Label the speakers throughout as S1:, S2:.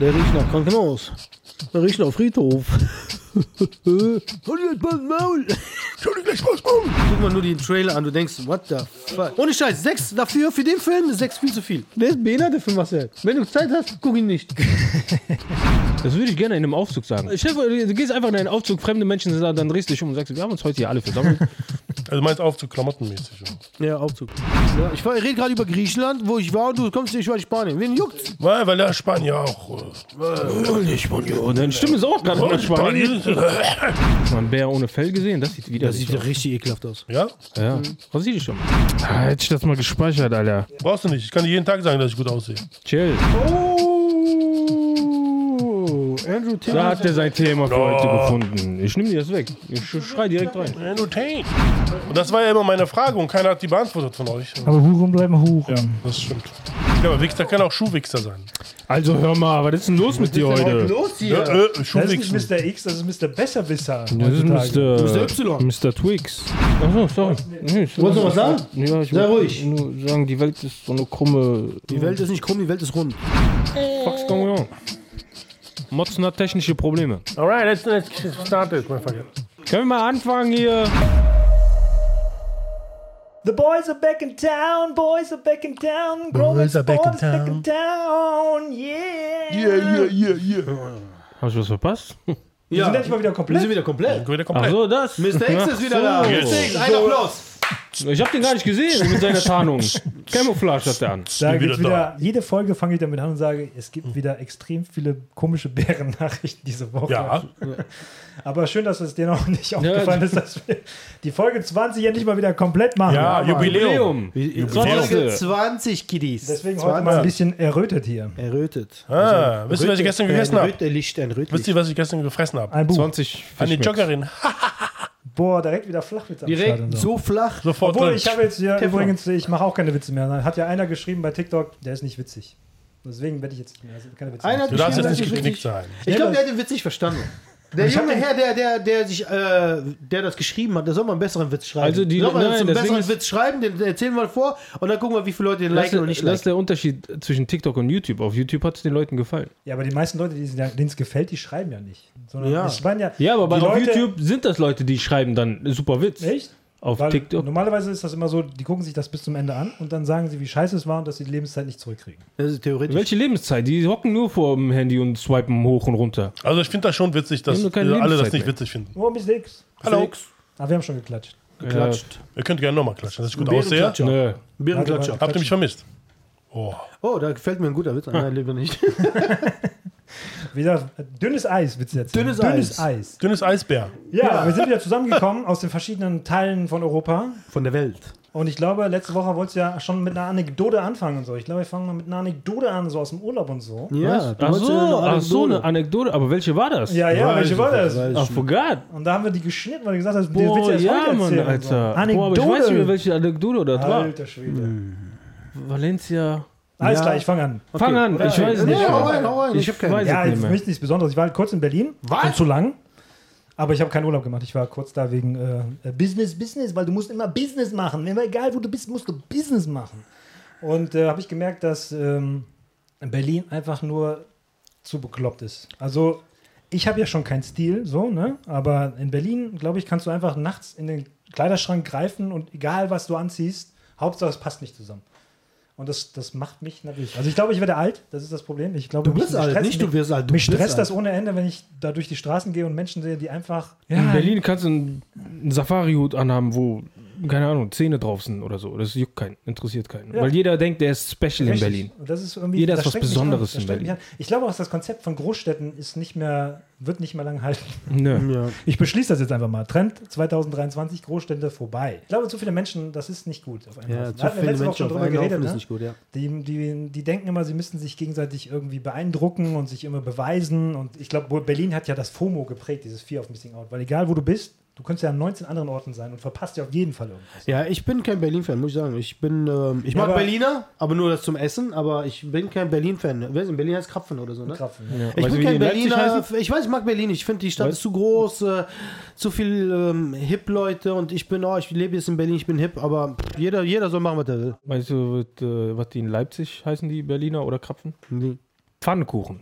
S1: Der riecht nach Krankenhaus. Der riecht nach Friedhof. Hol dir jetzt mal Maul.
S2: Schau dir gleich mal das Maul.
S1: Guck mal nur den Trailer an, du denkst, what the fuck. Ohne Scheiß, sechs dafür, für den Film, ist sechs viel zu viel. Der ist behindert, der Film, Marcel. Wenn du Zeit hast, guck ihn nicht.
S3: Das würde ich gerne in einem Aufzug sagen. Chef, du gehst einfach in einen Aufzug, fremde Menschen sind da, dann drehst du dich um und sagst, wir haben uns heute hier alle versammelt.
S2: Also meinst Aufzug klamottenmäßig. oder?
S1: Ja, Aufzug. Ja, ich war- ich rede gerade über Griechenland, wo ich war und du kommst, ich war in Spanien. Wen juckt's?
S2: Weil, weil der Spanier auch.
S1: Oh,
S2: Äh, Spanier.
S3: Und deine Stimme ist auch gerade
S2: Oh,
S3: nach Spanien.
S2: Spanier.
S3: Hast du mal einen Bär ohne Fell gesehen? Das sieht wieder.
S1: Sieht ja richtig ekelhaft aus.
S2: Ja?
S3: Ja. Was sieht die schon? Ah, hätte ich das mal gespeichert, Alter.
S2: Brauchst du nicht. Ich kann dir jeden Tag sagen, dass ich gut aussehe.
S3: Chill.
S1: Oh, Andrew
S3: Da
S1: Tate.
S3: hat er sein Thema für heute
S2: Ja.
S3: gefunden. Ich nehme dir das weg. Ich schrei direkt rein.
S2: Entertain. Und das war ja immer meine Frage und keiner hat die beantwortet von euch.
S4: Aber Huren bleiben Huren.
S2: Ja, das stimmt. Ja, aber Wichser kann auch Schuhwichser sein.
S3: Also hör mal, was ist denn los mit dir heute?
S1: los
S2: Ja.
S1: hier?
S2: Äh, äh,
S4: Das ist
S2: Schuhwichsen.
S4: nicht Mr. X, das ist Mr. Besserwisser.
S3: Das ist
S4: heutzutage.
S1: Y.
S3: Mr. Mr. Twix. Achso, sorry. Nee, ich
S1: Wolltest du noch was sagen?
S3: Ja, ich
S1: Sei
S3: wollte
S1: ruhig.
S3: Nur sagen, die Welt ist so eine krumme.
S1: Die Welt ist nicht krumm, die Welt ist rund.
S3: Fuck's going on. Motzen hat technische Probleme.
S2: Alright, let's, let's start it, mein Verkehr.
S3: Können wir mal anfangen hier?
S4: The boys are back in town, boys are back in town, growing
S2: Boys are back in
S4: sport is back in town, yeah.
S3: Hast du was verpasst?
S4: Wir sind endlich mal wieder
S1: Wir sind
S4: komplett.
S1: wieder komplett.
S2: Wieder komplett.
S3: Achso, das.
S1: Mr. X ist wieder da.
S2: Yes.
S1: Mr. X, ein Applaus.
S3: Ich hab den gar nicht gesehen mit seiner Tarnung. Camouflage hat er an.
S4: Da
S2: bin
S4: geht's
S2: wieder da. Hm.
S4: wieder, jede Folge fange ich damit an und sage, es gibt wieder extrem viele komische Bärennachrichten diese Woche.
S2: Ja.
S4: Aber schön, dass es dir noch nicht aufgefallen ist, dass wir die Folge 20 endlich mal wieder komplett machen.
S2: Ja, Jubiläum.
S1: Folge 20 Kiddies.
S4: Deswegen heute mal ein bisschen errötet hier.
S1: Errötet.
S2: Ah, wisst ihr, was ich gestern gegessen
S1: ein
S2: habe?
S1: Röt, ein Licht, ein
S2: Wisst
S1: Rötlicht.
S2: ihr, was ich gestern gefressen habe?
S4: Ein Buch.
S3: 20
S2: Eine
S3: Fischmecks.
S2: Joggerin. Ha,
S4: Boah, direkt wieder Flachwitz am Start und
S1: Direkt so flach.
S2: Sofort.
S4: Obwohl,
S2: drin.
S4: ich habe jetzt ja
S1: Teflon.
S4: übrigens, ich mache auch keine Witze mehr. Dann hat ja einer geschrieben bei TikTok, der ist nicht witzig. Deswegen werde ich jetzt nicht mehr, also keine Witze
S1: Einer
S4: mehr.
S1: hat
S2: du
S1: geschrieben,
S2: darfst jetzt nicht
S1: dass ich
S2: geknickt
S1: richtig-
S2: sein.
S1: Ich glaube, der hat den Witz nicht verstanden. Der junge Herr, der, der, der sich, äh, der das geschrieben hat, der soll mal einen besseren Witz schreiben.
S3: Also die-
S1: soll mal
S3: nein,
S1: einen
S3: das Ding
S1: besseren
S3: ist-
S1: Witz schreiben, den erzählen wir mal vor und dann gucken wir, wie viele Leute den
S3: Das,
S1: liken und
S3: ist-
S1: nicht
S3: das ist
S1: liken.
S3: der Unterschied zwischen TikTok und YouTube. Auf YouTube hat es den Leuten gefallen.
S4: Ja, aber die meisten Leute, die sind ja- denen es gefällt, die schreiben ja nicht. Sondern
S1: Ja.
S4: es waren ja,
S3: Ja, aber bei
S4: die
S3: auf
S4: Leute-
S3: YouTube sind das Leute, die schreiben dann super Witz.
S4: Echt?
S3: Auf
S4: Weil
S3: TikTok.
S4: Normalerweise ist das immer so, die gucken sich das bis zum Ende an und dann sagen sie, wie scheiße es war und dass sie die Lebenszeit nicht zurückkriegen.
S1: Das ist theoretisch.
S3: Welche Lebenszeit? Die hocken nur vor dem Handy und swipen hoch und runter.
S2: Also ich finde das schon witzig, dass
S3: Wir haben
S2: äh,
S3: doch keine
S2: alle das
S3: Lebenszeit
S2: nicht
S3: mehr.
S2: witzig finden.
S4: Oh, bis nix.
S2: Hallo.
S4: Ah, wir haben schon geklatscht.
S1: Geklatscht.
S2: Ihr könnt gerne nochmal klatschen, dass ich gut aussehe.
S1: Bärenklatscher.
S3: Nö.
S1: Bärenklatscher.
S2: Habt ihr mich vermisst? Oh.
S1: Oh, da gefällt mir ein guter Witz. an. Nein, lieber nicht.
S4: Wieder äh, dünnes Eis, Witz jetzt.
S1: Dünnes Eis.
S4: Dünnes Eis.
S2: Dünnes Eisbär.
S4: Ja, wir sind wieder zusammengekommen aus den verschiedenen Teilen von Europa.
S1: Von der Welt.
S4: Und ich glaube, letzte Woche wolltest du ja schon mit einer Anekdote anfangen und so. Ich glaube, wir fangen mal mit einer Anekdote an, so aus dem Urlaub und so.
S1: Ja,
S3: Was? ach so, ach so, eine
S1: eine
S3: Anekdote. Aber welche war das?
S4: Ja, ja, welche war das?
S1: Oh,
S3: Ach, forgot.
S4: Und da haben wir die geschnitten, weil du gesagt hast, die willst du
S3: Boah,
S4: erst
S3: ja,
S4: heute
S3: Mann,
S4: erzählen. und
S3: Alter.
S4: So.
S3: Boah, aber
S4: Anekdote.
S3: ich weiß nicht mehr, welche Anekdote das war.
S4: Alter Schwede.
S3: Valencia.
S4: Alles
S1: Ja.
S4: klar, ich fange an.
S3: Fang an, ich weiß es nicht.
S1: Ja, hau rein, hau rein. Ich
S3: Ich
S1: hab keinen.
S3: weiß
S4: Ja,
S3: es nicht
S4: für
S3: mehr.
S4: mich nichts Besonderes. Ich war halt kurz in Berlin.
S1: Was?
S4: Und zu lang. Aber ich habe keinen Urlaub gemacht. Ich war kurz da wegen äh, Business, Business, weil du musst immer Business machen. Immer egal, wo du bist, musst du Business machen. Und äh, habe ich gemerkt, dass ähm, Berlin einfach nur zu bekloppt ist. Also ich habe ja schon keinen Stil, so, ne? Aber in Berlin, glaube ich, kannst du einfach nachts in den Kleiderschrank greifen und egal, was du anziehst, Hauptsache es passt nicht zusammen. Und das, das macht mich nervös. Also ich glaube, ich werde alt, das ist das Problem. Ich glaube,
S1: Du bist
S4: mich
S1: alt,
S4: stresst-
S1: nicht du wirst alt. Du
S4: mich
S1: bist
S4: stresst das
S1: alt.
S4: ohne Ende, wenn ich da durch die Straßen gehe und Menschen sehe, die einfach.
S3: In Berlin kannst du einen einen Safari-Hut anhaben, wo, keine Ahnung, Zähne drauf sind oder so. Das juckt keinen, interessiert keinen.
S4: Ja.
S3: Weil jeder denkt, der ist special in
S4: Richtig.
S3: Berlin.
S4: Und das ist irgendwie,
S3: Jeder ist
S4: das
S3: was
S4: strengt mich
S3: Besonderes
S4: an, das
S3: in
S4: strengt mich
S3: Berlin.
S4: an. Ich glaube auch, das Konzept von Großstädten ist nicht mehr, wird nicht mehr lang halten.
S3: Nö.
S1: Ja.
S4: Ich beschließe das jetzt einfach mal. Trend 2023, Großstädte vorbei. Ich glaube, zu viele Menschen, das ist nicht gut. Auf einen
S1: Ja,
S4: Haufen.
S1: zu
S4: Da hatten wir
S1: viele
S4: letzte Woche
S1: Menschen
S4: schon
S1: auf
S4: drüber
S1: einen
S4: geredet.
S1: Haufen ist
S4: Ne?
S1: nicht gut, ja.
S4: Die, die, die denken immer, sie müssten sich gegenseitig irgendwie beeindrucken und sich immer beweisen. Und ich glaube, Berlin hat ja das FOMO geprägt, dieses Fear of Missing Out. Weil egal, wo du bist, du kannst ja an 19 anderen Orten sein und verpasst ja auf jeden Fall irgendwas.
S1: Ja, ich bin kein Berlin-Fan, muss ich sagen. Ich bin, ähm, ich mag
S4: aber-
S1: Berliner, aber nur das zum Essen, aber ich bin kein Berlin-Fan. Wer ist in Berlin heißt Krapfen oder so, ne?
S4: Krapfen, ne?
S1: Ich
S3: Weißt du,
S1: bin
S3: wie die
S1: kein
S3: in Leipzig
S1: Berliner.
S3: heißen?
S1: Ich weiß, ich mag Berlin. nicht. Ich finde, die Stadt
S3: Weißt-
S1: ist zu groß, äh, zu viel ähm, Hip-Leute und ich bin, oh, ich lebe jetzt in Berlin, ich bin hip, aber pff, jeder, jeder soll machen, was er will.
S3: Weißt du, was, äh, was die in Leipzig heißen, die Berliner oder Krapfen?
S1: Nee.
S3: Pfannkuchen.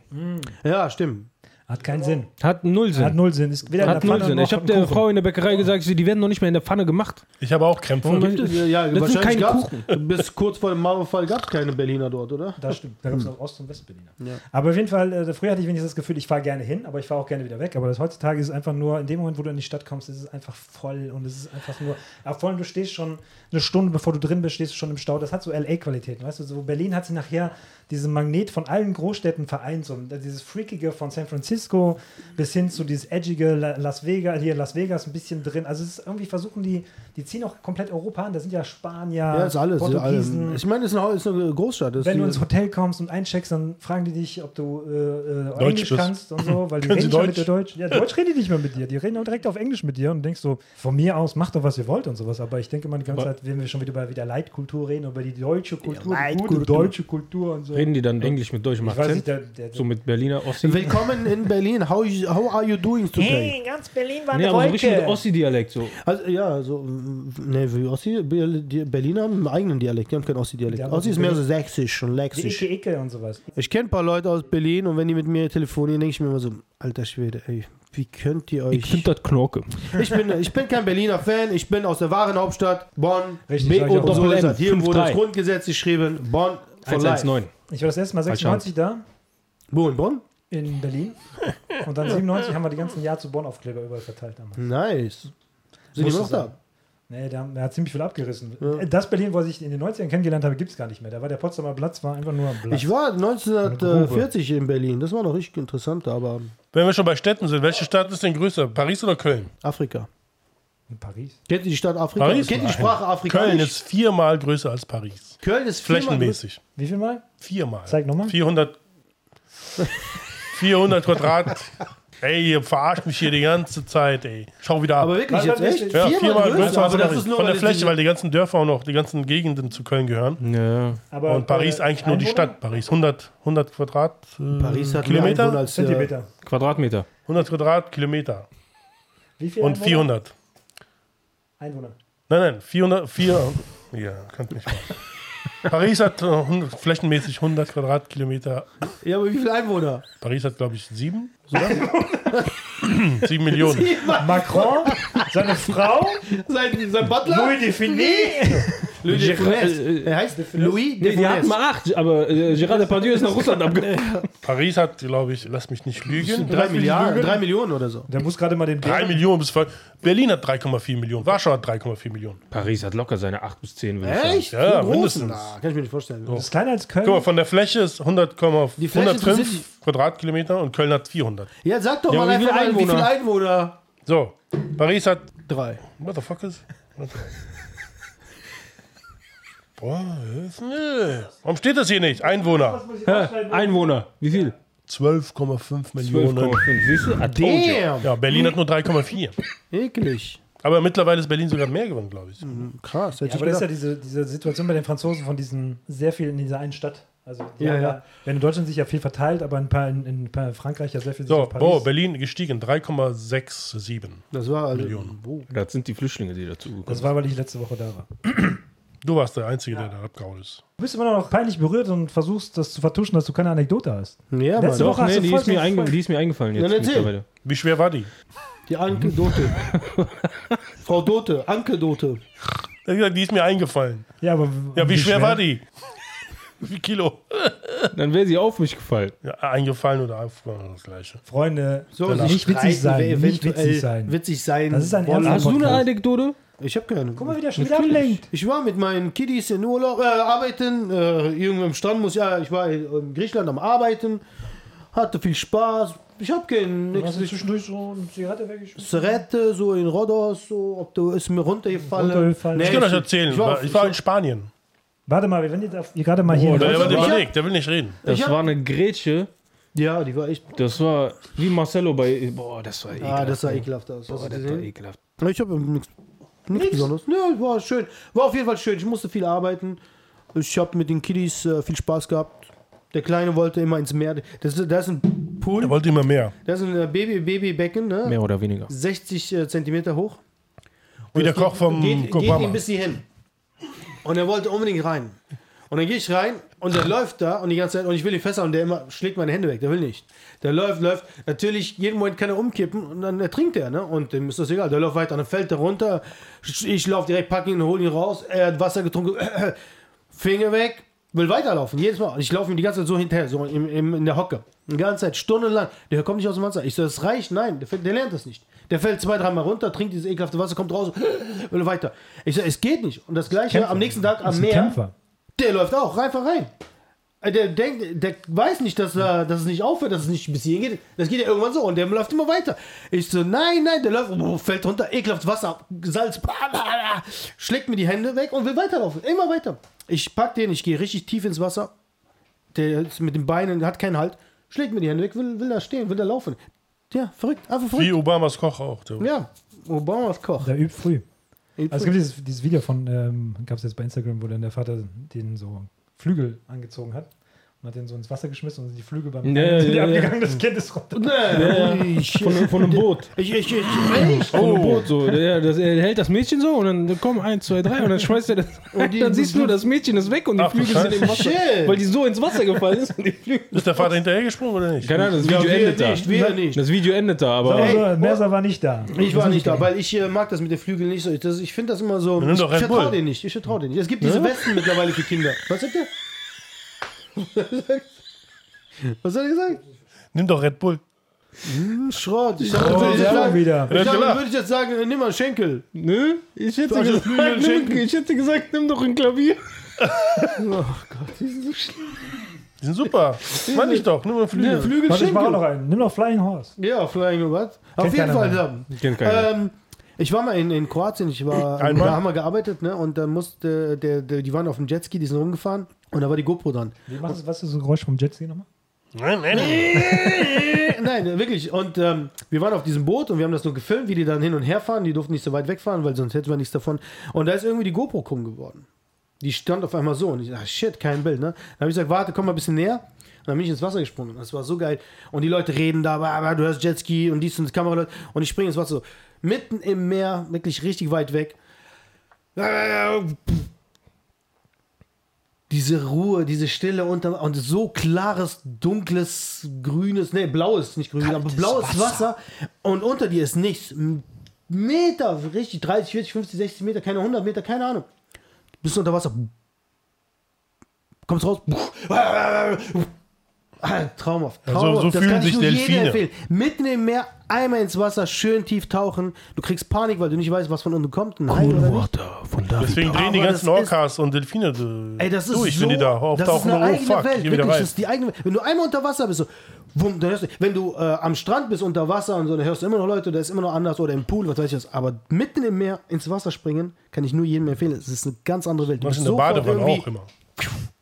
S1: Ja, stimmt.
S4: Hat keinen Sinn.
S3: Hat null Sinn.
S4: Hat null Sinn. Ist weder in
S3: Hat
S4: der
S3: null
S4: Pfanne
S3: Sinn.
S4: noch
S3: Ich habe
S4: im
S3: der
S4: Kuchen.
S3: Frau in der Bäckerei gesagt, sie- die werden noch nicht mehr in der Pfanne gemacht.
S2: Ich habe auch Krämpfe.
S1: Gibt es, ja,
S3: Das sind
S1: wahrscheinlich
S3: keine
S1: gab's,
S3: Kuchen.
S1: bis kurz vor dem Mauerfall gab es keine Berliner dort, oder? Hm.
S4: Das stimmt. Da gab es noch Ost- und Westberliner. Aber auf jeden Fall, äh, früher hatte ich wenigstens das Gefühl, ich fahre gerne hin, aber ich fahre auch gerne wieder weg. Aber das heutzutage ist es einfach nur, in dem Moment, wo du in die Stadt kommst, ist es einfach voll und es ist einfach nur, ja, vor allem du stehst schon eine Stunde, bevor du drin bist, stehst du schon im Stau. Das hat so LA-Qualitäten, weißt du? So Berlin hat sich nachher diesen Magnet von allen Großstädten vereint, so dieses Freakige von San Francisco bis hin zu dieses edgige La- Las Vegas, hier Las Vegas ein bisschen drin. Also es ist irgendwie versuchen die, die ziehen auch komplett Europa an, da sind ja Spanier,
S1: Ja, ist alles. Ja, alles.
S4: Portugiesen,
S1: Ich meine, es ist eine- ist eine Großstadt. Ist
S4: wenn du
S1: viel-
S4: ins Hotel kommst und eincheckst, dann fragen die dich, ob du äh, äh,
S2: Deutsch
S4: Englisch
S2: bist.
S4: kannst und so, weil die
S2: Können Sie
S4: reden schon
S2: Deutsch?
S4: mit dir Deutsch. Ja, Deutsch reden die nicht mehr mit dir. Die reden auch direkt auf Englisch mit dir und denkst so, von mir aus, macht doch, was ihr wollt und sowas. Aber ich denke mal, die ganze
S3: Aber-
S4: Zeit, wenn wir schon wieder über wieder Leitkultur reden, über die deutsche Kultur, die gute
S1: Leitkultur.
S4: deutsche Kultur und so.
S3: Reden die dann Englisch mit deutschem
S4: ich weiß nicht,
S3: Akzent?
S4: der, der,
S3: So mit Berliner Ossi?
S1: Willkommen in Berlin. How, you- how are you doing today?
S4: ganz Berlin war
S3: Nee, aber so richtig mit Ossi-Dialekt. So.
S1: Also, ja, so, mm, nee, wie Ossi, Ber- die Berliner haben einen eigenen Dialekt, die haben keinen
S4: Die
S1: Ossi-Dialekt.
S4: haben
S1: Ossi
S4: auch
S1: ist mehr
S4: Berlin-
S1: so sächsisch und
S4: Die
S1: läxisch.
S4: Ecke, Ecke und sowas.
S1: Ich kenne ein paar Leute aus Berlin und wenn die mit mir telefonieren, denke ich mir immer so, alter Schwede, ey, wie könnt ihr euch...
S3: Ich find das Knorke.
S1: Ich bin, ich bin kein Berliner Fan, ich bin aus der wahren Hauptstadt, Bonn.
S4: Richtig,
S1: B
S4: sag ich
S1: und
S4: auch.
S1: Doppel
S3: Doppel-M,
S1: M. Hier wurde das
S3: 5-3.
S1: Grundgesetz geschrieben, Bonn for life.
S3: 119.
S4: Ich war das erste Mal 96 da.
S1: Wo in Bonn?
S4: In Berlin. Und dann 97 haben wir die ganzen Jahr zu Bonn-Aufkleber überall verteilt. damals.
S1: Nice. Sind die
S4: Muss
S1: immer noch
S4: so sein.
S1: da?
S4: Nee, der, der hat ziemlich viel abgerissen. Äh,
S1: Ja.
S4: Das Berlin, was ich in den 90ern kennengelernt habe, gibt es gar nicht mehr. Da war der Potsdamer Platz, war einfach nur ein Platz.
S1: Ich war 1940 in Berlin, das war noch richtig interessant, aber
S2: Wenn wir schon bei Städten sind, welche Stadt ist denn größer? Paris oder Köln?
S1: Afrika.
S4: in Paris.
S1: Kennt ihr die Stadt Afrika?
S2: Paris?
S1: Kennt ihr die
S2: Nein.
S1: Sprache Afrika?
S2: Köln
S1: nicht?
S2: ist viermal größer als Paris.
S1: Köln ist viermal
S2: Flächenmäßig.
S4: Wie viel mal?
S2: Viermal.
S4: Zeig nochmal.
S2: 400, 400 Quadrat. Ey, ihr verarscht mich hier die ganze Zeit, ey. Schau wieder ab.
S1: Aber wirklich jetzt,
S4: Warte, warte,
S1: echt?
S2: ja, viermal, größer, als
S1: aber das
S2: Paris.
S1: ist nur,
S2: Von der
S1: weil
S2: Fläche,
S1: die-
S2: weil die ganzen Dörfer auch noch, die ganzen Gegenden zu Köln gehören.
S3: Ja.
S4: Aber,
S2: Und Paris
S4: äh,
S2: eigentlich nur die
S4: Einwohner?
S2: Stadt. Paris 100, 100 Quadrat. Äh,
S1: Paris hat mehr
S2: Kilometer?
S1: Einwohner als äh,
S4: Zentimeter.
S3: Quadratmeter.
S2: 100 Quadratkilometer.
S4: Wie viel
S2: Und
S4: Einwohner?
S2: 400.
S4: Einwohner.
S2: Nein, nein, 400, 4, ja, kannst nicht machen. Paris hat äh, 100, flächenmäßig 100 Quadratkilometer.
S1: Ja, aber wie viele Einwohner?
S2: Paris hat, glaube ich, sieben. sogar. Sieben Millionen.
S4: Macron, seine Frau,
S1: Sein, sein Butler?
S4: Louis Defini.
S1: Louis de Funès. Er heißt Louis de
S3: Nee, äh, die hatten
S1: Funès.
S3: mal acht, aber äh, Gérard Depardieu ist nach Russland abgegangen.
S2: Paris hat, glaube ich, lass mich nicht lügen.
S1: Drei
S2: Lass mich
S1: Milliarden,
S2: lügen.
S1: drei Millionen oder so.
S4: Der muss gerade mal den
S2: Drei
S4: Bären,
S2: Millionen bis voll. Berlin hat 3,4 Millionen. Warschau hat 3,4 Millionen.
S3: Paris hat locker seine acht bis zehn. würde ich sagen.
S1: Echt?
S2: Ja,
S1: großen?
S2: mindestens.
S1: Na, kann ich mir nicht vorstellen.
S4: Das ist kleiner als Köln.
S2: Guck mal, von der Fläche ist 100,
S1: Die Fläche sind
S2: 105 Quadratkilometer und Köln hat 400.
S1: Ja, sag doch
S3: Ja,
S1: mal
S3: aber wie
S1: einfach mal,
S3: viele
S1: wie viele
S3: Einwohner?
S1: Einwohner?
S2: So, Paris hat.
S1: Drei.
S2: What the fuck is. What the- Boah, was ist denn das? warum steht das hier nicht? Einwohner.
S3: Hä? Einwohner. Wie viel?
S2: 12,5 Millionen.
S3: 12,5. Siehst du? Ah, Adojo.
S1: Damn.
S2: Ja, Berlin hat nur 3,4.
S1: Eklig.
S2: Aber mittlerweile ist Berlin sogar mehr geworden, glaube ich.
S1: Krass, hätte
S4: Ja,
S1: ich
S4: aber das ist ja
S1: gedacht.
S4: diese, diese Situation bei den Franzosen von diesen sehr viel in dieser einen Stadt. Also, die
S1: Ja,
S4: haben
S1: ja.
S4: Wenn in Deutschland sich ja viel verteilt, aber ein paar in, in paar Frankreich ja sehr viel sich
S2: So,
S4: auf Paris.
S2: boah, Berlin gestiegen, 3,67.
S1: Das war also,
S2: Millionen.
S1: Wo?
S3: Das sind die Flüchtlinge, die dazugekommen
S4: das
S3: sind.
S4: war, weil ich letzte Woche da war.
S2: Du warst der Einzige, der da abgehauen ist.
S4: Du bist immer noch peinlich berührt und versuchst, das zu vertuschen, dass du keine Anekdote hast.
S1: Ja, Mann.
S4: Letzte
S1: Doch.
S3: Doch,
S4: Woche- hast
S3: nee,
S4: du
S3: die
S4: voll
S3: ist, mir
S4: drauf
S3: einge
S4: gefreut.
S3: die ist mir eingefallen jetzt
S1: Dann erzähl.
S3: mittlerweile.
S2: Wie schwer war die?
S1: Die Anke Dote. Frau Dote, Anke Dote.
S2: Er hat gesagt, Die ist mir eingefallen.
S4: Ja, aber
S2: Ja, wie, schwer, war die? wie viel Kilo?
S3: Dann wäre sie auf mich gefallen.
S2: Ja, eingefallen oder aufgefallen, das Gleiche.
S4: Freunde,
S1: So,
S4: nicht
S1: sich streiten,
S4: witzig
S1: wer
S4: sein, nicht
S1: eventuell
S4: witzig sein.
S1: Witzig sein.
S4: Das ist ein
S1: wollen.
S4: Ernst-
S3: Hast du eine
S4: Podcast.
S3: Anekdote?
S1: Ich hab keine.
S4: Guck mal, wie der schon wieder
S3: Natürlich.
S4: ablenkt.
S1: Ich war mit meinen Kiddies in Urlaub, äh, arbeiten, äh, irgendwo im Strand muss, ja, ich war in Griechenland am Arbeiten, hatte viel Spaß. Ich hab keinen
S4: Du hast dir
S1: nichts.
S4: zwischendurch so eine Zigarette weggeschoben.
S1: Serette, so in Rhodos, so, ob du ist mir runtergefallen.
S4: Runtergefallen.
S1: Nee,
S2: Ich kann euch erzählen, ich war, ich war in Spanien.
S4: Warte mal, wir werden jetzt auf, ihr gerade mal hier.
S2: Der, der,
S1: Ich hab-
S2: überlegt, der will nicht reden.
S3: Das
S1: Ich hab-
S3: war eine Grätsche.
S1: Ja, die war echt.
S3: Das war wie Marcello bei. Boah, das war ekelhaft.
S1: Ah, das sah ekelhaft aus. Hast du
S3: Boah, das war
S1: gesehen?
S3: ekelhaft.
S1: Ich habe nichts Besonderes. Nö, war schön. War auf jeden Fall schön. Ich musste viel arbeiten. Ich habe mit den Kiddies äh, viel Spaß gehabt. Der Kleine wollte immer ins Meer. Das ist, das ist ein
S2: Er
S1: Pool.
S2: wollte immer mehr.
S1: Das ist ein äh, Baby, Babybecken, ne?
S3: Mehr oder weniger.
S1: 60 äh, Zentimeter hoch.
S2: Wie der
S1: das
S2: Koch vom
S1: geht, geht
S2: Obama.
S1: ihm bis hierhin. Und er wollte unbedingt rein. Und dann gehe ich rein und der läuft da und die ganze Zeit und ich will ihn festhalten und der immer schlägt meine Hände weg. Der will nicht. Der läuft, läuft. Natürlich, jeden Moment kann er umkippen und dann ertrinkt er, ne? Und dem ist das egal. Der läuft weiter, dann fällt er runter. Ich laufe direkt, pack ihn, hol ihn raus. Er hat Wasser getrunken. Finger weg, will weiterlaufen, jedes Mal. Und ich laufe ihm die ganze Zeit so hinterher, so im, im, in der Hocke. Die ganze Zeit, stundenlang. Der kommt nicht aus dem Wasser. Ich so, das reicht, nein, der, fällt- der lernt das nicht. Der fällt zwei, dreimal runter, trinkt dieses ekelhafte Wasser, kommt raus, will weiter. Ich so, es geht nicht. Und das gleiche
S4: Kämpfer.
S1: am nächsten Tag am
S4: Ist ein
S1: Meer.
S4: Kämpfer.
S1: Der läuft auch einfach rein. Äh, Der denkt, der weiß nicht, dass, er, dass es nicht aufhört, dass es nicht bis hierhin geht. Das geht ja irgendwann so und der läuft immer weiter. Ich so, nein, nein, der läuft, oh, fällt runter, ekelhaft Wasser, ab, Salz, bla, bla, bla, schlägt mir die Hände weg und will weiterlaufen. Immer weiter. Ich pack den, ich gehe richtig tief ins Wasser. Der ist mit den Beinen, hat keinen Halt, schlägt mir die Hände weg, will, will da stehen, will da laufen. Ja, verrückt, einfach
S2: Wie
S1: verrückt.
S2: Obamas Koch auch. Du.
S1: Ja, Obamas Koch.
S4: Der übt früh. Also es gibt dieses, dieses Video von, ähm, gab es jetzt bei Instagram, wo dann der Vater den so Flügel angezogen hat und hat den so ins Wasser geschmissen und sind die Flügel beim
S3: Ja, ja,
S4: sind die
S3: ja, ja.
S4: abgegangen, das Kind ist runter.
S1: Nee, ich,
S3: Von, von einem Boot. Oh,
S1: ich, ich, ich, echt?
S3: Von einem Boot so. Der, das, er hält das Mädchen so und dann kommen eins, zwei, drei und dann schmeißt er das. Und
S1: die-
S3: dann siehst du nur, das Mädchen ist weg und die
S2: Ach, du
S3: Flügel sind im Wasser.
S1: Scheiße. Shit.
S3: Weil die so ins Wasser gefallen ist und die Flügel.
S2: Ist der Vater hinterhergesprungen oder nicht?
S3: Keine Ahnung, das Video
S1: ja, wir
S3: endet da.
S1: nicht, wir nicht.
S3: Das Video endet da, aber.
S1: Ey,
S4: Also, Mercer war nicht da.
S1: Ne? Ich war nicht da, weil ich äh, mag das mit den Flügeln nicht so. Ich, das- ich finde das immer so.
S2: Dann nimm
S1: Ich
S2: doch Red
S1: vertraue
S2: Bull.
S1: den nicht. Ich vertraue den nicht. Es gibt diese Westen mittlerweile für Kinder. Was sagt der? Was hat er gesagt?
S2: Nimm doch Red Bull.
S1: Hm, Schrott. Ich
S4: Oh,
S1: dachte, würde ich jetzt
S4: Werbung
S1: sagen,
S4: wieder.
S1: Ich dachte,
S2: gelacht.
S1: würde ich jetzt sagen, äh, nimm mal einen Schenkel.
S3: Nö, ich hätte,
S1: Also
S3: gesagt,
S1: Flügel
S3: nimm,
S1: schenken.
S3: ich hätte gesagt, nimm doch ein Klavier.
S2: Die sind super. Meine ich doch. Nimm mal Flügel.
S1: Flügel
S4: Warte, ich mach auch noch
S1: Schenkel.
S4: einen. Nimm noch Flying Horse.
S1: Ja, Flying what? Auf jeden
S4: keiner
S1: Fall.
S4: mehr.
S1: Sam.
S3: Ich kenne keinen.
S1: Ähm, ich war mal in, in Kroatien, ich war,
S2: Einmal?
S1: da haben wir gearbeitet, ne? Und dann musste der, der, die waren auf dem Jetski, die sind rumgefahren und da war die GoPro dran.
S4: Wie machst du, was ist so ein Geräusch vom Jetski nochmal?
S2: Nein, nein, nein.
S1: Nein, wirklich. Und ähm, wir waren auf diesem Boot und wir haben das nur gefilmt, wie die dann hin und her fahren. Die durften nicht so weit wegfahren, weil sonst hätten wir nichts davon. Und da ist irgendwie die GoPro krumm geworden. Die stand auf einmal so und ich dachte, shit, kein Bild, ne? Dann habe ich gesagt, warte, komm mal ein bisschen näher. Und dann bin ich ins Wasser gesprungen. Das war so geil. Und die Leute reden da, aber, aber du hörst Jetski und dies und das Kameraleute. Und ich springe ins Wasser so. Mitten im Meer, wirklich richtig weit weg. Diese Ruhe, diese Stille unter und so klares, dunkles, grünes, nee, blaues, nicht grün, aber blaues Wasser. Und unter dir ist nichts. M- Meter, richtig, 30, 40, 50, 60 Meter, keine 100 Meter, keine Ahnung. Bist du unter Wasser. Kommst raus. Ah, Traumhaft.
S2: Also, so- so
S1: Traumhaft. das
S2: fühlen
S1: kann ich
S2: sich
S1: nur jedem
S2: Delfine.
S1: empfehlen. Mitten im Meer, einmal ins Wasser, schön tief tauchen. Du kriegst Panik, weil du nicht weißt, was von unten kommt. Ein Hai oder nicht.
S3: von da.
S2: Deswegen drehen die
S1: Aber
S2: ganzen
S1: das ist-
S2: Orcas und Delfine du-
S1: Ey, das ist
S2: durch,
S1: so,
S2: wenn die da
S1: das ist
S2: auftauchen.
S1: eine
S2: Oh,
S1: eigene
S2: fuck,
S1: Welt.
S2: hier
S1: Wirklich,
S2: wieder
S1: das
S2: rein.
S1: ist die eigene Welt. Wenn du einmal unter Wasser bist, so, wumm, dann hörst du, wenn du äh, am Strand bist unter Wasser und so, dann hörst du immer noch Leute, da ist immer noch anders oder im Pool, was weiß ich was. Aber mitten im Meer ins Wasser springen, kann ich nur jedem empfehlen. Es ist eine ganz andere Welt. Du
S2: Das
S1: bist
S2: ist in der
S1: sofort
S2: Badewanne
S1: irgendwie-
S2: auch immer.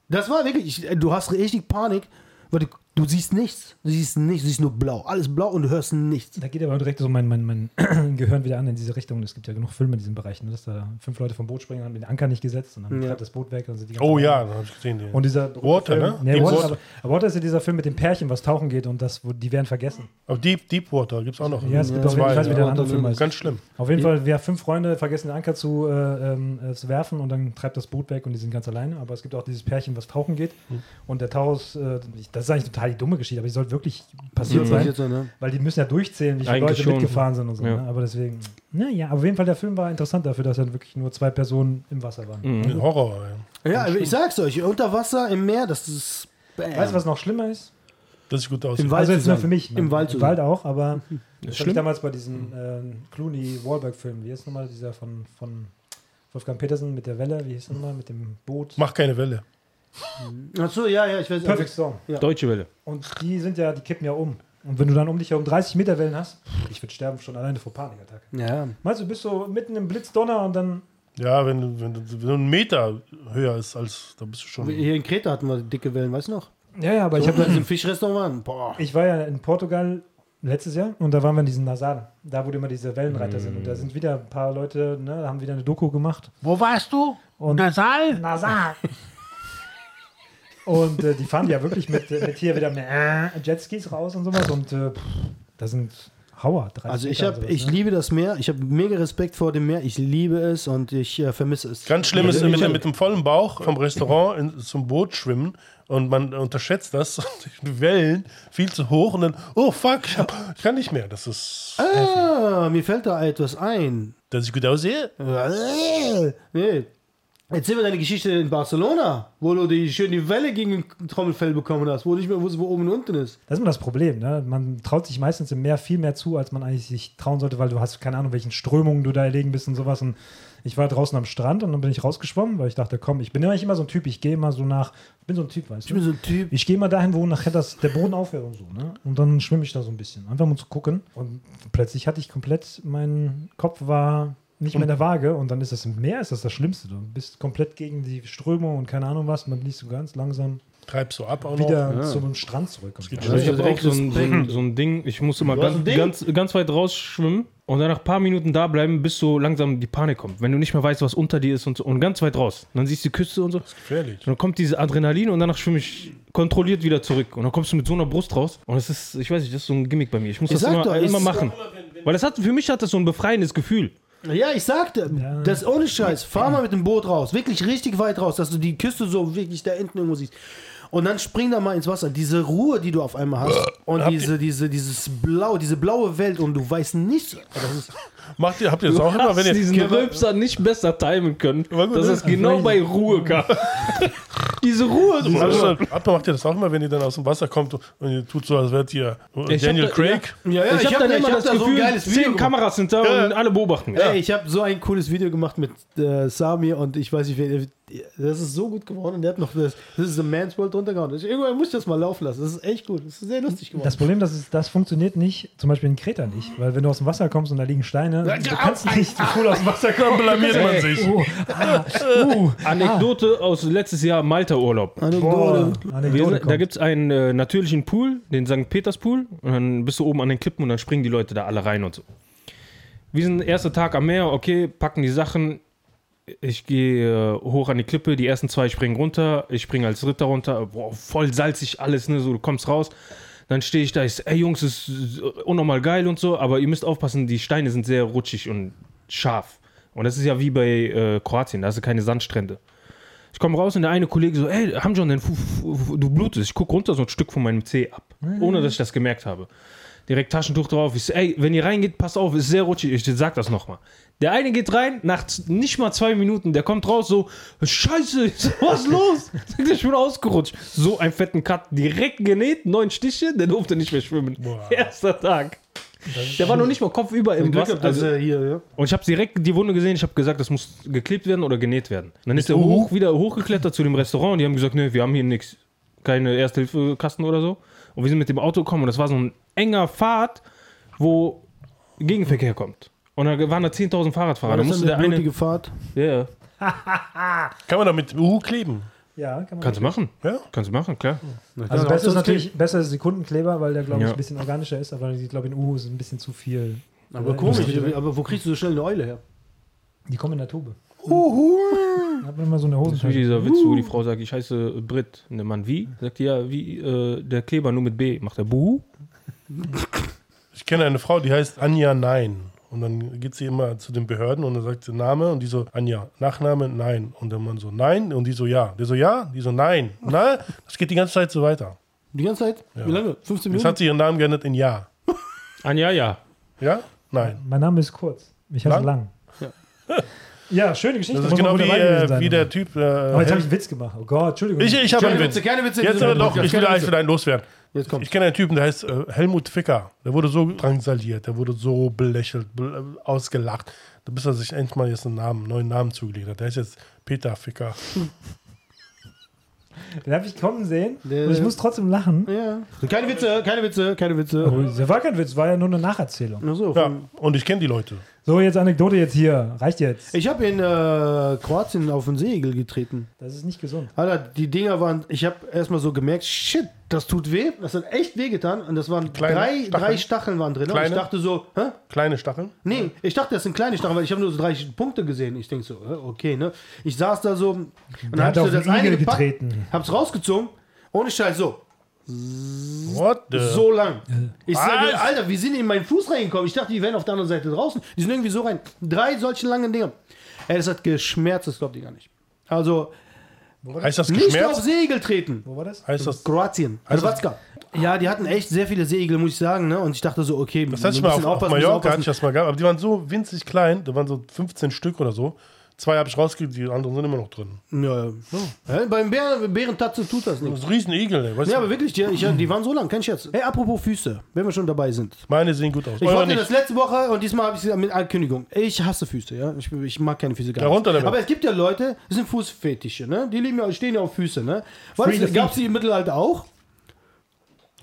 S1: Das war wirklich, ich, äh, du hast richtig Panik, weil du, du siehst nichts. Du siehst nichts, du siehst nur blau. Alles blau und du hörst nichts.
S4: Da geht aber direkt so mein, mein, mein Gehirn wieder an in diese Richtung. Es gibt ja genug Filme in diesem Bereich, ne? dass da fünf Leute vom Boot springen, haben den Anker nicht gesetzt und haben
S1: Ja.
S4: ja. das Boot weg. Und sind die ganze
S2: Oh
S4: Zeit-
S2: ja, da habe ich gesehen. Den.
S4: Und dieser
S2: Water,
S4: Film,
S2: ne?
S4: Nee,
S2: Deep
S4: Water,
S2: Water.
S4: aber, aber Water ist ja dieser Film mit dem Pärchen, was tauchen geht und das, wo die werden vergessen.
S2: Auf Deep, Deepwater gibt es auch noch.
S4: Mhm, Ja, es gibt auch, ich weiß, wie der andere Film heißt.
S2: Ganz schlimm.
S4: Auf jeden Fall, wir fünf Freunde vergessen den Anker zu, äh, ähm, äh, zu werfen und dann treibt das Boot weg und die sind ganz alleine. Aber es gibt auch dieses Pärchen, was tauchen geht.
S2: Mhm.
S4: Und der Taurus, äh, ich- das ist eigentlich total die dumme Geschichte, aber die soll wirklich
S2: Mhm.
S4: passiert sein. ne?
S1: Passiert sein, ja.
S4: Weil die müssen ja durchzählen, wie viele
S3: Eigentlich
S4: Leute
S3: schon.
S4: mitgefahren sind und so.
S3: Ja.
S4: Ne? Aber deswegen, naja, aber auf jeden Fall, der Film war interessant dafür, dass dann wirklich nur zwei Personen im Wasser
S3: Äh,
S4: waren.
S3: Mhm.
S2: Horror. Ja.
S1: Ja, ich sag's euch, unter Wasser, im Meer, das ist. Bam.
S4: Weißt du, was noch schlimmer ist?
S2: Das sieht gut aus.
S1: Im Wald
S4: also jetzt
S1: zu
S4: nur
S1: sein.
S4: für mich.
S1: Im Wald zu
S4: Im
S1: sein.
S4: Wald auch, aber das hab
S3: schlimm.
S4: ich damals bei diesem ähm, Clooney-Wahlberg-Film, wie ist nochmal dieser von, von Wolfgang Petersen mit der Welle, wie hieß nochmal, mit dem Boot.
S2: Mach keine Welle.
S1: Achso, ja, ja, ich weiß.
S4: Perfect Storm.
S3: Deutsche Welle.
S4: Und die sind ja, die kippen ja um. Und wenn du dann um dich herum 30 Meter Wellen hast, ich würde sterben schon alleine vor Panikattacke.
S1: Ja.
S4: Meinst du, du bist so mitten im Blitzdonner und dann
S2: Ja, wenn, du- wenn, du- wenn du einen Meter höher ist, als da bist du schon.
S1: Hier in Kreta hatten wir dicke Wellen, weißt du noch?
S4: Ja, ja, aber ich,
S1: Ich
S4: hab,
S1: habe da in diesem Fischrestaurant waren. Boah.
S4: ich war ja in Portugal letztes Jahr und da waren wir in diesem Nasal, da wo immer diese Wellenreiter sind.
S1: Mm.
S4: Und da sind wieder ein paar Leute, ne, haben wieder eine Doku gemacht.
S5: Wo warst du?
S4: Und-
S5: Nasal? Nasal.
S4: Und äh, die fahren ja wirklich mit, äh, mit hier wieder mehr Jetskis raus und sowas. Und äh, pff, da sind Hauer. 30
S1: Also ich,
S4: Meter
S1: hab,
S4: oder
S1: ich
S4: sowas, ne?
S1: liebe das Meer, ich habe mega Respekt vor dem Meer, ich liebe es und ich äh, vermisse es.
S2: Ganz schlimm ist
S1: Ja,
S2: mit,
S1: ich-
S2: mit dem vollen Bauch vom Restaurant in, zum Boot schwimmen und man unterschätzt das. Die Wellen viel zu hoch und dann, oh fuck, ich, hab, ich kann nicht mehr. Das ist,
S1: Ah, mir fällt da etwas ein.
S2: dass ich gut aussehe.
S1: Äh, Nee. Erzähl mir deine Geschichte in Barcelona, wo du die schön die Welle gegen den Trommelfell bekommen hast, wo du nicht mehr wusstest, wo oben und unten ist.
S4: Das ist immer das Problem. Ne? Man traut sich meistens im Meer viel mehr zu, als man eigentlich sich trauen sollte, weil du hast keine Ahnung, welchen Strömungen du da erlegen bist und sowas. Und ich war draußen am Strand und dann bin ich rausgeschwommen, weil ich dachte, komm, ich bin ja eigentlich immer so ein Typ, ich gehe immer so nach, ich bin so ein Typ, weißt
S1: Ich bin
S4: du?
S1: so ein Typ.
S4: Ich gehe mal dahin, wo nachher das, der Boden aufhört und so, ne? Und dann schwimme ich da so ein bisschen, einfach mal zu gucken. Und plötzlich hatte ich komplett, mein Kopf war nicht mehr in der Waage und dann ist das im Meer, ist das das Schlimmste. Du bist komplett gegen die Strömung und keine Ahnung was und dann bin ich so ganz langsam Ah.
S2: Treib so ab auch noch.
S4: wieder
S3: ja.
S4: zum Strand zurück. Und
S2: geht
S4: so.
S3: Also ich
S1: Das
S3: habe
S1: ist echt
S3: auch so ein, so, ein,
S1: Respekt.
S3: so ein Ding, ich musste mal
S1: Du hast
S3: ganz,
S1: ein Ding?
S3: ganz, ganz weit rausschwimmen und dann nach ein paar Minuten da bleiben, bis so langsam die Panik kommt. Wenn du nicht mehr weißt, was unter dir ist und so. Und ganz weit raus. Und dann siehst du die Küste und so. Und
S2: Gefährlich.
S3: dann kommt diese Adrenalin und danach schwimme ich kontrolliert wieder zurück. Und dann kommst du mit so einer Brust raus. Und das ist, ich weiß nicht, das ist so ein Gimmick bei mir. Ich muss
S1: Ich
S3: das
S1: sag
S3: immer,
S1: doch, es
S3: immer
S1: ist-
S3: machen. Weil das hat, für mich hat das so ein befreiendes Gefühl.
S1: Ja, ich sagte,
S4: Ja.
S1: das ist ohne Scheiß. Fahr mal mit dem Boot raus, wirklich richtig weit raus, dass du die Küste so wirklich da hinten irgendwo siehst. Und dann spring da mal ins Wasser. Diese Ruhe, die du auf einmal hast und diese, diese, dieses Blau, diese blaue Welt und du weißt nichts. Das ist,
S2: Macht ihr, habt ihr das auch immer, wenn ihr.
S3: diesen
S2: Kinder-
S3: Rülpser nicht besser timen können,
S2: Aber gut,
S3: dass
S2: ne?
S3: es genau bei Ruhe kam. Diese Ruhe.
S2: Also, also, Abner macht ihr das auch immer, wenn ihr dann aus dem Wasser kommt und ihr tut so, als wärt ihr
S3: Ich hab
S2: Daniel
S3: da-
S2: Craig.
S1: ja,
S3: ich habe hab dann
S1: da- ich
S3: immer
S1: hab
S3: das
S1: da so ein
S3: Gefühl,
S1: geiles Video
S3: zehn
S1: gemacht.
S3: Kameras sind da und alle beobachten. mich.
S1: Ey, ich habe so ein cooles Video gemacht mit äh, Sami und ich weiß nicht, wer, das ist so gut geworden. Und der hat noch das, das ist The Man's World runtergehauen. Ich, irgendwann muss ich das mal laufen lassen. Das ist echt gut. Das ist sehr lustig geworden.
S4: Das Problem, das ist, das funktioniert nicht, zum Beispiel in Kreta nicht, weil wenn du aus dem Wasser kommst und da liegen Steine, du kannst nicht cool aus dem Wasser kommen.
S2: Dann blamiert man
S3: Ey.
S2: sich.
S4: Oh, ah, uh,
S3: Anekdote
S1: Ah.
S3: aus letztes Jahr Malta-Urlaub.
S4: boah,
S3: Wir
S4: Anekdote
S3: sind- Da
S4: kommt.
S3: gibt es einen äh, natürlichen Pool, den St. Peters Pool. Und dann bist du oben an den Klippen und dann springen die Leute da alle rein und so. Wir sind erster Tag am Meer, okay, packen die Sachen. Ich gehe äh, hoch an die Klippe, die ersten zwei springen runter, ich springe als Ritter runter, boah, voll salzig alles, ne? So, du kommst raus. Dann stehe ich da, ich so, ey Jungs, ist äh, unnormal geil und so, aber ihr müsst aufpassen, die Steine sind sehr rutschig und scharf. Und das ist ja wie bei äh, Kroatien, da hast du keine Sandstrände. Ich komme raus und der eine Kollege so, ey, Hamjon, dein Fu- Fu- Fu- du blutest. Ich gucke runter, so ein Stück von meinem Zeh ab. Ohne, dass ich das gemerkt habe. Direkt Taschentuch drauf. Ich so, ey, wenn ihr reingeht, passt auf, ist sehr rutschig. Ich sag das nochmal. Der eine geht rein, nach z- nicht mal zwei Minuten, der kommt raus so, scheiße, ich so, was los? Sagt er, Ich bin ausgerutscht. So einen fetten Cut, direkt genäht, neun Stiche, der durfte nicht mehr schwimmen. Erster Tag. Der war noch nicht mal kopfüber im
S1: Glück
S3: Wasser.
S1: gehabt, dass
S3: Also,
S1: er hier, ja.
S3: und ich habe direkt die Wunde gesehen. Ich habe gesagt, das muss geklebt werden oder genäht werden. Und dann ist er hoch, wieder hochgeklettert zu dem Restaurant. Und die haben gesagt, nee, wir haben hier nichts. Keine Erste-Hilfe-Kasten oder so. Und wir sind mit dem Auto gekommen. Und das war so ein enger Pfad, wo Gegenverkehr kommt. Und da waren da 10.000 Fahrradfahrer. Da
S1: Das ist
S3: musste der
S1: eine
S3: eine...
S1: blutige Fahrt.
S3: Ja, ja.
S2: Kann man damit Uhu kleben?
S4: ja, kann man
S3: Kannst du machen.
S2: Ja?
S3: Kannst du machen, klar.
S4: also
S1: Ja,
S4: besser ist
S1: sonst
S4: natürlich besser ist Sekundenkleber, weil der glaube ich
S3: Ja.
S4: ein bisschen organischer ist, aber ich glaube in Uhu ist ein bisschen zu viel.
S1: Aber
S4: äh,
S1: komisch,
S4: Industrie.
S1: aber wo kriegst du so schnell eine Eule her?
S4: Die kommen in der Tube. Uhu. Hat man immer so eine
S3: Das ist wie
S4: Hosentasche.
S3: dieser Witz, wo die Frau sagt, ich heiße Brit. Und der Mann, wie? Sagt die, ja, wie äh, der Kleber, nur mit B. Macht er Buhu?
S2: Ich kenne eine Frau, die heißt Anja Nein. Und dann geht sie immer zu den Behörden und dann sagt sie Name und die so Anja, Nachname, nein. Und dann man so nein und die so ja. Der so ja, die so nein. Na, das geht die ganze Zeit so weiter.
S1: Die ganze Zeit? Wie lange? 15
S2: Jetzt
S1: Minuten?
S2: hat sie ihren Namen geändert in ja.
S3: Anja, ja.
S2: Ja? Nein.
S4: Mein Name ist kurz. Ich heiße
S2: Lang?
S4: lang. Ja. schöne Geschichte.
S2: Das ist
S4: muss man
S2: genau
S4: wohl
S2: wie,
S4: dabei gewesen
S2: äh,
S4: sein,
S2: wie
S4: oder?
S2: der Typ.
S4: Aber jetzt
S2: Äh,
S4: habe ich einen Witz gemacht. Oh Gott, Entschuldigung.
S2: ich ich habe einen
S1: keine
S2: Witz.
S1: Witze, keine Witze.
S2: Jetzt aber doch, ich will
S1: Keine
S2: eigentlich
S1: Witze.
S2: wieder einen loswerden.
S1: Jetzt kommt.
S2: Ich kenne einen Typen, der heißt äh, Helmut Ficker. Der wurde so drangsaliert, der wurde so belächelt, bel- äh, ausgelacht, bis er sich endlich mal jetzt einen Namen, neuen Namen zugelegt hat. Der ist jetzt Peter Ficker.
S4: Den habe ich kommen sehen
S1: Der-
S4: und ich muss trotzdem lachen. Oh,
S1: Ja. Keine Witze, keine Witze, keine Witze.
S4: Das war kein Witz, war ja nur eine Nacherzählung.
S1: Ach so.
S2: Ja, und ich kenne die Leute.
S4: So, jetzt Anekdote jetzt hier. Reicht jetzt.
S1: Ich habe in äh, Kroatien auf den Seegel getreten.
S4: Das ist nicht gesund.
S1: Alter, die Dinger waren, ich habe erstmal so gemerkt, shit, das tut weh. Das hat echt weh getan. Und das waren
S2: Kleine
S1: drei
S2: Stacheln.
S1: drei Stacheln waren drin. Und ich
S2: Kleine?
S1: dachte so, hä?
S2: Kleine Stacheln.
S1: Nee, ich dachte, das sind kleine Stacheln, weil ich habe nur so drei Punkte gesehen. Ich denke so, äh, okay, ne? Ich saß da so und dann
S4: Der
S1: hab ich
S4: hat
S1: so
S4: auf den
S1: das eine
S4: Igel
S1: gepackt,
S4: getreten.
S1: hab's rausgezogen, ohne Scheiß so.
S2: What the?
S1: So lang. Ich
S2: Was?
S1: sage, Alter, wie sind die in meinen Fuß reingekommen? Ich dachte, die wären auf der anderen Seite draußen. Die sind irgendwie so rein. Drei solche langen Dinger. Ey, das hat geschmerzt, das glaubt ihr gar nicht. Also,
S2: heißt das
S1: nicht auf
S2: geschmerzt?
S1: Segel treten.
S4: Wo war das?
S2: Heißt das,
S1: Kroatien.
S2: Also-
S1: Hrvatska. Ja, die hatten echt sehr viele Segel, muss ich sagen. Ne? Und ich dachte so, okay,
S2: das hatte ich mal auf, auf Mallorca, hatte ich das mal gehabt. Aber die waren so winzig klein, da waren so 15 Stück oder so. Zwei habe ich rausgekriegt, die anderen sind immer noch drin.
S1: Ja, ja.
S2: Oh.
S1: ja. Beim Bären, Bärentatze tut das nicht.
S2: Das ist ein Riesenigel, ey. Weißt
S1: Ja,
S2: du?
S1: aber wirklich, die, ich, die waren so lang, kein Scherz. Ey, apropos Füße, wenn wir schon dabei sind.
S2: Meine sehen gut aus.
S1: Ich
S2: Eure
S1: wollte
S2: nicht.
S1: das letzte Woche und diesmal habe ich es mit Ankündigung. Ich hasse Füße, ja. Ich, ich mag keine Füße gar
S2: Ja, runter
S1: nicht.
S2: damit.
S1: Aber es gibt ja Leute, das sind Fußfetische, ne? Die lieben ja, stehen ja auf Füße, ne?
S4: Free the
S1: Gab es die im Mittelalter auch?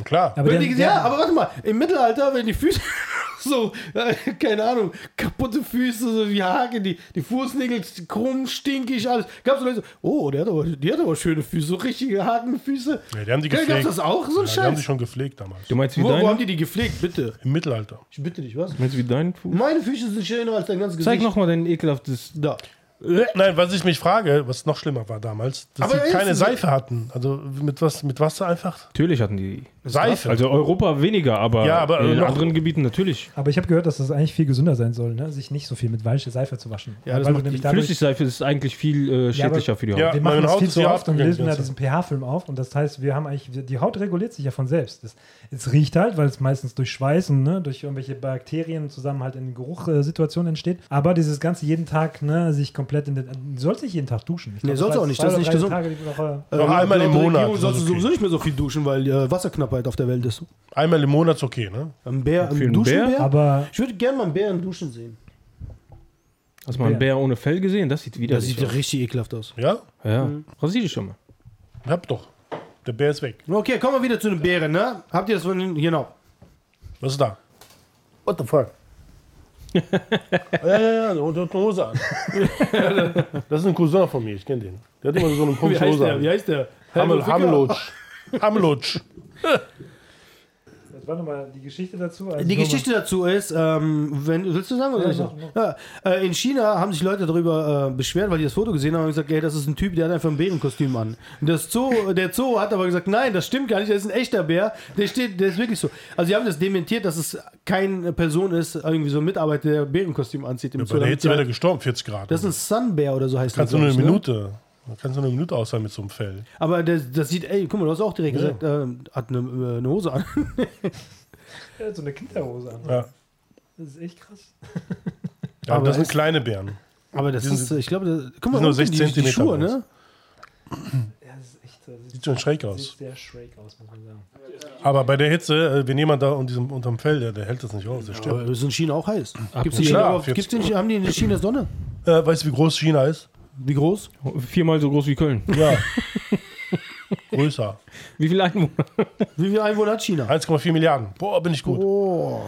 S2: Klar.
S4: Aber
S1: wenn
S4: der-
S1: die,
S4: der-
S1: ja, aber warte mal, im Mittelalter, wenn die Füße so, äh, keine Ahnung, kaputte Füße, so wie Haken, die, die Fußnägel krumm, stinkig, alles. Gab's Leute so, oh, der hat aber, die hat aber schöne Füße, so richtige Hakenfüße.
S2: Ja, die haben die
S1: Gell,
S2: gepflegt.
S1: Gab's das auch, so ein
S2: ja, Die haben
S1: Scheiß?
S2: sie schon gepflegt damals.
S3: Du meinst wie
S1: wo, wo haben
S3: dein?
S1: die die gepflegt, bitte?
S2: Im Mittelalter.
S1: Ich bitte dich, was?
S3: Meinst du wie dein Fuß?
S1: Meine Füße sind schöner als dein ganzes
S3: Zeig
S1: Gesicht.
S3: nochmal dein ekelhaftes.
S1: Da.
S2: Nein, was ich mich frage, was noch schlimmer war damals, dass
S1: Äh. Aber
S2: sie keine
S1: erstens-
S2: Seife hatten. Also mit, was, mit Wasser einfach.
S3: Natürlich hatten die.
S2: Seife.
S3: Also Europa weniger, aber,
S2: Ja, aber äh,
S3: in
S2: noch-
S3: anderen Gebieten natürlich.
S4: Aber ich habe gehört, dass das eigentlich viel gesünder sein soll, ne? sich nicht so viel mit weiche Seife zu waschen.
S1: Ja, das
S4: Weil du
S1: macht
S4: nämlich
S1: die
S4: dadurch,
S3: Flüssigseife ist eigentlich viel äh, schädlicher für die Haut.
S2: Ja.
S4: wir
S2: meine
S4: machen das
S2: Haut
S4: viel
S2: ist
S4: zu
S2: ja
S4: oft und wir lösen ja
S2: abgegangen,
S4: diesen pH-Film auf und das heißt, wir haben eigentlich, die Haut reguliert sich ja von selbst. Es, es riecht halt, weil es meistens durch Schweißen, ne? durch irgendwelche Bakterien zusammen halt in Geruchssituationen entsteht. Aber dieses ganze jeden Tag, ne, sich komplett in den, du sollst nicht jeden Tag duschen. Ich
S1: Nee, sollst
S4: das
S1: du
S4: war
S1: auch nicht,
S4: zwei
S1: das
S4: oder
S1: ist
S4: drei
S1: nicht gesund.
S4: Tage die Woche.
S2: Noch einmal im
S1: laut
S2: Monat,
S1: Regierung
S2: das
S1: sollst
S2: ist
S1: du
S2: okay.
S1: sowieso nicht mehr so viel duschen, weil äh, Wasserknappheit auf der Welt ist.
S2: Einmal im Monat ist okay, ne?
S1: Ein Bär,
S3: Für
S1: ein
S3: einen
S1: Duschenbär?
S3: Bär?
S4: Aber
S1: ich würde gerne mal einen Bären duschen sehen.
S3: Hast du mal einen Bär ohne Fell gesehen? Das sieht
S1: Das sieht
S3: widerlich
S1: ja
S3: aus.
S1: richtig Mhm. ekelhaft aus.
S2: Ja?
S3: Ja. Rasier dich schon mal.
S2: Hab doch. Der Bär ist weg.
S1: Okay, kommen wir wieder zu den Bären, ne? Habt ihr das von Genau.
S2: Was ist da?
S1: What the fuck?
S2: Ja, ja, ja, der hat eine Hose an. das ist ein Cousin von mir, ich kenne den. Der hat immer so eine
S1: Wie
S2: komische
S1: heißt
S2: Hose
S1: der? Wie
S2: an.
S1: heißt der? Helmut
S2: Hammel-
S1: Ficker?
S2: Hammelutsch. Hammelutsch.
S4: das war nochmal die Geschichte dazu. Also
S1: Die
S4: nur mal-
S1: Geschichte dazu ist, ähm, wenn, willst du sagen oder
S4: Ja,
S1: soll
S4: mach,
S1: ich sagen? Ja, äh, in China haben sich Leute darüber äh, beschwert, weil die das Foto gesehen haben und gesagt, ey, das ist ein Typ, der hat einfach ein Bärenkostüm an. Und Das Zoo, der Zoo hat aber gesagt, nein, das stimmt gar nicht, das ist ein echter Bär, der steht, der ist wirklich so. Also die haben das dementiert, dass es keine Person ist, irgendwie so ein Mitarbeiter, der Bärenkostüm anzieht im
S2: Ja,
S1: Zoo.
S2: bei der
S1: damit die
S2: Hitze wäre der
S1: halt-
S2: gestorben, 40 Grad.
S1: das ist ein Sunbär oder so heißt
S2: kannst du
S1: das.
S2: nur
S1: glaub
S2: eine
S1: ich, ne?
S2: Minute. Kannst du nur eine Minute aussehen mit so einem Fell.
S1: Aber das, das sieht, ey, guck mal, du hast auch direkt
S2: Ja.
S1: gesagt, ähm, hat eine, äh, eine Hose an.
S4: Der hat so eine Kinderhose an.
S2: Ja.
S4: Das ist echt krass.
S2: Ja,
S1: Aber
S2: aber das sind
S1: es-
S2: kleine Bären.
S1: Aber das
S2: Die sind-
S1: ist, äh, ich glaube, das- guck mal,
S2: sind nur
S1: unten
S2: 6
S1: die, die
S2: Zentimeter
S1: Schuhe,
S2: groß.
S1: ne?
S4: Ja, das ist echt. Das
S2: Sieht schon schräg aus.
S4: sieht sehr schräg aus, muss man sagen.
S2: Aber bei der Hitze, äh, wenn jemand da unter diesem, unterm Fell, der, der hält das nicht aus, der
S1: Aber
S2: stirbt.
S1: es ist in China auch heiß. Gibt's in
S2: ja.
S1: China,
S2: Klar,
S1: überhaupt-
S2: 40
S1: gibt's in, China- haben die in China Sonne?
S2: Äh, weißt du, wie groß China ist?
S1: Wie groß?
S3: Viermal so groß wie Köln.
S2: Ja. Größer.
S3: Wie viele Einwohner?
S1: Wie viele Einwohner hat China?
S2: 1,4 Milliarden. Boah, bin ich gut.
S1: Oh.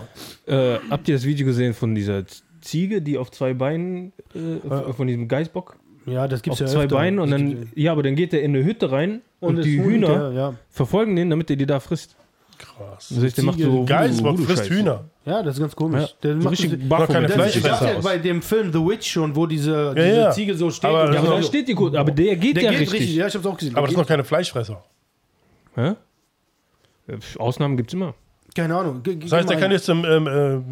S3: Äh, habt ihr das Video gesehen von dieser Z- Ziege, die auf zwei Beinen, äh, f- von diesem Geißbock?
S1: Ja, das
S3: Auf
S1: gibt's ja
S3: zwei
S1: öfter.
S3: Beinen und
S1: Das
S3: dann,
S1: gibt's
S3: ja, aber dann geht der in eine Hütte rein
S1: ja.
S3: und,
S1: es
S3: die
S1: wohnt
S3: Hühner
S1: der, Ja,
S3: verfolgen den, damit der die da frisst.
S2: Krass.
S3: Das heißt, der macht
S1: Ziege-
S3: so
S2: Geißbock
S3: Voodoo-
S2: frisst
S3: Voodoo-Scheiße.
S2: Hühner.
S1: ja, das ist ganz komisch.
S3: Ja.
S1: Der
S3: So
S1: macht
S3: richtig
S1: diese-
S3: Bafömäßig.
S2: keine
S1: der
S2: Fleisch
S1: ich
S2: Fleischfresser
S1: dachte
S2: aus.
S1: bei dem Film The Witch schon, wo diese, diese
S2: ja.
S1: Ziege so steht.
S2: Aber-
S1: und-
S3: Ja, aber da
S2: Also-
S3: steht die gut, aber der geht
S1: der
S3: ja
S1: geht richtig.
S3: richtig.
S1: Ja, ich hab's auch gesehen.
S2: Aber das
S1: Der
S2: sind noch keine Fleischfresser.
S3: Hä? Äh, pf, Ausnahmen gibt's immer.
S1: geht- keine Ahnung. Ge- ge-
S2: Das heißt,
S1: geh
S2: der
S1: mal
S2: kann
S1: ein.
S2: jetzt zum, ähm,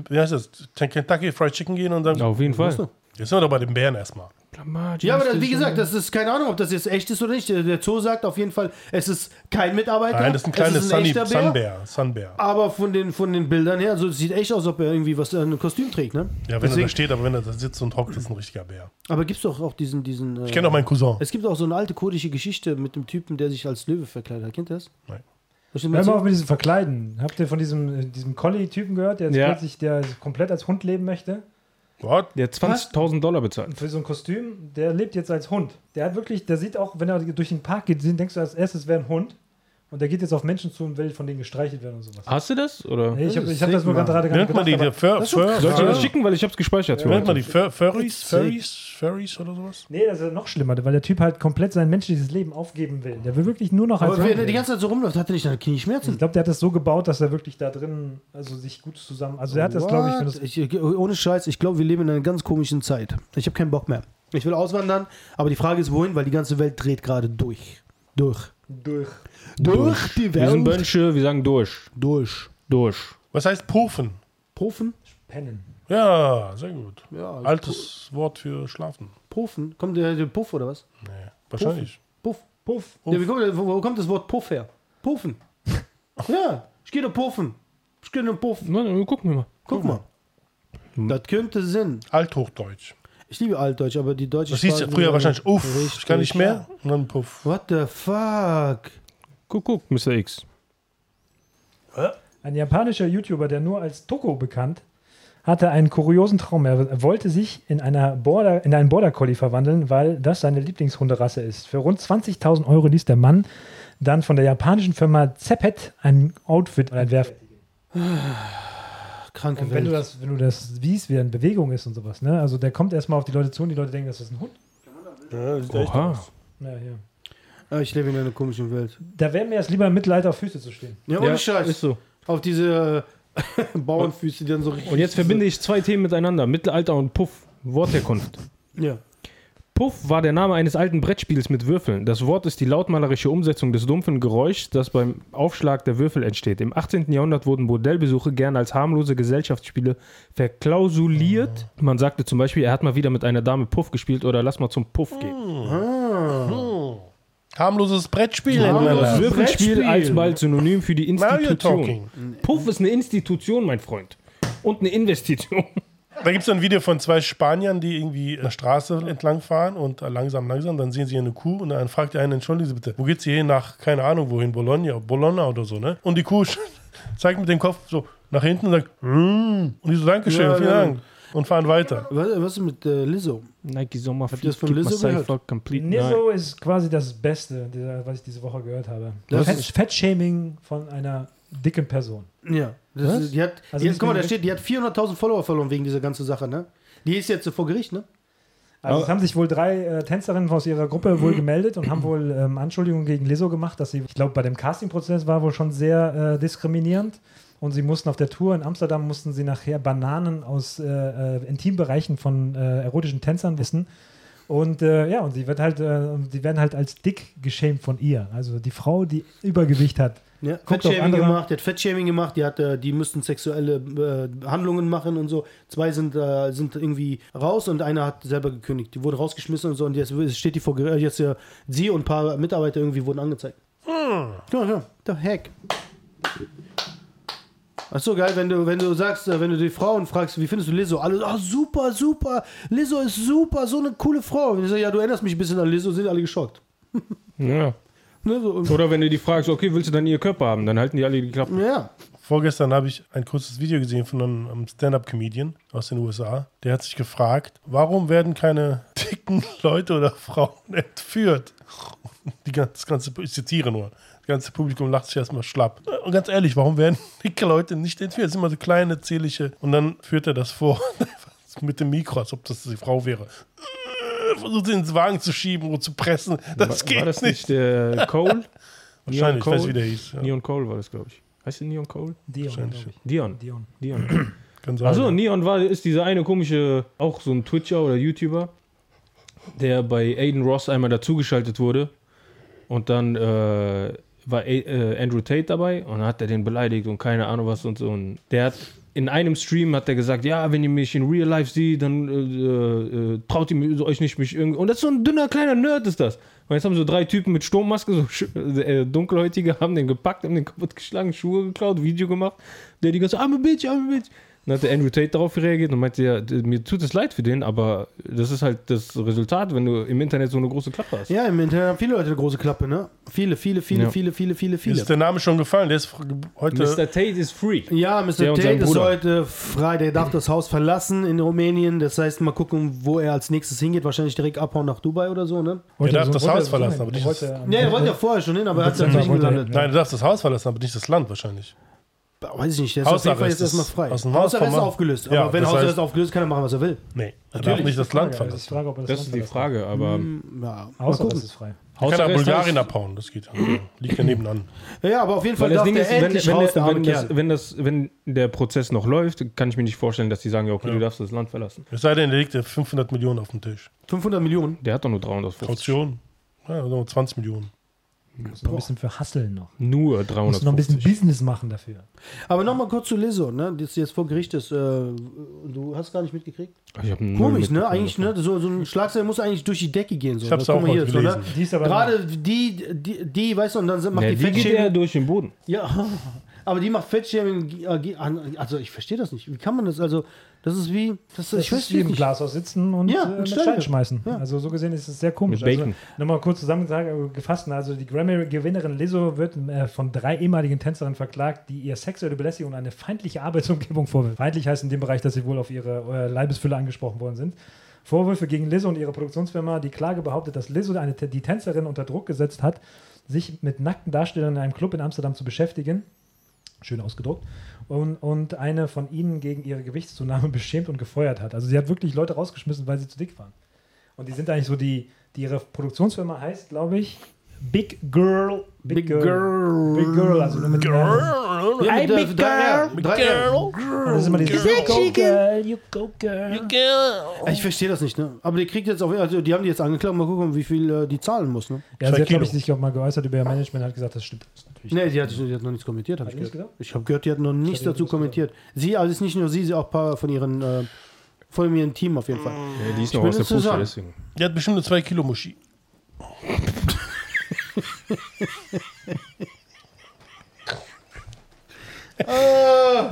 S2: äh, wie heißt das, Ten- Kentucky Fried Chicken gehen und sagen,
S3: Auf jeden
S1: Weißt du?
S3: Fall.
S2: jetzt sind wir doch bei den Bären erstmal.
S1: Ja, aber das, wie gesagt, das ist keine Ahnung, ob das jetzt echt ist oder nicht. Der- Der Zoo sagt auf jeden Fall, es ist kein Mitarbeiter.
S2: Nein, das ist ein
S1: es
S2: kleines
S1: ist
S2: Sunny,
S1: echter Bär.
S2: Sunbär. Sunbär.
S1: Aber von den, von den Bildern her, also es sieht echt aus, als ob er irgendwie was äh, ein Kostüm trägt, ne?
S2: Ja, wenn er da steht, aber wenn er da sitzt und hockt, ist ein richtiger Bär.
S1: Aber gibt's doch auch diesen, diesen. äh,
S2: Ich kenne auch meinen Cousin.
S1: Es gibt auch so eine alte kurdische Geschichte mit dem Typen, der sich als Löwe verkleidet hat. Kennt ihr das?
S2: Nein.
S1: Das steht mal
S4: Hör mal auf
S1: zu-
S4: mit diesem Verkleiden. Habt ihr von diesem, äh, diesem Collie-Typen gehört, der jetzt
S3: Ja.
S4: plötzlich der komplett als Hund leben möchte?
S2: What?
S3: Der hat 20.000 Dollar bezahlt.
S4: Für so ein Kostüm, der lebt jetzt als Hund. Der hat wirklich, der sieht auch, wenn er durch den Park geht, denkst du als erstes, wäre ein Hund. Und der geht jetzt auf Menschen zu und will von denen gestreichelt werden und sowas.
S3: Hast du das? Oder?
S4: Nee, ich habe
S1: Ah, das ist
S4: hab das
S1: sick,
S4: nur
S1: Mann.
S4: gerade
S2: Nennt man die, die
S4: aber-
S2: Fur,
S1: ist schon
S2: Fur,
S1: krass.
S3: Soll ich dir das
S2: Fur,
S3: schicken, weil ich hab's gespeichert. für
S2: nennt man
S3: heute.
S2: die Fur, Furries?
S1: Sick.
S2: Furries? Furries oder sowas?
S4: Nee, das ist noch schlimmer, weil der Typ halt komplett sein menschliches Leben aufgeben will. Der will wirklich nur noch als
S1: Aber wenn
S4: Hund
S1: er die
S4: leben.
S1: ganze Zeit so rumläuft, hat er nicht seine Knieschmerzen.
S4: Ich glaube, der hat das so gebaut, dass er wirklich da drin, also sich gut zusammen. Also der hat das, glaube ich, wenn das
S1: ich, ich, ohne Scheiß, ich glaube, wir leben in einer ganz komischen Zeit. Ich habe keinen Bock mehr. Ich will auswandern, aber die Frage ist, wohin, weil die ganze Welt dreht gerade durch. Durch.
S4: Durch.
S1: Durch die
S3: Wir sind
S1: Welt.
S3: Bönsche, wir sagen durch.
S1: Durch.
S3: Durch.
S2: Was heißt Pufen?
S1: Profen?
S4: Pennen.
S2: Ja, sehr gut.
S1: Ja,
S2: Altes Wort für schlafen.
S1: Profen. Kommt der, der Puff oder was?
S2: Nee, wahrscheinlich.
S1: Puff.
S4: Puff.
S1: Ja, wie kommt, wo, wo kommt das Wort Puff her? Puffen. ja, ich gehe doch puffen. Ich gehe nur puffen.
S3: Na, na, gucken wir mal.
S1: Guck mal. Das könnte Sinn.
S2: Althochdeutsch.
S1: Hm. Ich liebe Altdeutsch, aber die deutsche
S2: Das hieß ja
S1: Sprache-
S2: früher wahrscheinlich Uff, ich kann nicht
S1: Richtig,
S2: mehr. Und dann Puff.
S1: What the fuck?
S3: Guck, guck, Mr. X.
S4: Ein japanischer YouTuber, der nur als Toko bekannt, hatte einen kuriosen Traum. Er wollte sich in, einer Border, in einen Border Collie verwandeln, weil das seine Lieblingshunderasse ist. Für rund 20.000 Euro ließ der Mann dann von der japanischen Firma Zeppet ein Outfit entwerfen.
S1: Kranke
S4: Und
S1: Welt.
S4: wenn du das, wenn du das siehst, wie er in Bewegung ist und sowas, ne? Also der kommt erstmal auf die Leute zu und die Leute denken, das ist ein Hund.
S2: Ja, sieht Ne, echt
S3: Oha.
S2: aus.
S4: Ja, ja.
S1: Ah, ich lebe in einer komischen Welt.
S4: Da wäre mir erst lieber Mitleid auf Füße zu stehen.
S1: Ja, ohne
S3: Ja,
S1: Scheiß.
S3: Ist so.
S1: Auf diese äh, Bauernfüße, die dann so richtig.
S3: Und jetzt verbinde ich zwei Themen miteinander: Mittelalter und Puff. Wortherkunft.
S1: Ja.
S3: Puff war der Name eines alten Brettspiels mit Würfeln. Das Wort ist die lautmalerische Umsetzung des dumpfen Geräuschs, das beim Aufschlag der Würfel entsteht. Im 18. Jahrhundert wurden Bordellbesuche gern als harmlose Gesellschaftsspiele verklausuliert. Man sagte zum Beispiel, er hat mal wieder mit einer Dame Puff gespielt oder lass mal zum Puff
S1: Mm.
S3: gehen.
S2: Harmloses Brettspiel. nennt man
S1: Harmloses
S2: das.
S3: Würfelspiel
S1: Brettspiel.
S3: alsbald synonym für die
S2: Mario
S3: Institution.
S2: Talking.
S3: Puff ist eine Institution, mein Freund. Und eine Investition.
S2: Da gibt es ein Video von zwei Spaniern, die irgendwie eine Straße entlang fahren und äh, langsam, langsam, dann sehen sie eine Kuh und dann fragt der eine, entschuldigen Sie bitte, wo geht sie hin? Nach, keine Ahnung wohin, Bologna, Bologna oder so, ne? Und die Kuh zeigt mit dem Kopf so nach hinten und sagt, mm. und die so, Dankeschön,
S1: Ja,
S2: vielen
S1: ja.
S2: Dank. Und fahren weiter.
S1: Was, was ist mit äh, Lizzo?
S3: Nike Sommer
S1: ihr das von Lizzo gehört?
S3: Complete. Nein.
S4: Nizzo ist quasi das Beste, dieser- was ich diese Woche gehört habe.
S1: Das
S4: Fett-
S1: ist-
S4: Fettshaming von einer dicken Person.
S1: Ja. Das
S4: Was?
S1: ist, die hat,
S4: Also
S1: die
S4: nicht
S1: hat, guck mal, da
S4: mehr-
S1: steht, die hat 400.000 Follower verloren wegen dieser ganzen Sache, ne? Die ist jetzt vor Gericht, ne?
S4: Also
S3: Aber-
S4: es haben sich wohl drei äh, Tänzerinnen aus ihrer Gruppe wohl gemeldet und haben wohl ähm, Anschuldigungen gegen Lizzo gemacht, dass sie, ich glaube, bei dem Castingprozess war wohl schon sehr äh, diskriminierend. Und sie mussten auf der Tour in Amsterdam mussten sie nachher Bananen aus äh, äh, Intimbereichen von äh, erotischen Tänzern wissen. Und äh, ja, und sie wird halt, äh, sie werden halt als dick geschämt von ihr. Also die Frau, die Übergewicht hat.
S1: Ja,
S4: Guckt auf
S1: Fettshaming
S4: andere-
S1: gemacht, die hat Fettshaming gemacht, die, hat, äh, die müssten sexuelle äh, Handlungen machen und so. Zwei sind, äh, sind irgendwie raus und einer hat selber gekündigt. Die wurde rausgeschmissen und so und jetzt steht die vor Gericht. äh, Jetzt äh, sie und ein paar Mitarbeiter irgendwie wurden angezeigt. Ja, ja, der Hm. Heck. Ach so geil, wenn du, wenn du sagst, äh, wenn du die Frauen fragst, wie findest du Lizzo? Alle, ah, super, super, Lizzo ist super, so eine coole Frau. Und ich sag, ja, du erinnerst mich ein bisschen an Lizzo, sind alle geschockt.
S3: Ja.
S1: Ne, so,
S3: Oder wenn du die fragst, okay, willst du dann ihr Körper haben? Dann halten die alle die Klappe.
S1: ja.
S2: Vorgestern habe ich ein kurzes Video gesehen von einem einem Stand-Up-Comedian aus den USA. Der hat sich gefragt, warum werden keine dicken Leute oder Frauen entführt? Die ganze, das ganze, ich zitiere nur. Das ganze Publikum lacht sich erstmal schlapp. Und ganz ehrlich, warum werden dicke Leute nicht entführt? Das sind immer so kleine, zierliche. Und dann führt er das vor mit dem Mikro, als ob das die Frau wäre. Versucht sie ins Wagen zu schieben und zu pressen. Das
S3: war,
S2: geht
S3: war das
S2: nicht.
S3: nicht der Cole?
S2: Wahrscheinlich, ich
S3: Neon
S2: weiß,
S3: Cole?
S2: wie der hieß. Ja,
S3: Neon Cole war das, glaube ich. Heißt der Neon Cole?
S4: Dion,
S2: Wahrscheinlich.
S4: glaub ich.
S3: Dion.
S4: Dion.
S3: Dion.
S2: kann sein.
S3: Achso, Neon war, ist dieser eine komische, auch so ein Twitcher oder YouTuber, der bei Aiden Ross einmal dazugeschaltet wurde. Und dann äh, war A äh, Andrew Tate dabei und dann hat er den beleidigt und keine Ahnung was und so. Und der hat in einem Stream hat er gesagt, ja, wenn ihr mich in Real Life seht, dann äh, äh, traut ihr mich- euch nicht mich irgendwie. Und das ist so ein dünner kleiner Nerd ist das. Und jetzt haben so drei Typen mit Sturmmaske, so sch- äh, dunkelhäutige, haben den gepackt, haben den kaputtgeschlagen, Schuhe geklaut, Video gemacht. Der die ganze, I'm a bitch, I'm a bitch. Dann hat der Andrew Tate darauf reagiert und meinte, ja, d- mir tut es leid für den, aber das ist halt das Resultat, wenn du im Internet so eine große Klappe hast.
S1: Ja, im Internet haben viele Leute eine große Klappe, ne? Viele, viele, viele,
S3: Ja.
S1: viele, viele, viele, viele.
S2: Ist der Name schon gefallen? Der ist fr- heute.
S3: Mr. Tate ist free.
S1: ja, Mr.
S3: Der und
S1: Tate
S3: sein
S1: ist
S3: Bruder.
S1: heute frei. Der darf das Haus verlassen in Rumänien. Das heißt, mal gucken, wo er als nächstes hingeht. Wahrscheinlich direkt abhauen nach Dubai oder so, ne?
S4: Wollte
S2: darf
S4: so-
S2: das
S4: wollte
S2: Haus
S4: so
S2: verlassen,
S4: hin.
S2: aber nicht
S4: Wollte-
S1: Ne, er wollte ja vorher schon hin, aber er hat es dazwischen
S4: wollte er
S1: gelandet.
S4: hin,
S2: Nein, du darfst das Haus verlassen, aber nicht das Land wahrscheinlich.
S1: Weiß ich nicht, der ist auf jeden Fall
S2: Hausarrest
S1: jetzt erstmal
S2: ist
S1: frei.
S2: aus dem Haus
S1: Hausarrest ist
S2: verbannt.
S1: aufgelöst.
S2: Ja,
S1: aber wenn
S2: das
S1: Hausarrest
S2: heißt-
S1: aufgelöst, kann er machen, was er will.
S2: Nee, er darf
S4: Natürlich,
S2: nicht das
S4: ist die
S2: Land
S4: Frage. Das ist die
S2: verlassen.
S4: Frage, ob er das
S3: Das
S4: Land
S3: ist die
S4: verlässt.
S3: Frage, aber
S1: Mm. Ja, mal
S4: Außer das
S1: gucken.
S4: ist frei.
S2: Er kann er Bulgarien
S3: heißt-
S2: abhauen, das geht. Also, liegt ja nebenan.
S1: Ja, aber auf jeden Fall
S3: Weil das
S1: darf
S3: Ding
S1: der
S3: ist, wenn,
S1: endlich
S3: wenn,
S1: raus, der
S3: wenn,
S1: arme
S3: das,
S1: Kerl.
S3: wenn, das, wenn der Prozess noch läuft, kann ich mir nicht vorstellen, dass die sagen, ja, okay, du darfst das Land verlassen.
S2: Es sei denn, er legt ja 500 Millionen auf den Tisch.
S1: 500 Millionen.
S3: Der hat doch nur 350.
S2: Kaution? Ja, also 20 Millionen.
S4: Muss noch ein bisschen für Hasseln noch.
S3: Nur
S4: Muss noch ein bisschen
S3: 350.
S4: Business machen dafür.
S1: Aber nochmal kurz zu Lizzo, ne? Die ist jetzt vor Gericht ist. Äh, und du hast gar nicht mitgekriegt?
S3: Ich hab null
S1: Komisch, ne?
S3: mitbekommen.
S1: Eigentlich, ne? So, so ein Schlagzeil muss eigentlich durch die Decke gehen. So.
S2: Ich hab's
S1: Das
S2: auch
S1: guck mal
S2: heute
S1: so, ne?
S2: gelesen.
S4: Die ist aber
S1: Gerade die, die, die, weißt du, und dann macht
S3: Ja,
S1: die
S3: die geht ja
S1: Fettshaming.
S3: durch den Boden.
S1: Ja, aber die macht Fettshaming. äh, ge- an- Also, ich verstehe das nicht. Wie kann man das? Also, das ist wie. Das,
S4: Das
S1: ich
S4: ist
S1: verstehe
S4: wie
S1: es
S4: im
S1: nicht.
S4: Glashaus sitzen und
S1: Ja,
S4: äh,
S1: mit
S4: mit
S1: Steinen.
S4: Steinen schmeißen.
S1: Ja.
S4: Also so gesehen ist es sehr komisch.
S3: Mit
S4: Also,
S3: Bacon.
S4: nochmal kurz zusammengesagt, äh, gefasst. Also die Grammy-Gewinnerin Lizzo wird äh, von drei ehemaligen Tänzerinnen verklagt, die ihr sexuelle Belästigung und eine feindliche Arbeitsumgebung vorwirft. Feindlich heißt in dem Bereich, dass sie wohl auf ihre äh, Leibesfülle angesprochen worden sind. Vorwürfe gegen Lizzo und ihre Produktionsfirma. Die Klage behauptet, dass Lizzo eine, die Tänzerin unter Druck gesetzt hat, sich mit nackten Darstellern in einem Club in Amsterdam zu beschäftigen. Schön ausgedruckt. Und, und eine von ihnen gegen ihre Gewichtszunahme beschämt und gefeuert hat. Also sie hat wirklich Leute rausgeschmissen, weil sie zu dick waren. Und die sind eigentlich so die, die ihre Produktionsfirma heißt, glaube ich, Big Girl. Big, Girl. Big Girl. Also nur mit Girl.
S1: Ja, mit, äh, drei- drei-
S4: Und das ist immer die Go Girl, you go girl.
S1: Ich verstehe das nicht, ne? Aber die kriegt jetzt auf also die haben die jetzt angeklagt, mal gucken, wie viel äh, die zahlen muss, ne?
S4: Ja,
S2: Zwei
S4: sie hat, glaube ich,
S2: Kilo.
S4: sich auch mal geäußert über ihr Management, hat gesagt, das stimmt. Das ist natürlich
S1: Ne, die hat, die hat noch nichts kommentiert, habe
S4: Hat
S1: ich
S4: die nichts
S1: gehört. Ich habe gehört, die hat noch nichts dazu kommentiert. Sie, also es ist nicht nur sie, sie auch ein paar von ihren, äh, von ihrem Team auf jeden Fall.
S3: Ja, die ist noch
S1: bin
S3: aus der
S1: jetzt zusammen.
S3: Fußball, deswegen.
S2: Die hat bestimmt eine 2 Kilo Muschi.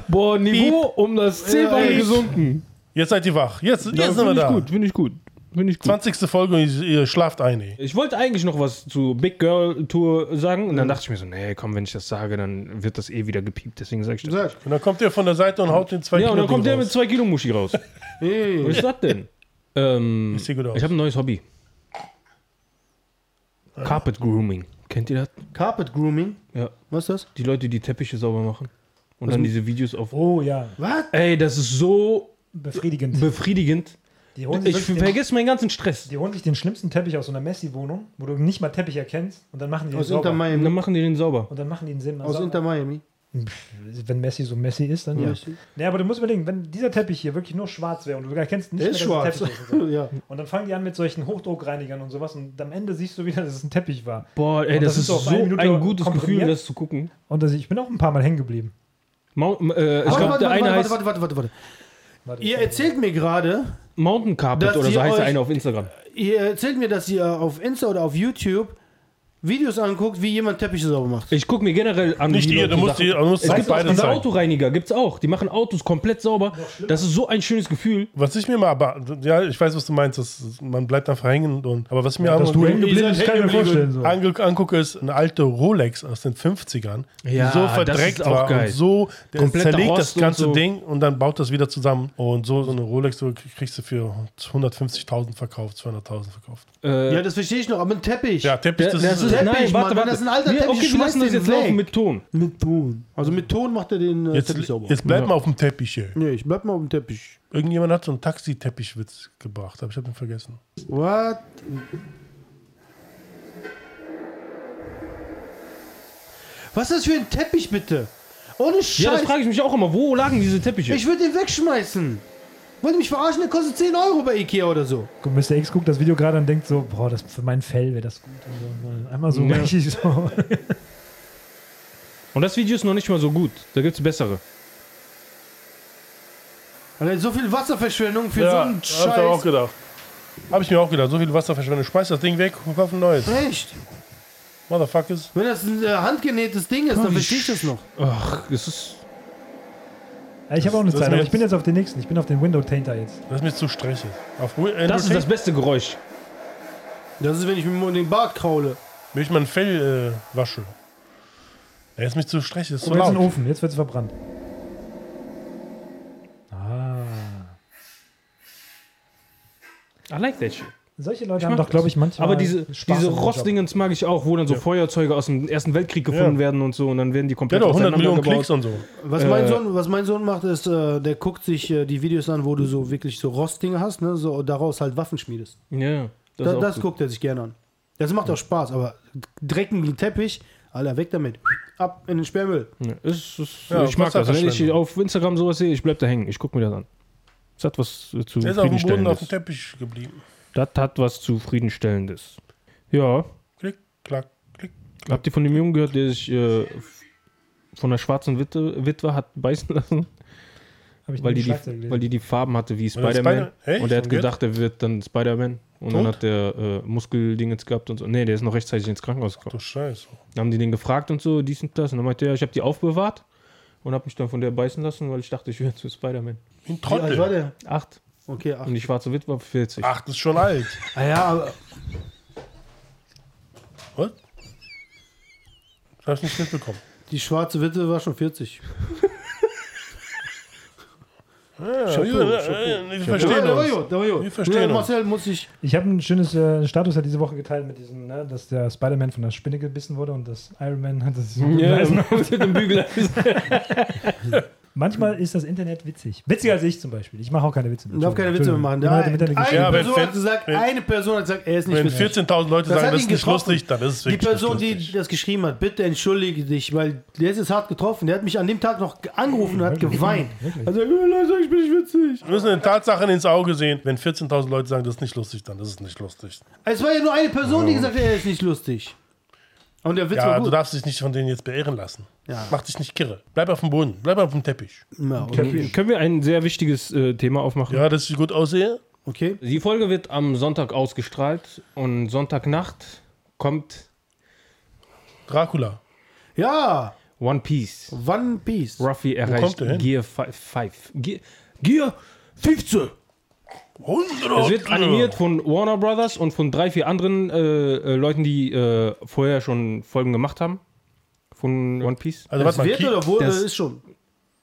S3: Boah, Niveau um das Zehnfache
S1: Ja, ich-
S3: gesunken.
S2: Jetzt seid ihr wach. Jetzt, jetzt sind wir
S3: Finde ich
S2: da.
S3: gut, finde ich gut. Finde ich gut.
S2: 20. Folge und ihr, ihr schlaft ein, ey.
S3: Ich wollte eigentlich noch was zu Big Girl Tour sagen und dann dachte ich mir so, nee, komm, wenn ich das sage, dann wird das eh wieder gepiept, deswegen sage ich das.
S1: Sag,
S2: Und dann kommt ihr von der Seite und haut den 2
S3: Ja,
S2: Kilo
S3: und dann kommt
S2: Ding
S3: der mit
S2: raus.
S3: 2 Kilo Muschi raus.
S1: hey,
S3: Was ist das denn? Ähm,
S2: Sieht gut aus.
S3: ich habe ein neues Hobby. Carpet Grooming. Kennt ihr das?
S1: Carpet Grooming,
S3: Ja.
S1: was ist das?
S3: Die Leute, die Teppiche sauber machen. Und dann diese Videos auf.
S4: Oh ja,
S1: Was?
S3: Ey, das ist so
S4: befriedigend.
S3: befriedigend.
S4: die, holen
S3: Ich
S4: sich wirklich den,
S3: vergesse meinen ganzen Stress.
S4: die holen sich den schlimmsten Teppich aus so einer Messi-Wohnung, wo du nicht mal Teppich erkennst und dann machen die den
S1: Aus Inter
S4: sauber.
S3: Und
S1: Miami.
S3: dann machen die den sauber.
S4: Und dann machen die den Sinn.
S1: Aus Inter Miami.
S4: Wenn Messi so Messi ist, dann ja. Nee, aber du musst überlegen, wenn dieser Teppich hier wirklich nur schwarz wäre und du erkennst nicht,
S1: Der ist
S4: mehr,
S1: schwarz.
S4: dass es ein Teppich ist und, so.
S1: ja.
S4: und dann fangen die an mit solchen Hochdruckreinigern und sowas und am Ende siehst du wieder, dass es ein Teppich war.
S3: Boah, ey,
S4: Und
S3: das,
S4: das
S3: ist
S4: ist
S3: so
S4: auf eine Minute
S3: ein gutes
S4: komprimiert?
S3: Gefühl, das zu gucken.
S4: Und das, ich bin auch ein paar Mal hängen geblieben.
S3: Mount, äh, ich
S1: Aber
S3: glaube,
S1: warte, warte,
S3: der eine
S1: warte,
S3: heißt
S1: warte, warte, warte, warte.
S4: Warte,
S1: Ihr
S4: ich-
S1: erzählt mir gerade,
S3: Mountain Carpet
S1: Dass
S3: oder so
S1: ihr
S3: heißt der
S1: euch-
S3: eine auf Instagram.
S1: ihr erzählt mir, dass ihr auf Insta oder auf YouTube Videos anguckt, wie jemand Teppiche sauber macht.
S3: Ich gucke mir generell an.
S2: Nicht
S3: wie
S2: ihr,
S3: Leute
S2: du musst,
S3: Sachen-
S2: die, du musst
S3: Es gibt auch
S2: beide
S3: diese
S2: zeigen.
S3: Autoreiniger, gibt's auch. Die machen Autos komplett sauber. Das ist so ein schönes Gefühl.
S2: Was ich mir mal, aber, ja, ich weiß, was du meinst, das, man bleibt da verhängen und, aber was ich mir
S4: dass du hängen geblieben bist, kann ich mir vorstellen. So.
S2: ange- angucke, ist eine alte Rolex aus den 50ern,
S3: Ja,
S2: die so
S3: das
S2: verdreckt
S3: ist auch
S2: war
S3: geil.
S2: und so der
S3: Kompletter
S2: zerlegt das
S3: Rost und
S2: ganze
S3: so.
S2: Ding und dann baut das wieder zusammen und so, so eine Rolex so kriegst du für 150.000 verkauft, 200.000 verkauft.
S3: Äh,
S1: ja, das verstehe ich noch, aber ein Teppich.
S2: Ja, Teppich, das, ist,
S1: Teppich,
S3: nein,
S1: Mann,
S3: warte,
S1: wenn
S3: warte.
S1: das ein alter
S3: wir,
S1: Teppich ist,
S3: okay, wir lassen
S1: schmeißt
S3: das
S1: den
S3: jetzt
S1: weg.
S3: laufen mit Ton.
S1: Mit Ton. Also mit Ton macht er den äh, Teppich
S2: jetzt,
S1: sauber.
S2: jetzt bleib
S3: Ja.
S2: mal auf dem Teppich hier.
S1: Nee, ich bleib mal auf dem Teppich.
S2: Irgendjemand hat so einen Taxiteppichwitz gebracht, aber ich habe ihn vergessen.
S1: What? Was ist das für ein Teppich bitte? Ohne
S3: Ja, das
S1: Scheiß.
S3: frage ich mich auch immer. Wo lagen diese Teppiche?
S1: ich würde den wegschmeißen. Wollt ihr mich verarschen? Der kostet 10 Euro bei Ikea oder so.
S4: Guck, Mr. X guckt das Video gerade und denkt so, boah, das für mein Fell wäre das gut. Und so. Einmal so
S3: Ja.
S4: richtig so.
S3: Und das Video ist noch nicht mal so gut. Da gibt's bessere.
S1: Alter, so viel Wasserverschwendung für so einen
S2: hab ich mir auch
S1: Scheiß.
S2: gedacht. Habe ich mir auch gedacht, so viel Wasserverschwendung. Schmeiß das Ding weg und kauf ein neues.
S1: Echt?
S2: Motherfuckers.
S1: Wenn das ein äh, handgenähtes Ding ist, dann verstehe ich das noch.
S3: Ach, es ist.
S4: Ja, ich habe auch eine
S2: Das- das
S4: Zeit, aber
S2: wär-
S4: ich bin jetzt auf den nächsten. Ich bin auf den Window Tainter jetzt.
S2: Das ist mir zu stressig. Auf Ru- äh, Andrew
S3: Das ist das
S2: Tate
S3: beste Geräusch.
S1: Das ist, wenn ich mir mal in den Bart kraule.
S2: will ich mein Fell äh, wasche. Er ist mir zu stressig, ist zu
S4: Oh, jetzt ein
S2: laut.
S4: Ofen, jetzt wird es verbrannt. Ah.
S3: I like that shit.
S4: Solche Leute
S3: Ich
S4: haben
S3: mag
S4: doch, glaube
S3: das.
S4: ich, manchmal.
S3: Aber diese,
S4: Spaß
S3: diese
S4: am Job.
S3: Rostdingens mag ich auch, wo dann so Feuerzeuge aus dem Ersten Weltkrieg gefunden
S2: Ja.
S3: werden und so und dann werden die komplett
S2: Der hat auch 100 Millionen
S3: auseinandergebaut.
S2: Klicks und so.
S1: Was,
S3: Äh,
S1: mein Sohn, was mein Sohn macht, ist, äh, der guckt sich äh, die Videos an, wo du so wirklich so Rostdinge hast, ne? So und daraus halt Waffen schmiedest.
S3: Ja, das,
S1: Da,
S3: ist auch
S1: das
S3: gut.
S1: guckt er sich gerne an. Das macht auch Spaß, aber drecken den Teppich, Alter, weg damit. Ab in den Sperrmüll.
S3: Ja, es ist,
S2: Ja,
S3: ich mag das. Wenn ich
S2: Wasserverschwendung.
S3: auf Instagram sowas sehe, ich bleib da hängen. Ich guck mir das an. Das hat was äh, zu
S2: Er ist auf dem Boden auf dem
S3: Friedenstellendes.
S2: Teppich geblieben.
S3: Das hat was zu Friedenstellendes. Ja,
S2: Klick, klack, klick,
S3: Habt ihr von dem Jungen gehört, der sich äh, von der schwarzen Witwe, Witwe hat beißen lassen?
S4: Hab ich
S3: Weil
S4: nur
S3: die, die,
S4: Schlagzeile gelesen.
S3: weil die die Farben hatte wie
S2: er
S3: Spider-Man.
S2: Spider- Echt?
S3: und er hat
S2: Und
S3: gedacht, er wird dann Spider-Man. Und dann
S2: Tot?
S3: hat der äh, Muskeldingens gehabt und so. Nee, der ist noch rechtzeitig ins Krankenhaus gekommen.
S2: Du Scheiße.
S3: Dann haben die den gefragt und so, dies und das. Und dann meinte er, ich habe die aufbewahrt und habe mich dann von der beißen lassen, weil ich dachte, ich werde zu Spider-Man.
S2: Wie ein
S1: Wie alt war
S2: Trottel.
S1: der?
S3: Acht.
S1: Okay, ach.
S3: Und die schwarze Witwe war 40.
S2: Ach, das ist schon alt.
S1: Ah ja, aber
S2: Was? Ich hab's nicht mitbekommen.
S1: die schwarze Witwe war schon 40.
S2: Ja,
S1: Chapeau,
S2: ja, ja,
S1: Chapeau.
S2: Wir
S1: Ja,
S2: verstehen
S1: der war
S2: uns.
S1: gut, der war gut.
S2: Wir verstehen
S1: Ja,
S2: uns.
S1: Marcel muss ich.
S4: Ich habe ein schönes äh, Status ja diese Woche geteilt mit diesem, ne, dass der Spider-Man von der Spinne gebissen wurde und das Iron Man hat das.
S3: Ja,
S1: also-
S3: mit dem Bügel.
S4: Manchmal ist das Internet witzig. Witziger als ich zum Beispiel. Ich mache auch keine Witze.
S1: Ich darf keine Witze mehr machen. Der
S4: Jemand hat im
S1: eine,
S4: Internet
S1: eine,
S4: geschrieben.
S2: Ja, wenn
S1: Person hat
S2: Fit-
S1: gesagt,
S2: wenn-
S1: eine Person hat gesagt, er ist nicht
S2: Wenn
S1: witzig.
S2: 14.000 Leute
S1: Das
S2: sagen,
S1: hat
S2: das
S1: ihn
S2: ist nicht
S1: getroffen.
S2: lustig, dann ist es
S1: Die
S2: wirklich
S1: Person,
S2: nicht
S1: die
S2: lustig.
S1: das geschrieben hat, bitte entschuldige dich, weil der ist jetzt hart getroffen. Der hat mich an dem Tag noch ge- angerufen und hat geweint. Also, Leute, ich bin nicht witzig.
S2: Wir müssen den Tatsachen ins Auge sehen. Wenn 14.000 Leute sagen, das ist nicht lustig, dann ist es nicht lustig.
S1: Es war ja nur eine Person, die gesagt hat, er ist nicht lustig. Und der Witz
S2: Ja, also
S1: war
S2: du
S1: gut.
S2: darfst dich nicht von denen jetzt beehren lassen.
S1: Ja.
S2: Mach dich nicht kirre. Bleib auf dem Boden. Bleib auf dem Teppich.
S1: Ja, okay.
S3: Können wir ein sehr wichtiges äh, Thema aufmachen?
S2: Ja, dass ich gut aussehe.
S1: okay.
S3: Die Folge wird am Sonntag ausgestrahlt und Sonntagnacht kommt
S2: Dracula.
S1: Ja,
S3: One Piece.
S1: One Piece.
S3: Ruffy erreicht
S2: kommt der hin?
S3: Gear 5. Gear, Gear 15. Es wird animiert von Warner Brothers und von drei, vier anderen äh, äh, Leuten, die äh, vorher schon Folgen gemacht haben. Von One Piece.
S2: Also
S1: Es
S2: warte mal,
S1: wird
S2: Ki
S1: oder wo,
S3: das-
S1: äh, ist schon.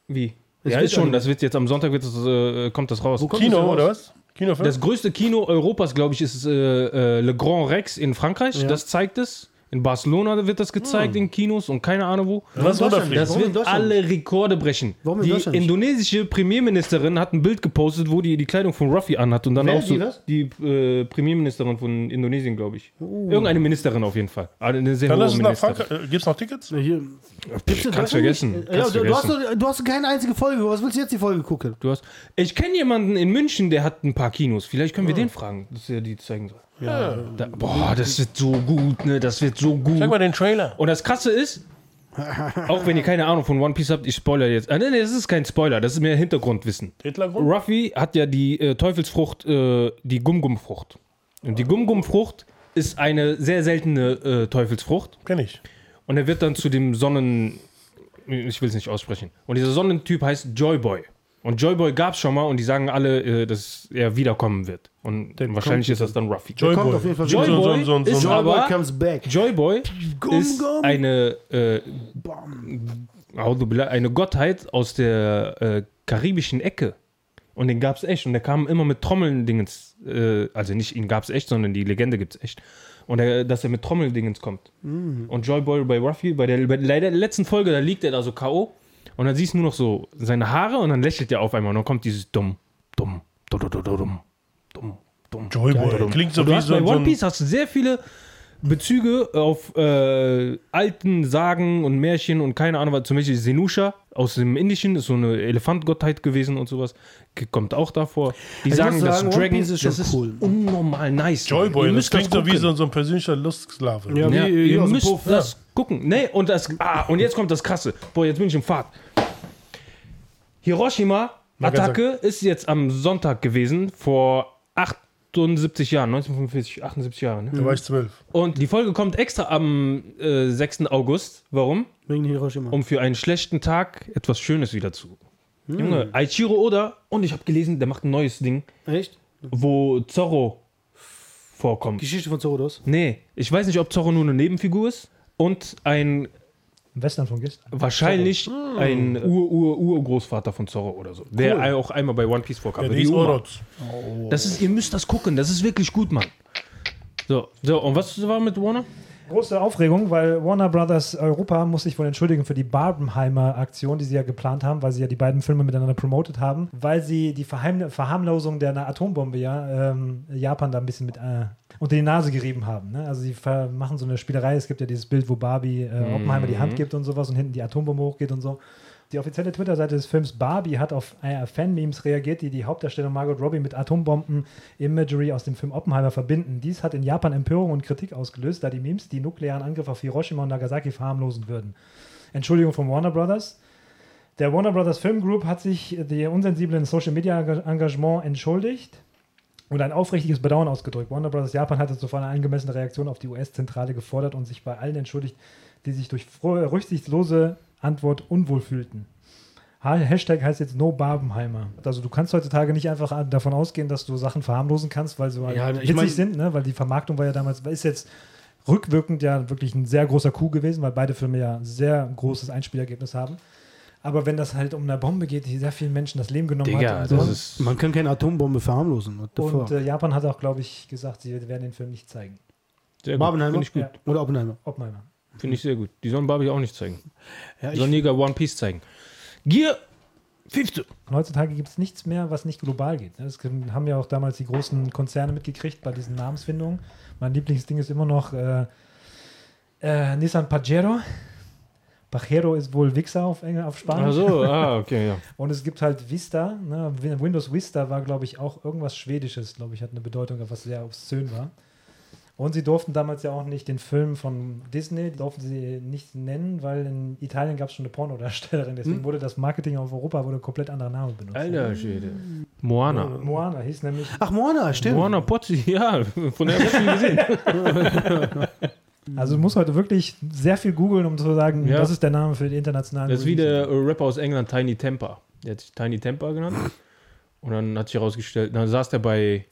S3: Wie?
S1: Es
S3: ja,
S1: wird
S3: ist schon.
S1: animiert.
S3: Das wird jetzt am Sonntag wird das, äh, kommt das raus.
S1: Wo kommt
S2: Kino
S1: das raus?
S2: oder was? Kino
S1: Hm?
S3: Das größte Kino Europas, glaube ich, ist äh, äh, Le Grand Rex in Frankreich.
S1: Ja.
S3: Das zeigt es. In Barcelona wird das gezeigt in Kinos und keine Ahnung wo.
S2: Das ist
S1: Deutschland?
S2: wunderpflicht.
S3: Das
S1: Warum in
S3: wird
S1: Deutschland?
S3: alle Rekorde brechen.
S1: Warum in
S3: die
S1: Deutschland nicht?
S3: indonesische Premierministerin hat ein Bild gepostet, wo die die Kleidung von Ruffy anhat und dann
S1: Wer?
S3: auch so
S1: Die was?
S3: die äh, Premierministerin von Indonesien, glaube ich.
S1: Oh.
S3: Irgendeine Ministerin auf jeden Fall. Also Eine sehr
S2: Dann
S3: hohe
S2: lass es nach
S3: Ministerin.
S2: Frankreich. Äh, gibt's noch Tickets?
S1: Hier. Gibt's in
S3: kannst
S1: Deutschland
S3: vergessen,
S1: nicht? Ja,
S3: kannst
S1: du, du, hast,
S3: vergessen.
S1: doch- du hast keine einzige Folge. Was willst du jetzt die Folge gucken?
S3: Du hast. Ich kenne jemanden in München, der hat ein paar Kinos. Vielleicht
S1: Ah.
S3: können wir den fragen, dass er die zeigen soll. Da, boah, das wird so gut, ne? Das wird so gut.
S2: Zeig mal den Trailer.
S3: Und das Krasse ist, auch wenn ihr keine Ahnung von One Piece habt, ich spoiler jetzt. Ah, nee, nee, das ist kein Spoiler, das ist mehr Hintergrundwissen.
S2: Hitlergrund?
S3: Ruffy hat ja die äh, Teufelsfrucht, äh, die Gumgumfrucht. Und die Gumgumfrucht ist eine sehr seltene äh, Teufelsfrucht.
S2: Kenn ich.
S3: Und er wird dann zu dem Sonnen. Ich will es nicht aussprechen. Und dieser Sonnentyp heißt Joyboy. Und Joyboy gab es schon mal und die sagen alle, äh, dass er wiederkommen wird. Und wahrscheinlich ist das dann Ruffy.
S2: Joy
S1: kommt
S2: Boy.
S1: auf jeden Fall
S2: So,
S1: wieder.
S2: so, so, so,
S3: Joy Boy
S2: so.
S3: ist- aber-
S1: Joyboy comes back.
S3: Joyboy ist
S1: gum.
S3: eine, äh, Audubillah, eine Gottheit aus der äh, karibischen Ecke. Und den gab es echt. Und der kam immer mit Trommeldingens. Äh, also nicht ihn gab es echt, sondern die Legende gibt es echt. Und er, dass er mit Trommeldingens kommt.
S1: Mhm.
S3: Und Joyboy bei Ruffy, bei der, bei der letzten Folge, da liegt er da so K.O. Und dann siehst du nur noch so seine Haare und dann lächelt er auf einmal. Und dann kommt dieses dumm, dumm, dumm, dumm, dumm, dumm, dumm.
S2: Joy Boy. Klingt so
S3: Und du
S2: wie
S3: hast
S2: so
S3: bei
S2: so
S3: One
S2: ein...
S3: Piece hast du sehr viele Bezüge auf äh, alten Sagen und Märchen und keine Ahnung was. Zum Beispiel Senusha aus dem Indischen ist so eine Elefantgottheit gewesen und sowas. K- Kommt auch davor. Die
S1: Ich
S3: sagen,
S1: muss
S3: dass
S1: sagen, One
S3: Dragon
S1: Piece ist schon
S3: das ist
S1: cool.
S3: unnormal nice.
S2: Joy
S3: Mann. Ihr
S2: Boy. Das
S3: müsst
S2: klingt so wie
S3: gucken.
S2: so so ein persönlicher Lustsklave.
S1: Ja, wie,
S3: Ja,
S1: äh,
S3: ihr
S1: aus dem
S3: müsst
S1: Puff.
S3: das gucken. Nee, und das. Ah, und jetzt kommt das Krasse. Boah, jetzt bin ich im Fahrt. Hiroshima
S2: Nagasaki.
S3: Attacke ist jetzt am Sonntag gewesen vor 78 Jahren, 1945, 78 Jahre. Ne?
S2: Da war ich zwölf.
S3: Und die Folge kommt extra am äh, 6. August. Warum?
S1: Wegen Hiroshima.
S3: Um für einen schlechten Tag etwas Schönes wieder zu.
S2: Hm.
S3: Junge, Aichiro Oda, und ich habe gelesen, der macht ein neues Ding,
S1: Echt?
S3: wo Zorro vorkommt.
S1: Geschichte von Zorodos.
S3: Nee, ich weiß nicht, ob Zorro nur eine Nebenfigur ist und ein
S4: Im Western von gestern.
S3: wahrscheinlich
S2: Hm.
S3: ein Ur-Ur-Urgroßvater von Zorro oder so, der auch einmal bei One Piece vorkam.
S2: Ja,
S3: weil
S2: die ist
S3: Oma-
S2: Oroz.
S3: das ist, ihr müsst das gucken, das ist wirklich gut, Mann. So, so und was war mit Warner?
S4: Große Aufregung, weil Warner Brothers Europa muss sich wohl entschuldigen für die Barbenheimer-Aktion, die sie ja geplant haben, weil sie ja die beiden Filme miteinander promotet haben, weil sie die Verheim Verharmlosung der Atombombe ja, ähm, Japan da ein bisschen mit äh, unter die Nase gerieben haben. Ne? Also sie ver- machen so eine Spielerei. Es gibt ja dieses Bild, wo Barbie äh, Oppenheimer die Hand gibt und sowas und hinten die Atombombe hochgeht und so. Die offizielle Twitter-Seite des Films Barbie hat auf äh, Fan-Memes reagiert, die die Hauptdarstellerin Margot Robbie mit Atombomben-Imagery aus dem Film Oppenheimer verbinden. Dies hat in Japan Empörung und Kritik ausgelöst, da die Memes die nuklearen Angriffe auf Hiroshima und Nagasaki verharmlosen würden. Entschuldigung von Warner Brothers. Der Warner Brothers Film Group hat sich der unsensiblen Social Media Enga- Engagement entschuldigt und ein aufrichtiges Bedauern ausgedrückt. Warner Brothers Japan hatte zuvor eine angemessene Reaktion auf die US-Zentrale gefordert und sich bei allen entschuldigt, die sich durch fro- rücksichtslose Antwort unwohl fühlten. Ha- Hashtag heißt jetzt No Barbenheimer. Also du kannst heutzutage nicht einfach an- davon ausgehen, dass du Sachen verharmlosen kannst, weil sie halt
S1: Ja, ich
S4: witzig
S1: mein-
S4: sind, ne? weil die Vermarktung war ja damals, ist jetzt rückwirkend ja wirklich ein sehr großer Coup gewesen, weil beide Filme ja sehr großes Einspielergebnis haben. Aber wenn das halt um eine Bombe geht, die sehr vielen Menschen das Leben genommen
S3: Digga,
S4: hat. und so.
S3: das ist.
S1: Man kann keine Atombombe verharmlosen. What the
S4: Und
S1: fuck?
S4: äh, Japan hat auch, glaube ich, gesagt, sie werden den Film nicht zeigen.
S3: Sehr gut.
S1: Barbenheimer
S3: Finde ich gut.
S4: Ja.
S1: oder Oppenheimer.
S4: Oppenheimer.
S3: Finde ich sehr gut. Die sollen Barbie auch nicht zeigen.
S1: Ja,
S3: Die
S1: ich,
S3: sollen Jäger One Piece zeigen. Gear 50.
S4: Und heutzutage gibt es nichts mehr, was nicht global geht. ne? Das haben ja auch damals die großen Konzerne mitgekriegt bei diesen Namensfindungen. Mein Lieblingsding ist immer noch äh, äh, Nissan Pajero. Pajero ist wohl Wichser auf, Engl auf Spanisch.
S3: Ach so, ah, okay, ja.
S4: Und es gibt halt Vista, ne? Win- Windows Vista war, glaube ich, auch irgendwas Schwedisches, glaube ich, hat eine Bedeutung, was sehr obszön war. Und sie durften damals ja auch nicht den Film von Disney, durften sie nicht nennen, weil in Italien gab es schon eine Pornodarstellerin. Deswegen wurde das Marketing auf Europa wurde komplett anderer Name benutzt.
S3: Hm? Alter Schwede. Moana.
S4: Moana hieß nämlich.
S1: ach, Moana, stimmt.
S3: Moana Pozzi, ja, von der habe ich gesehen.
S4: Also du musst heute wirklich sehr viel googeln, um zu sagen,
S3: Hm. Ja.
S4: das ist der Name für die internationalen.
S3: Das ist wie
S4: Releases.
S3: der äh, Rapper aus England, Tiny Temper. Der hat sich Tiny Temper genannt. Und dann hat sich herausgestellt, dann saß der bei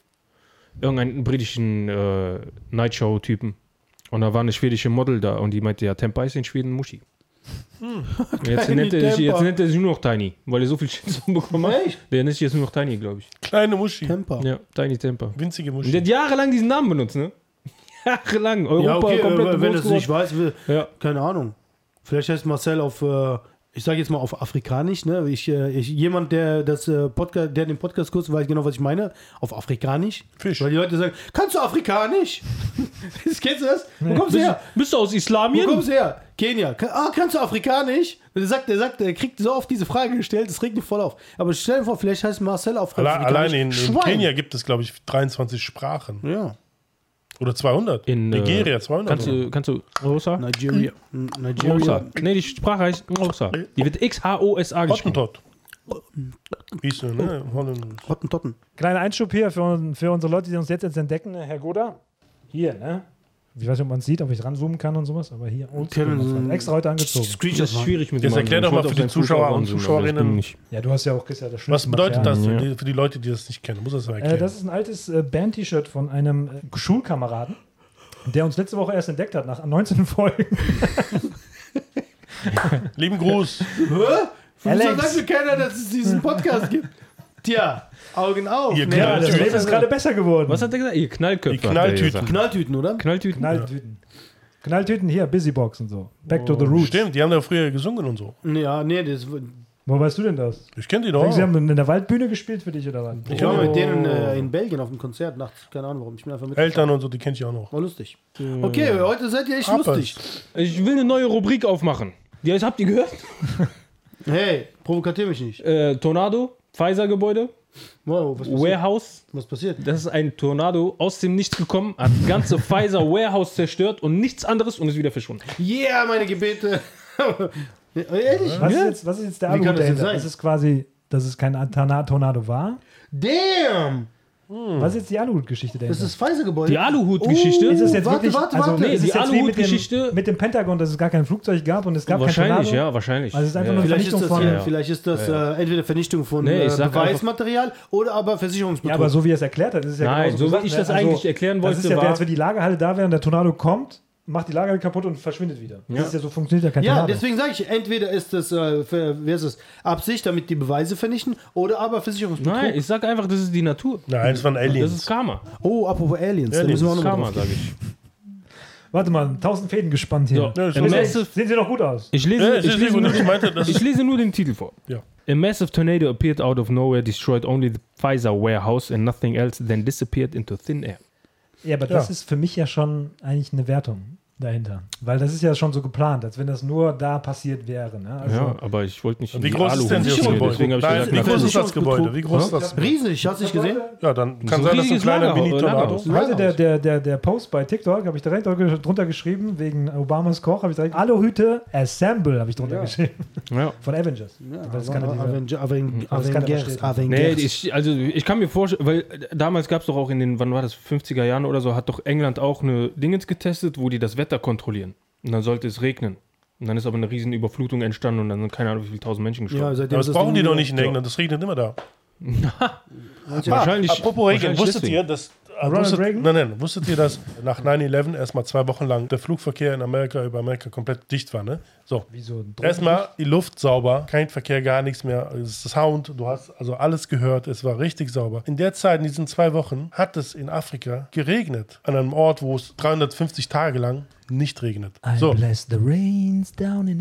S3: irgendeinem britischen äh, Nightshow-Typen. Und da war eine schwedische Model da und die meinte, ja, Temper ist in Schweden Muschi. Und jetzt,
S1: Tiny
S3: nennt er sich, jetzt
S1: Temper.
S3: nennt er sich nur noch Tiny, weil er so viel Shit bekommen hat. Der nennt sich jetzt nur noch Tiny, glaube ich.
S2: Kleine Muschi.
S1: Temper.
S3: Ja, Tiny Temper.
S2: Winzige
S3: Und der
S2: Muschi.
S3: hat jahrelang diesen Namen benutzt, ne? Jahrelang. Europa
S1: Ja, okay,
S3: komplett
S1: äh, wenn
S3: bewusst
S1: das nicht weiß, will,
S3: Ja.
S1: keine Ahnung. Vielleicht heißt Marcel auf, äh, ich sage jetzt mal auf Afrikanisch, ne? Ich, äh, ich, jemand, der das äh, Podcast, der den Podcast kurz weiß genau, was ich meine, auf Afrikanisch.
S2: Fisch.
S1: Weil die Leute sagen, kannst du Afrikanisch? Kennst du das? Wo kommst du
S3: Bist,
S1: her?
S3: bist du aus
S1: Wo
S3: Islamien?
S1: kommst du her? Kenia. Ka- Ah, kannst du Afrikanisch? Der sagt, der sagt, er kriegt so oft diese Frage gestellt, das regt ihn voll auf. Aber stell dir vor, vielleicht heißt Marcel auf
S2: Alle,
S1: Afrikanisch
S2: allein in, in
S1: Schwein.
S2: Kenia gibt es, glaube ich, 23 Sprachen.
S1: Ja,
S2: Oder 200.
S3: In, äh,
S2: Nigeria 200.
S3: Kannst du, kannst du Rosa? Hm?
S1: Nigeria. N- Nigeria.
S3: Rosa. Nee, die Sprache heißt Rosa. Die wird X-H-O-S-A geschrieben.
S2: Hottentott. Wie ist denn,
S3: Oh.
S2: ne? Holland.
S1: Hottentotten.
S4: Kleiner Einschub hier für, un- für unsere Leute, die uns jetzt, jetzt entdecken, ne? Herr Goda. Hier, ne? Ich weiß nicht, ob man es sieht, ob ich ranzoomen kann und sowas, aber hier. oldschool
S1: Können Sie-
S4: Motherfucker. extra heute angezogen.
S3: Das ist schwierig mit
S2: Jetzt
S3: dem
S2: erklär
S3: Ansehen.
S2: doch mal
S3: Ich wollte
S2: für die
S3: auf seinen
S2: Zuschauer
S3: Fuß
S2: und
S3: ansehen, aber
S2: Zuschauerinnen.
S3: das ging nicht.
S4: Ja, du hast ja auch ist ja das
S2: Was
S4: schlimmste
S2: bedeutet
S4: Material.
S2: das
S3: Ja.
S2: für die- für die Leute, die das nicht kennen? Muss das mal
S4: Äh,
S2: erklären.
S4: das ist ein altes äh, Band-T-Shirt von einem äh, Schulkameraden, der uns letzte Woche erst entdeckt hat, nach 19 Folgen.
S2: Lieben Gruß.
S1: Hä? Wieso
S4: Alex.
S1: sagt mir keiner, dass es diesen Podcast gibt? Tja, Augen auf.
S2: Ihr
S1: ne?
S2: Ja,
S4: Ja, das
S2: natürlich.
S4: Leben ist gerade besser geworden.
S3: Was hat der gesagt? Ihr Knallköpfe.
S2: Die
S3: hat er
S2: Knalltüten.
S3: gesagt.
S1: Knalltüten, oder?
S3: Knalltüten.
S4: Knalltüten. Knalltüten hier, Busybox und so. Back to the Roots.
S2: Oh, Stimmt, die haben da früher gesungen und so.
S1: Ja, nee, das.
S4: Wo weißt du denn das?
S2: Ich kenne die doch.
S4: Denkst du, Sie haben in der Waldbühne gespielt für dich oder was?
S1: Ich war
S2: Oh.
S1: mit denen äh, in Belgien auf dem Konzert nachts. Keine Ahnung warum. Ich bin einfach mit.
S2: Eltern und so, die kenne ich auch noch.
S1: War lustig. Okay, heute seid ihr echt
S2: Appes.
S1: lustig.
S3: Ich will eine neue Rubrik aufmachen. Die heißt, habt ihr gehört?
S1: Hey, provokiert mich nicht.
S3: Äh, Tornado, Pfizer-Gebäude,
S1: Wow, was passiert?
S3: Warehouse.
S1: Was passiert?
S3: Das ist ein Tornado aus dem Nichts gekommen, hat das ganze Pfizer Warehouse zerstört und nichts anderes und ist wieder verschwunden.
S1: Yeah, meine Gebete. Nee, Ehrlich?
S4: Was, ist jetzt, was ist jetzt der
S1: Wie kann
S4: Argument
S1: das jetzt
S4: dahinter?
S1: sein?
S4: Das ist quasi, dass es kein Torna- Tornado war.
S1: Damn!
S3: Hm.
S4: Was ist jetzt die Aluhut-Geschichte dahinter?
S1: Das ist Pfizer-Gebäude.
S3: Die Aluhut-Geschichte.
S1: Oh,
S4: Ist es jetzt
S1: warte,
S4: wirklich,
S1: warte,
S4: also
S1: warte.
S4: ist
S3: Nee,
S4: es
S3: die
S4: jetzt wie mit
S3: Aluhut-Geschichte-
S4: dem, mit dem Pentagon, dass es gar kein Flugzeug gab und es gab kein
S3: wahrscheinlich,
S4: Tornado.
S3: ja, wahrscheinlich.
S4: Also es ist einfach
S3: ja.
S4: nur
S1: Vielleicht ist,
S4: Vernichtung
S1: das,
S4: von-
S1: ja, vielleicht ist das Äh, entweder Vernichtung von
S3: Nee, ich
S1: äh,
S3: sag
S1: Beweismaterial oder aber Versicherungsbetrug.
S4: Ja, aber so wie er es erklärt hat, ist es ja
S3: Nein,
S4: genauso
S3: so wie
S4: gesagt,
S3: ich
S4: ne?
S3: das eigentlich erklären
S4: Das
S3: wollte,
S4: ist ja,
S3: war-
S4: als wenn die Lagerhalle da wäre und der Tornado kommt, macht die Lagerhalle kaputt und verschwindet wieder. Das ist ja so funktioniert ja kein
S1: Ja,
S4: Tornado.
S1: deswegen sage ich, entweder ist das äh, für, wer ist es, Absicht, damit die Beweise vernichten, oder aber Versicherungsbetrug.
S3: Nein, ich sag einfach, das ist die Natur.
S2: Nein, das waren
S3: Das ist
S2: Aliens.
S3: Karma.
S1: Oh, apropos Aliens, da
S2: Aliens,
S1: müssen wir auch
S3: Das
S1: noch
S3: ist
S1: mal
S3: Karma,
S1: drauf.
S3: sag ich.
S4: Warte mal, tausend Fäden gespannt hier.
S3: So,
S2: Ja, das
S3: a
S2: ist-
S3: massive,
S4: Sehen sie doch gut aus.
S3: ich,
S2: Ja,
S3: lese,
S2: das
S3: ich,
S2: ist nicht
S3: lese
S2: gut,
S3: nur,
S2: ich meinte, das
S3: ich
S2: ist,
S3: lese nur den Titel vor.
S2: ja.
S3: A massive tornado appeared out of nowhere, destroyed only the Pfizer warehouse and nothing else, then disappeared into thin air.
S4: Ja, aber das ist für mich ja schon eigentlich eine Wertung. dahinter. Weil das ist ja schon so geplant, als wenn das nur da passiert wäre. Ne? Also,
S3: Ja, aber ich wollte nicht in
S2: Wie
S3: die
S2: groß ist denn das
S3: Aluhülle,
S2: Gebäude?
S3: Deswegen habe ich
S2: Nein,
S3: gesagt,
S2: wie
S3: na,
S2: groß ist das
S1: Natürlich.
S2: Gebäude? Wie groß ist das?
S1: Äh, Riesig, hast du nicht gesehen?
S2: Ja, dann kann
S3: ein
S2: sein, dass ein
S3: riesiges
S2: kleiner
S3: Lagerhaus-
S2: Mini-Tornado.
S3: Lagerhaus.
S4: Heute der, der, der, der Post bei TikTok habe ich direkt drunter geschrieben, wegen Obamas Koch, habe ich direkt Aluhüte Assemble habe ich drunter
S1: Ja.
S4: geschrieben.
S3: Ja.
S4: Von Avengers. Weil das kann ja
S1: Avenger-
S4: diese-
S1: Aven-
S4: Aber es kann da
S1: Avengers,
S4: steht.
S3: Nee,
S1: Avengers.
S3: ich, also ich kann mir vorstellen, weil äh, damals gab es doch auch in den, wann war das, 50er Jahren oder so, hat doch England auch eine Dingens getestet, wo die das Wetter kontrollieren. Und dann sollte es regnen. Und dann ist aber eine riesen Überflutung entstanden und dann sind keine Ahnung, wie viele tausend Menschen gestorben.
S1: Ja, also, seitdem
S2: Aber das
S1: ist
S2: brauchen die
S1: Ding-
S2: doch nicht in England, das regnet immer da.
S3: Ja, wahrscheinlich.
S2: Ah, apropos Reagan,
S3: wahrscheinlich
S2: wusstet
S3: deswegen.
S2: ihr, dass äh,
S4: Ronald
S2: wusstet,
S4: Reagan?
S2: Nein, nein, wusstet ihr, dass nach 9-11 erstmal zwei Wochen lang der Flugverkehr in Amerika über Amerika komplett dicht war, ne? So.
S4: wie so ein Druck-
S2: Erstmal die Luft sauber, kein Verkehr, gar nichts mehr. Es ist Sound, du hast also alles gehört, es war richtig sauber. In der Zeit, in diesen zwei Wochen, hat es in Afrika geregnet. An einem Ort, wo es 350 Tage lang nicht regnet.
S3: Äh,
S4: I
S2: So,
S4: bless the rains down in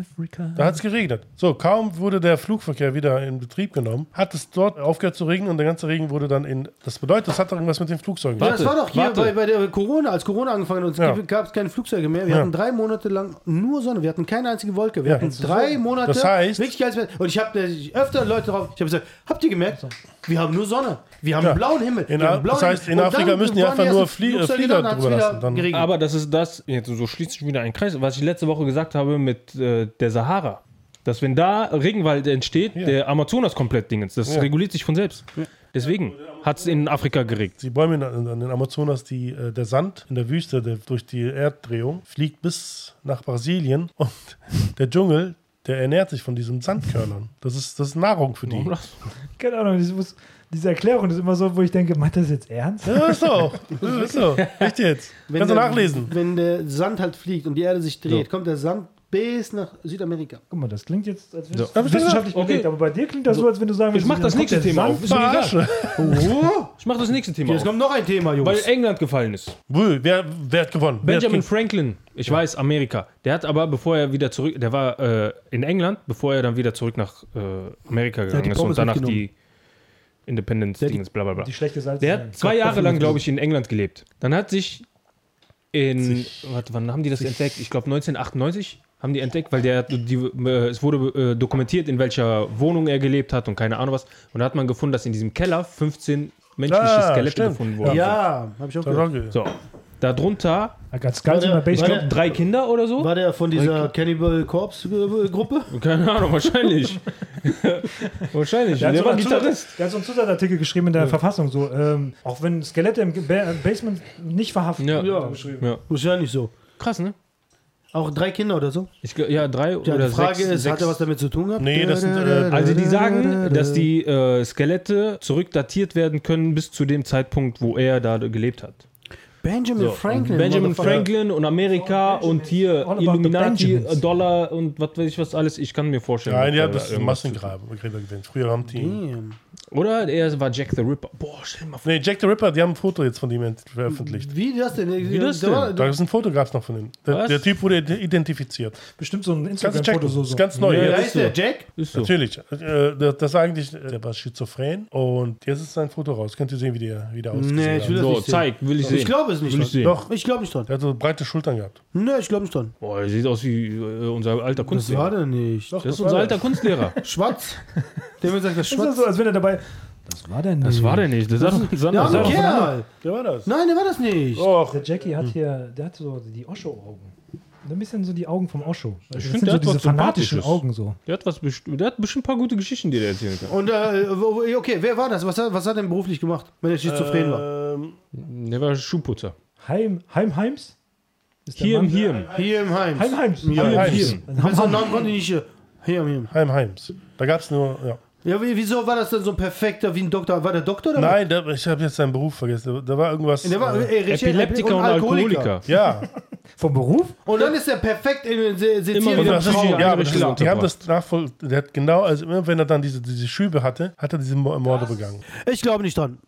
S4: Africa.
S2: da hat es geregnet. So, kaum wurde der Flugverkehr wieder in Betrieb genommen, hat es dort aufgehört zu regnen und der ganze Regen wurde dann in. Das bedeutet, das hat doch irgendwas mit den Flugzeugen.
S1: Ja, das
S2: zu
S1: war doch hier
S3: warte.
S1: bei, bei der Corona, als Corona angefangen hat,
S2: Ja.
S1: es gab es keine Flugzeuge mehr. Wir
S2: Ja.
S1: hatten drei Monate lang nur Sonne. Wir hatten keine einzige Wolke. Wir
S2: Ja.
S1: hatten drei Monate.
S2: Das heißt-
S1: wirklich geiles Wetter. Und ich habe öfter Leute drauf. Ich habe gesagt, habt ihr gemerkt? Wir haben nur Sonne. Wir haben
S2: Ja.
S1: blauen Himmel.
S2: In
S1: wir
S2: Af-
S1: haben blauen
S2: das heißt, in
S1: Himmel. Und
S2: Afrika
S1: dann
S2: müssen die
S1: waren
S2: einfach
S1: ersten
S2: nur Flie- äh,
S1: Flugzeuge
S2: Flieger
S1: da und dann hat's
S2: drüber
S1: wieder
S2: lassen, dann-
S1: geregnet.
S3: Aber das ist das, jetzt so schließt sich wieder ein Kreis, was ich letzte Woche gesagt habe mit äh, der Sahara. Dass wenn da Regenwald entsteht, der Amazonas komplett Dingens. Das reguliert sich von selbst. Deswegen hat es in Afrika geregt.
S2: Die Bäume in, in, in Amazonas, die, äh, der Sand in der Wüste der, durch die Erddrehung fliegt bis nach Brasilien und der Dschungel, der ernährt sich von diesen Sandkörnern. Das ist, das ist Nahrung für die.
S4: Keine Ahnung, das muss, diese Erklärung ist immer so, wo ich denke, meint das jetzt ernst?
S2: Ja, ist so. Ja, Ist so. Echt jetzt.
S1: Wenn
S2: Kannst du
S1: der-
S2: nachlesen.
S1: Wenn der Sand halt fliegt und die Erde sich dreht, kommt der Sand bis nach Südamerika.
S4: Guck mal, das klingt jetzt als wär's
S2: Hab ich
S4: wissenschaftlich
S3: gesagt?
S4: belegt,
S3: Okay. Also,
S4: aber bei dir klingt das so, als wenn du sagen
S3: Ich
S4: würdest,
S3: mach das
S4: dann kommt
S3: nächste
S4: der
S3: Thema
S4: Sand-
S3: auf. Ist mir egal.
S2: Verarsche.
S1: Oh,
S3: Ich mache das nächste Thema.
S1: jetzt
S3: Auf,
S1: kommt noch ein Thema, Jungs.
S3: weil England gefallen ist.
S2: Buh, Wer, wer hat gewonnen? Wer hat
S3: Benjamin
S2: ge-
S3: Franklin, ich weiß, Amerika. Der hat aber, bevor er wieder zurück, der war äh, in England, bevor er dann wieder zurück nach äh, Amerika
S1: hat die
S3: gegangen ist und
S1: Pommes
S3: danach
S1: mitgenommen.
S3: die Independence-Dingens, bla bla bla.
S4: Die schlechte Salz.
S3: Der hat zwei Jahre lang, glaube ich, in England gelebt. Dann hat sich in, warte, wann haben die das entdeckt? Ich glaube 1998 haben die entdeckt, weil der, die, äh, es wurde äh, dokumentiert, in welcher Wohnung er gelebt hat und keine Ahnung was. Und da hat man gefunden, dass in diesem Keller 15 menschliche
S2: Ah,
S3: Skelette
S2: stimmt.
S3: gefunden wurden.
S1: ja, habe ich auch
S2: Ja,
S1: gehört.
S2: danke.
S3: So, darunter,
S4: Ganz ganz in der
S1: War
S4: Base.
S1: der-
S4: Camp.
S3: drei Kinder oder so.
S1: War der von dieser Cannibal Corpse äh, Gruppe?
S3: Keine Ahnung, wahrscheinlich. wahrscheinlich.
S4: Der
S3: Der,
S4: hat, so
S3: war
S4: einen
S3: Gitarrist.
S4: Zusatz, der hat so einen Zusatzartikel geschrieben in der Verfassung, so, ähm, auch wenn Skelette im Ge- Ba- äh, Basement nicht verhaftet
S3: Ja.
S4: hat er geschrieben.
S3: Ja.
S1: Wahrscheinlich so.
S3: Krass, ne?
S1: Auch drei Kinder oder so?
S3: Ich, glaub- ja, drei
S1: Ja,
S3: oder
S1: die Frage
S3: sechs.
S1: ist,
S3: sechs.
S1: hat er was damit zu tun gehabt?
S2: Nee, das sind, äh,
S3: also die sagen, dass die äh, Skelette zurückdatiert werden können bis zu dem Zeitpunkt, wo er da gelebt hat.
S1: Benjamin
S3: So.
S1: Franklin.
S3: Benjamin
S1: Motherfucker.
S3: Franklin und Amerika und hier
S4: All about the
S3: Illuminati,
S4: Benjamins.
S3: äh, Dollar und was weiß ich was alles. Ich kann mir vorstellen.
S2: Nein,
S3: dass
S2: ja,
S3: da
S2: das ist ein
S3: irgendwas zu-
S2: Massengrab. gewesen. Früher haben die.
S1: Damn.
S3: Oder er war Jack the Ripper. Boah, stell dir mal vor.
S2: Nee, Jack the Ripper, die haben ein Foto jetzt von ihm ent- veröffentlicht.
S1: Wie das denn? Wie
S3: das denn?
S2: Da ist ein Foto gab es noch von ihm. Der,
S3: Was?
S2: der Typ wurde identifiziert.
S4: Bestimmt so ein
S2: Kannst du checken.
S4: Instagram-Foto so.
S2: Das
S4: so.
S2: ist ganz neu.
S3: Ja,
S2: Ja,
S1: Wer
S2: das
S1: heißt der? Jack?
S3: Ist so.
S2: Natürlich. Äh, das, das war eigentlich, äh, der war schizophren und jetzt ist sein Foto raus. Könnt ihr sehen, wie der, wie der aussieht?
S1: Nee, ich will das
S3: So,
S1: nicht sehen.
S3: zeig, will ich sehen.
S1: Ich glaube es nicht.
S3: Will ich sehen.
S2: Doch.
S1: Ich glaube nicht dran.
S2: Der hat so breite Schultern gehabt.
S1: Nee, ich glaube nicht dran.
S3: Boah, er sieht aus wie äh, unser alter
S1: Das war
S3: Kunstlehrer.
S1: der nicht. Doch,
S3: Das ist unser alter Kunstlehrer.
S1: Schwarz. Der wird sagen, das ist
S4: Das ist ja
S1: Schwarz.
S4: so, als wenn er dabei. Das war denn
S3: Das war der nicht. Das war doch was
S1: Der
S3: anderes.
S1: arme Kerl.
S2: Wer war das?
S1: Nein, der war das nicht.
S2: Och,
S4: Der Jackie
S3: Hm.
S4: hat hier, der hat so die Osho-Augen. Ein bisschen so die Augen vom Osho. Das
S3: find,
S4: sind
S3: der
S4: so
S3: hat was
S4: diese fanatischen
S3: Sympathisches.
S4: Augen so.
S3: Der hat, was best der hat bestimmt ein paar gute Geschichten, die der erzählen kann.
S1: Und äh, wo- wo- okay, wer war das? Was hat, was hat er denn beruflich gemacht, wenn er schizophren war?
S2: Ähm,
S3: Oh. Der war Schuhputzer.
S4: Heim, Heimheims? Ist der
S3: Hier im
S4: Mann?
S3: Hirn.
S1: Hier im Heim.
S4: Heimheims.
S2: Ja,
S4: Heimheims.
S2: Heims.
S3: Hirn.
S1: Wenn so einen Namen konnte ich nicht. äh, Hier im Heim.
S2: Heim Heims. Da gab es nur, ja.
S1: Ja, wie- wieso war das denn so ein perfekter wie ein Doktor? War der Doktor oder?
S2: Nein, der, ich habe jetzt seinen Beruf vergessen. Da war irgendwas.
S1: Der war
S2: äh,
S1: äh, Richard-
S3: Epileptiker und Alkoholiker.
S2: ja,
S4: Vom Beruf?
S1: Und dann ist er perfekt in den Se Sezieren.
S3: Immer wieder.
S2: das ist,
S3: Frau,
S2: ja aber das,
S3: Einrichtung
S2: die haben
S3: unterbracht.
S2: das nachvoll. Der hat genau, also immer wenn er dann diese, diese Schübe hatte, hat er diese Mo- Morde begangen.
S1: Ich glaube nicht dran.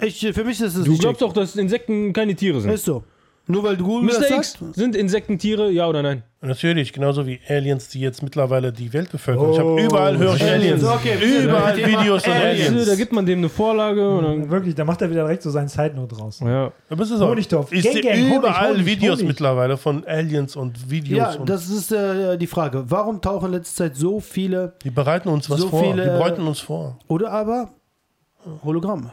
S1: Ich, für mich ist es
S3: Du
S1: nicht
S3: glaubst
S1: Jack.
S3: doch, dass Insekten keine Tiere sind.
S1: Ist so. Nur weil du mir das
S3: Mr. X,
S1: sagst?
S3: sind Insekten Tiere, ja oder nein?
S2: Natürlich, genauso wie Aliens, die jetzt mittlerweile die Welt bevölkern. ich habe
S4: Oh,
S2: überall höre ich Aliens.
S1: Aliens, okay.
S2: Überall
S1: Thema
S2: Videos von
S1: Aliens.
S2: Aliens.
S3: Da gibt man dem eine Vorlage und dann,
S4: Wirklich, da macht er wieder direkt so seinen Side-Note raus.
S3: ja.
S2: Aber es ist
S4: Honigtopf.
S2: Ich
S4: Gang,
S2: sehe
S4: gang, Honig,
S2: überall
S4: Honig,
S2: Videos
S4: Honig.
S2: mittlerweile von Aliens und Videos.
S1: Ja,
S2: und
S1: das ist äh, die Frage. Warum tauchen in letzter Zeit so viele
S2: die bereiten uns was
S1: so
S2: vor.
S1: viele-
S2: die bereiten uns vor.
S1: oder aber Hologramme?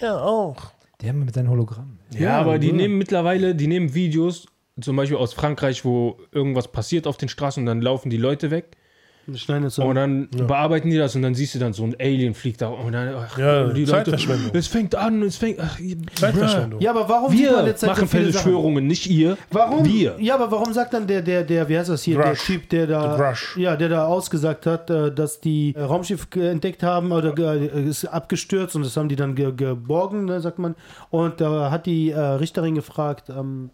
S2: Ja, auch.
S4: Der mit seinem Hologramm.
S3: ja, aber die nehmen mittlerweile, die nehmen Videos, zum Beispiel aus Frankreich, wo irgendwas passiert auf den Straßen und dann laufen die Leute weg
S1: Wir schneiden jetzt
S3: und
S1: an.
S3: dann bearbeiten die das und dann siehst du dann so ein Alien fliegt da und dann, ach,
S2: Ja,
S3: die Leute,
S2: Zeitverschwendung.
S3: es fängt an, es fängt, ach, ihr-
S2: Zeitverschwendung.
S1: Ja, aber warum sieht man in
S3: wir
S1: letzter Zeit
S3: machen
S1: so viele Sachen?
S3: Verschwörungen, nicht ihr.
S1: Warum?
S3: Wir.
S1: Ja, aber warum sagt dann der, der, der, wie heißt das hier,
S2: Grush.
S1: der Typ, der da,
S2: Der Grush.
S1: ja, der da ausgesagt hat, äh, dass die äh, Raumschiff ge- entdeckt haben oder ge- äh, ist abgestürzt und das haben die dann ge geborgen, ne, sagt man. Und da hat die äh, Richterin gefragt, ähm,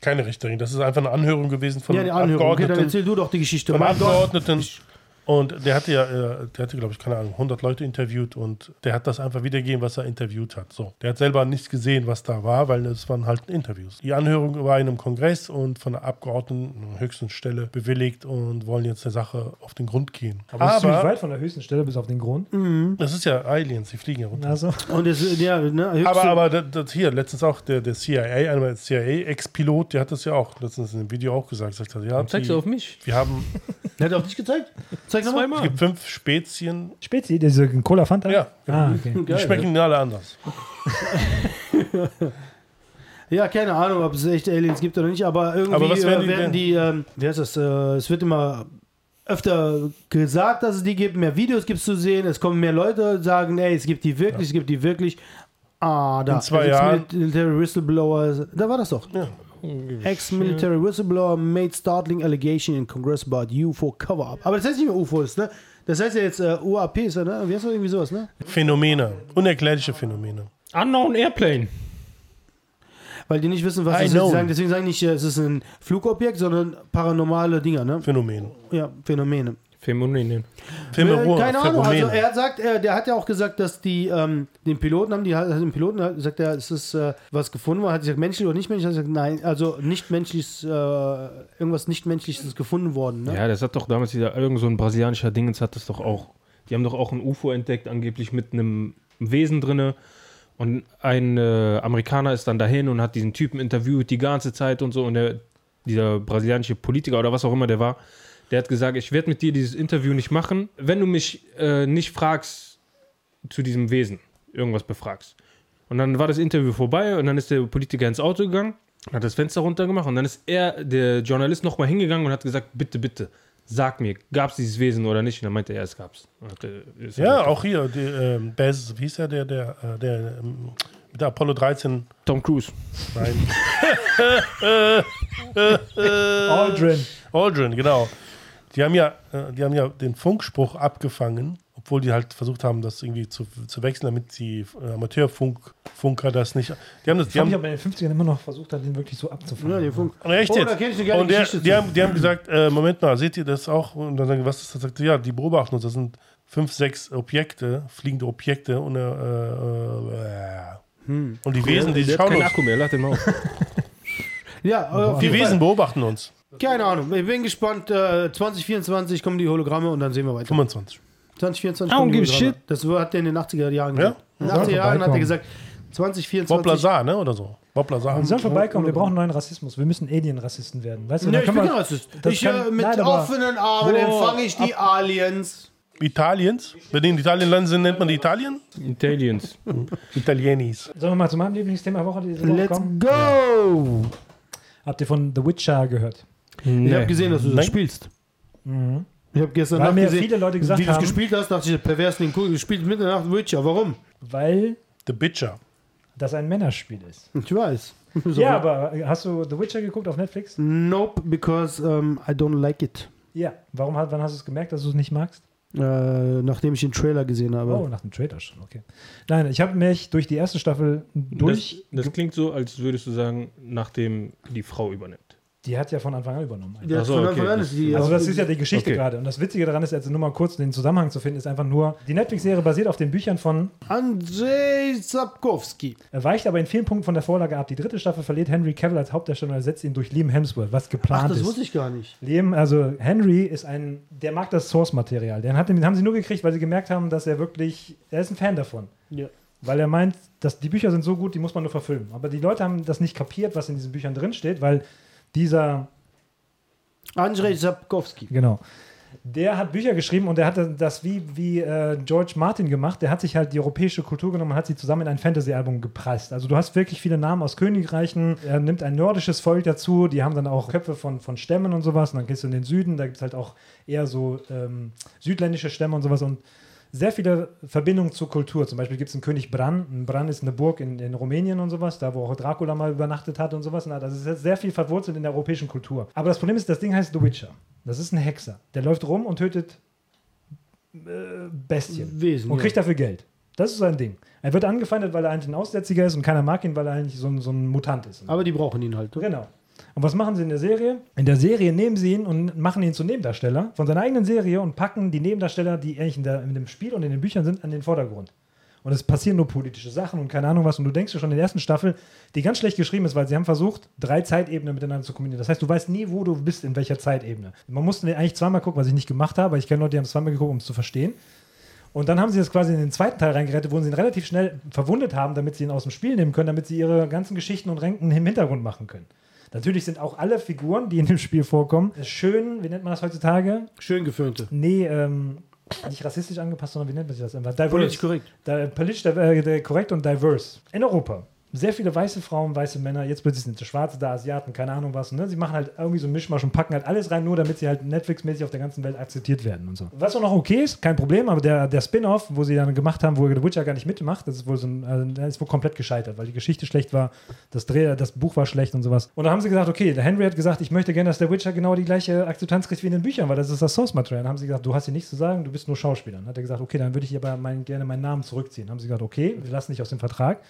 S2: Keine Richterin. Das ist einfach eine Anhörung gewesen von
S1: ja, die Anhörung, okay, dann
S2: Abgeordneten.
S1: erzähl du doch die Geschichte.
S2: Vom
S1: Mein Gott.
S2: Abgeordneten. Und der hatte ja, äh, der hatte, glaube ich, keine Ahnung, 100 Leute interviewt und der hat das einfach wiedergegeben, was er interviewt hat. So, der hat selber nichts gesehen, was da war, weil es waren halt Interviews. Die Anhörung war in einem Kongress und von der Abgeordneten höchsten Stelle bewilligt und wollen jetzt der Sache auf den Grund gehen. Aber,
S4: Das ist ziemlich weit von der höchsten Stelle bis auf den Grund.
S1: Mhm.
S2: das ist ja Aliens, die fliegen ja runter.
S4: Also,
S1: Und es, ja, ne, höchste-
S2: Aber, aber das, das hier, letztens auch der, der CIA, einmal der CIA-Ex-Pilot, der hat das ja auch letztens in dem Video auch gesagt. Sagt, er, ja,
S3: Zeigst
S2: die-
S3: du auf mich?
S2: wir haben
S1: hat er auf dich gezeigt? Zeig nochmal.
S2: es gibt fünf Spezien.
S4: Spezi, das ist ein Cola Fanta.
S2: Ja,
S4: Ah,
S1: Mhm.
S4: okay.
S2: die schmecken alle anders.
S1: Ja, keine Ahnung, ob es echte Aliens gibt oder nicht, aber irgendwie
S2: Aber was werden
S1: äh,
S2: die
S1: werden
S2: denn?
S1: die, ähm, wie heißt das, äh, es wird immer öfter gesagt, dass es die gibt, mehr Videos gibt es zu sehen, es kommen mehr Leute, sagen, ey, es gibt die wirklich, es gibt die wirklich. Ah, da.
S2: In zwei
S1: da
S2: Jahren.
S1: sitzt Military Whistleblower, da war das doch. Ex-Military Whistleblower made startling allegation in Congress about UFO Cover-Up. Aber das heißt nicht mehr UFOs, ne? Das heißt ja jetzt äh, UAPs, ne? Wie heißt das irgendwie sowas, ne?
S2: Phänomene, unerklärliche Phänomene.
S3: Unknown Airplane.
S1: Weil die nicht wissen, was
S2: I
S1: das ist.
S2: know.
S1: Die sagen, deswegen sagen nicht, äh, es ist ein Flugobjekt, sondern paranormale Dinger, ne?
S2: Phänomene.
S1: Ja, Phänomene.
S3: Phänomene.
S2: Filme
S1: Äh,
S2: Ruhe,
S1: keine Ahnung,
S2: Phänomene.
S1: also er sagt, er, der hat ja auch gesagt, dass die ähm, den Piloten haben, die hat den Piloten hat, sagt er, es ist äh, was gefunden worden, hat gesagt, menschlich oder nicht menschlich, hat gesagt, nein, also nicht menschliches, äh, irgendwas nicht menschliches ist gefunden worden, ne?
S3: Ja, das hat doch damals dieser, irgend so ein brasilianischer Dingens hat das doch auch. Die haben doch auch ein UFO entdeckt, angeblich mit einem Wesen drinne. Und ein äh, Amerikaner ist dann dahin und hat diesen Typen interviewt die ganze Zeit und so. Und der, dieser brasilianische Politiker oder was auch immer der war, der hat gesagt, ich werde mit dir dieses Interview nicht machen, wenn du mich äh, nicht fragst zu diesem Wesen, irgendwas befragst. Und dann war das Interview vorbei und dann ist der Politiker ins Auto gegangen, hat das Fenster runtergemacht und dann ist er, der Journalist, nochmal hingegangen und hat gesagt, bitte, bitte, sag mir, gab es dieses Wesen oder nicht? Und dann meinte er, es gab's. Und hat, äh, ist
S2: ja,
S3: er-
S2: auch hier, die, ähm, Bez, wie hieß der, der, der, äh, der, ähm, mit der Apollo 13,
S3: Tom Cruise.
S2: nein,
S4: Aldrin.
S2: Aldrin, genau. Die haben ja, äh, die haben ja den Funkspruch abgefangen, obwohl die halt versucht haben, das irgendwie zu, zu wechseln, damit die äh, Amateurfunker das nicht. Die haben das, die
S4: Ich habe
S2: haben,
S4: mich aber in den 50ern immer noch versucht, hat, den wirklich so abzufangen.
S1: Ja, den Funk.
S2: Recht
S1: Oh,
S2: jetzt.
S1: da kenn ich eine geile
S2: und der,
S1: Geschichte
S2: die,
S1: zu.
S2: haben, die haben gesagt, äh, Moment mal, seht ihr das auch? Und dann sagen, die, was ist das? Sagt, sie, ja, die beobachten uns. Das sind fünf, sechs Objekte, fliegende Objekte. Und, äh, äh, äh.
S1: Hm.
S2: und die Wesen, die
S3: der hat
S2: schauen
S3: keinen
S2: uns.
S3: Akku mehr, lad den mal auf.
S1: Ja, äh, auf
S2: Die
S1: jeden Fall.
S2: Wesen beobachten uns.
S1: Keine Ahnung, ich bin gespannt, äh, 2024 kommen die Hologramme und dann sehen wir weiter.
S2: 25.
S1: 2024
S3: I don't
S1: kommen die
S3: give a
S1: Hologramme.
S3: shit.
S1: Das hat er in den 80er Jahren
S2: Ja?
S1: gesagt. In den 80er Jahren hat er
S4: vorbeikommen.
S1: gesagt,
S2: Bob
S1: 2024
S2: Lazar, ne? Oder so. Bob Lazar.
S4: Wir sollen vorbeikommen, wir brauchen einen neuen Rassismus. Wir müssen Alien-Rassisten werden. Weißt du,
S1: Nee,
S4: dann
S1: ich
S4: kann
S1: bin kein
S4: man-
S1: Rassist.
S4: das
S1: Ich,
S4: kann-
S1: äh, mit
S4: Nein, aber-
S1: offenen Armen
S4: Boah,
S1: empfange ich die Aliens.
S2: Italiens. Wenn die in Italien landen sind, nennt man die Italien?
S3: Italiens.
S2: Italienis.
S4: Sollen wir mal zu meinem Lieblingsthema der Woche diese Woche
S1: Let's
S4: kommen?
S1: go!
S4: Habt ihr von The Witcher gehört?
S1: Ich
S3: Nee.
S1: habe gesehen, dass du das
S2: Nein.
S1: spielst. Ich habe gestern
S4: Mhm. Weil
S1: Nacht
S4: mir
S1: gesehen,
S4: viele Leute gesagt
S1: wie du es
S4: haben-
S1: gespielt hast, dachte ich, pervers den cool gespielt mit der Nacht Witcher. Warum?
S4: Weil
S2: The Bitcher.
S4: das ein Männerspiel ist.
S1: Ich weiß. So.
S4: Ja, aber hast du The Witcher geguckt auf Netflix?
S1: Nope, because um, I don't like it.
S4: Ja. Warum hat, wann hast du es gemerkt, dass du es nicht magst?
S1: Äh, nachdem ich den Trailer gesehen habe.
S4: Oh, nach dem Trailer schon, okay. Nein, ich habe mich durch die erste Staffel durch.
S3: Das, das klingt so, als würdest du sagen, nachdem die Frau übernimmt.
S4: Die hat ja von Anfang an übernommen.
S1: Die hat
S3: Ach so,
S1: von
S3: okay,
S1: Anfang an
S3: das-
S1: ist die.
S4: Also das ist ja die Geschichte
S3: Okay.
S4: gerade. Und das Witzige daran ist, also nur mal kurz den Zusammenhang zu finden, ist einfach nur, die Netflix-Serie basiert auf den Büchern von,
S1: Andrzej Sapkowski.
S4: äh, weicht aber in vielen Punkten von der Vorlage ab. Die dritte Staffel verliert Henry Cavill als Hauptdarsteller und ersetzt ihn durch Liam Hemsworth, was
S1: Ach,
S4: geplant
S1: das
S4: ist.
S1: wusste ich gar nicht.
S4: Leben, also Henry ist ein, der mag das Source-Material. Den, hat- den haben sie nur gekriegt, weil sie gemerkt haben, dass er wirklich, er ist ein Fan davon.
S1: Ja.
S4: Weil er meint, dass die Bücher sind so gut, die muss man nur verfilmen. Aber die Leute haben das nicht kapiert, was in diesen Büchern drin steht, weil dieser,
S1: Andrzej Sapkowski.
S4: genau, der hat Bücher geschrieben und der hatte das wie, wie äh, George Martin gemacht. Der hat sich halt die europäische Kultur genommen und hat sie zusammen in ein Fantasy-Album gepresst. Also du hast wirklich viele Namen aus Königreichen. Er nimmt ein nordisches Volk dazu. Die haben dann auch Köpfe von, von Stämmen und sowas. Und dann gehst du in den Süden. Da gibt es halt auch eher so ähm, südländische Stämme und sowas. Und sehr viele Verbindungen zur Kultur. Zum Beispiel gibt es einen König Bran. Ein Bran ist eine Burg in, in Rumänien und sowas, da wo auch Dracula mal übernachtet hat und sowas. Na, Das ist jetzt sehr viel verwurzelt in der europäischen Kultur. Aber das Problem ist, das Ding heißt The Witcher. Das ist ein Hexer. Der läuft rum und tötet äh, Bestien
S1: Wesen.
S4: und
S1: ja.
S4: kriegt dafür Geld. Das ist sein Ding. Er wird angefeindet, weil er eigentlich ein Aussätziger ist und keiner mag ihn, weil er eigentlich so ein, so ein Mutant ist.
S1: Aber die brauchen ihn halt. oder?
S4: Genau. Und was machen sie in der Serie? In der Serie nehmen sie ihn und machen ihn zum Nebendarsteller von seiner eigenen Serie und packen die Nebendarsteller, die eigentlich in, der, in dem Spiel und in den Büchern sind, an den Vordergrund. Und es passieren nur politische Sachen und keine Ahnung was. Und du denkst dir schon in der ersten Staffel, die ganz schlecht geschrieben ist, weil sie haben versucht, drei Zeitebenen miteinander zu kombinieren. Das heißt, du weißt nie, wo du bist, in welcher Zeitebene. Man musste den eigentlich zweimal gucken, was ich nicht gemacht habe. Ich kenne Leute, die haben es zweimal geguckt, um es zu verstehen. Und dann haben sie das quasi in den zweiten Teil reingerettet, wo sie ihn relativ schnell verwundet haben, damit sie ihn aus dem Spiel nehmen können, damit sie ihre ganzen Geschichten und Ränken im Hintergrund machen können. Natürlich sind auch alle Figuren, die in dem Spiel vorkommen, schön, wie nennt man das heutzutage?
S1: Schön geföhnte.
S4: Nee, ähm, nicht rassistisch angepasst, sondern wie nennt man sich das? einfach? Diverse.
S1: Politisch korrekt.
S4: Da, politisch äh, der- korrekt und diverse. In Europa. Sehr viele weiße Frauen, weiße Männer, jetzt plötzlich sind sie Schwarze da, Asiaten, keine Ahnung was. Ne? Sie machen halt irgendwie so einen Mischmasch und packen halt alles rein, nur damit sie halt Netflix-mäßig auf der ganzen Welt akzeptiert werden und so. Was auch noch okay ist, kein Problem, aber der, der Spin-Off, wo sie dann gemacht haben, wo The Witcher gar nicht mitmacht, das ist wohl so ein, also, der ist wohl komplett gescheitert, weil die Geschichte schlecht war, das Dreh, das Buch war schlecht und sowas. Und dann haben sie gesagt, okay, der Henry hat gesagt, ich möchte gerne, dass der Witcher genau die gleiche Akzeptanz kriegt wie in den Büchern, weil das ist das Source-Material. Dann haben sie gesagt, du hast hier nichts zu sagen, du bist nur Schauspieler. Dann hat er gesagt, okay, dann würde ich aber mein, gerne meinen Namen zurückziehen. Dann haben sie gesagt, okay, wir lassen dich aus dem Vertrag.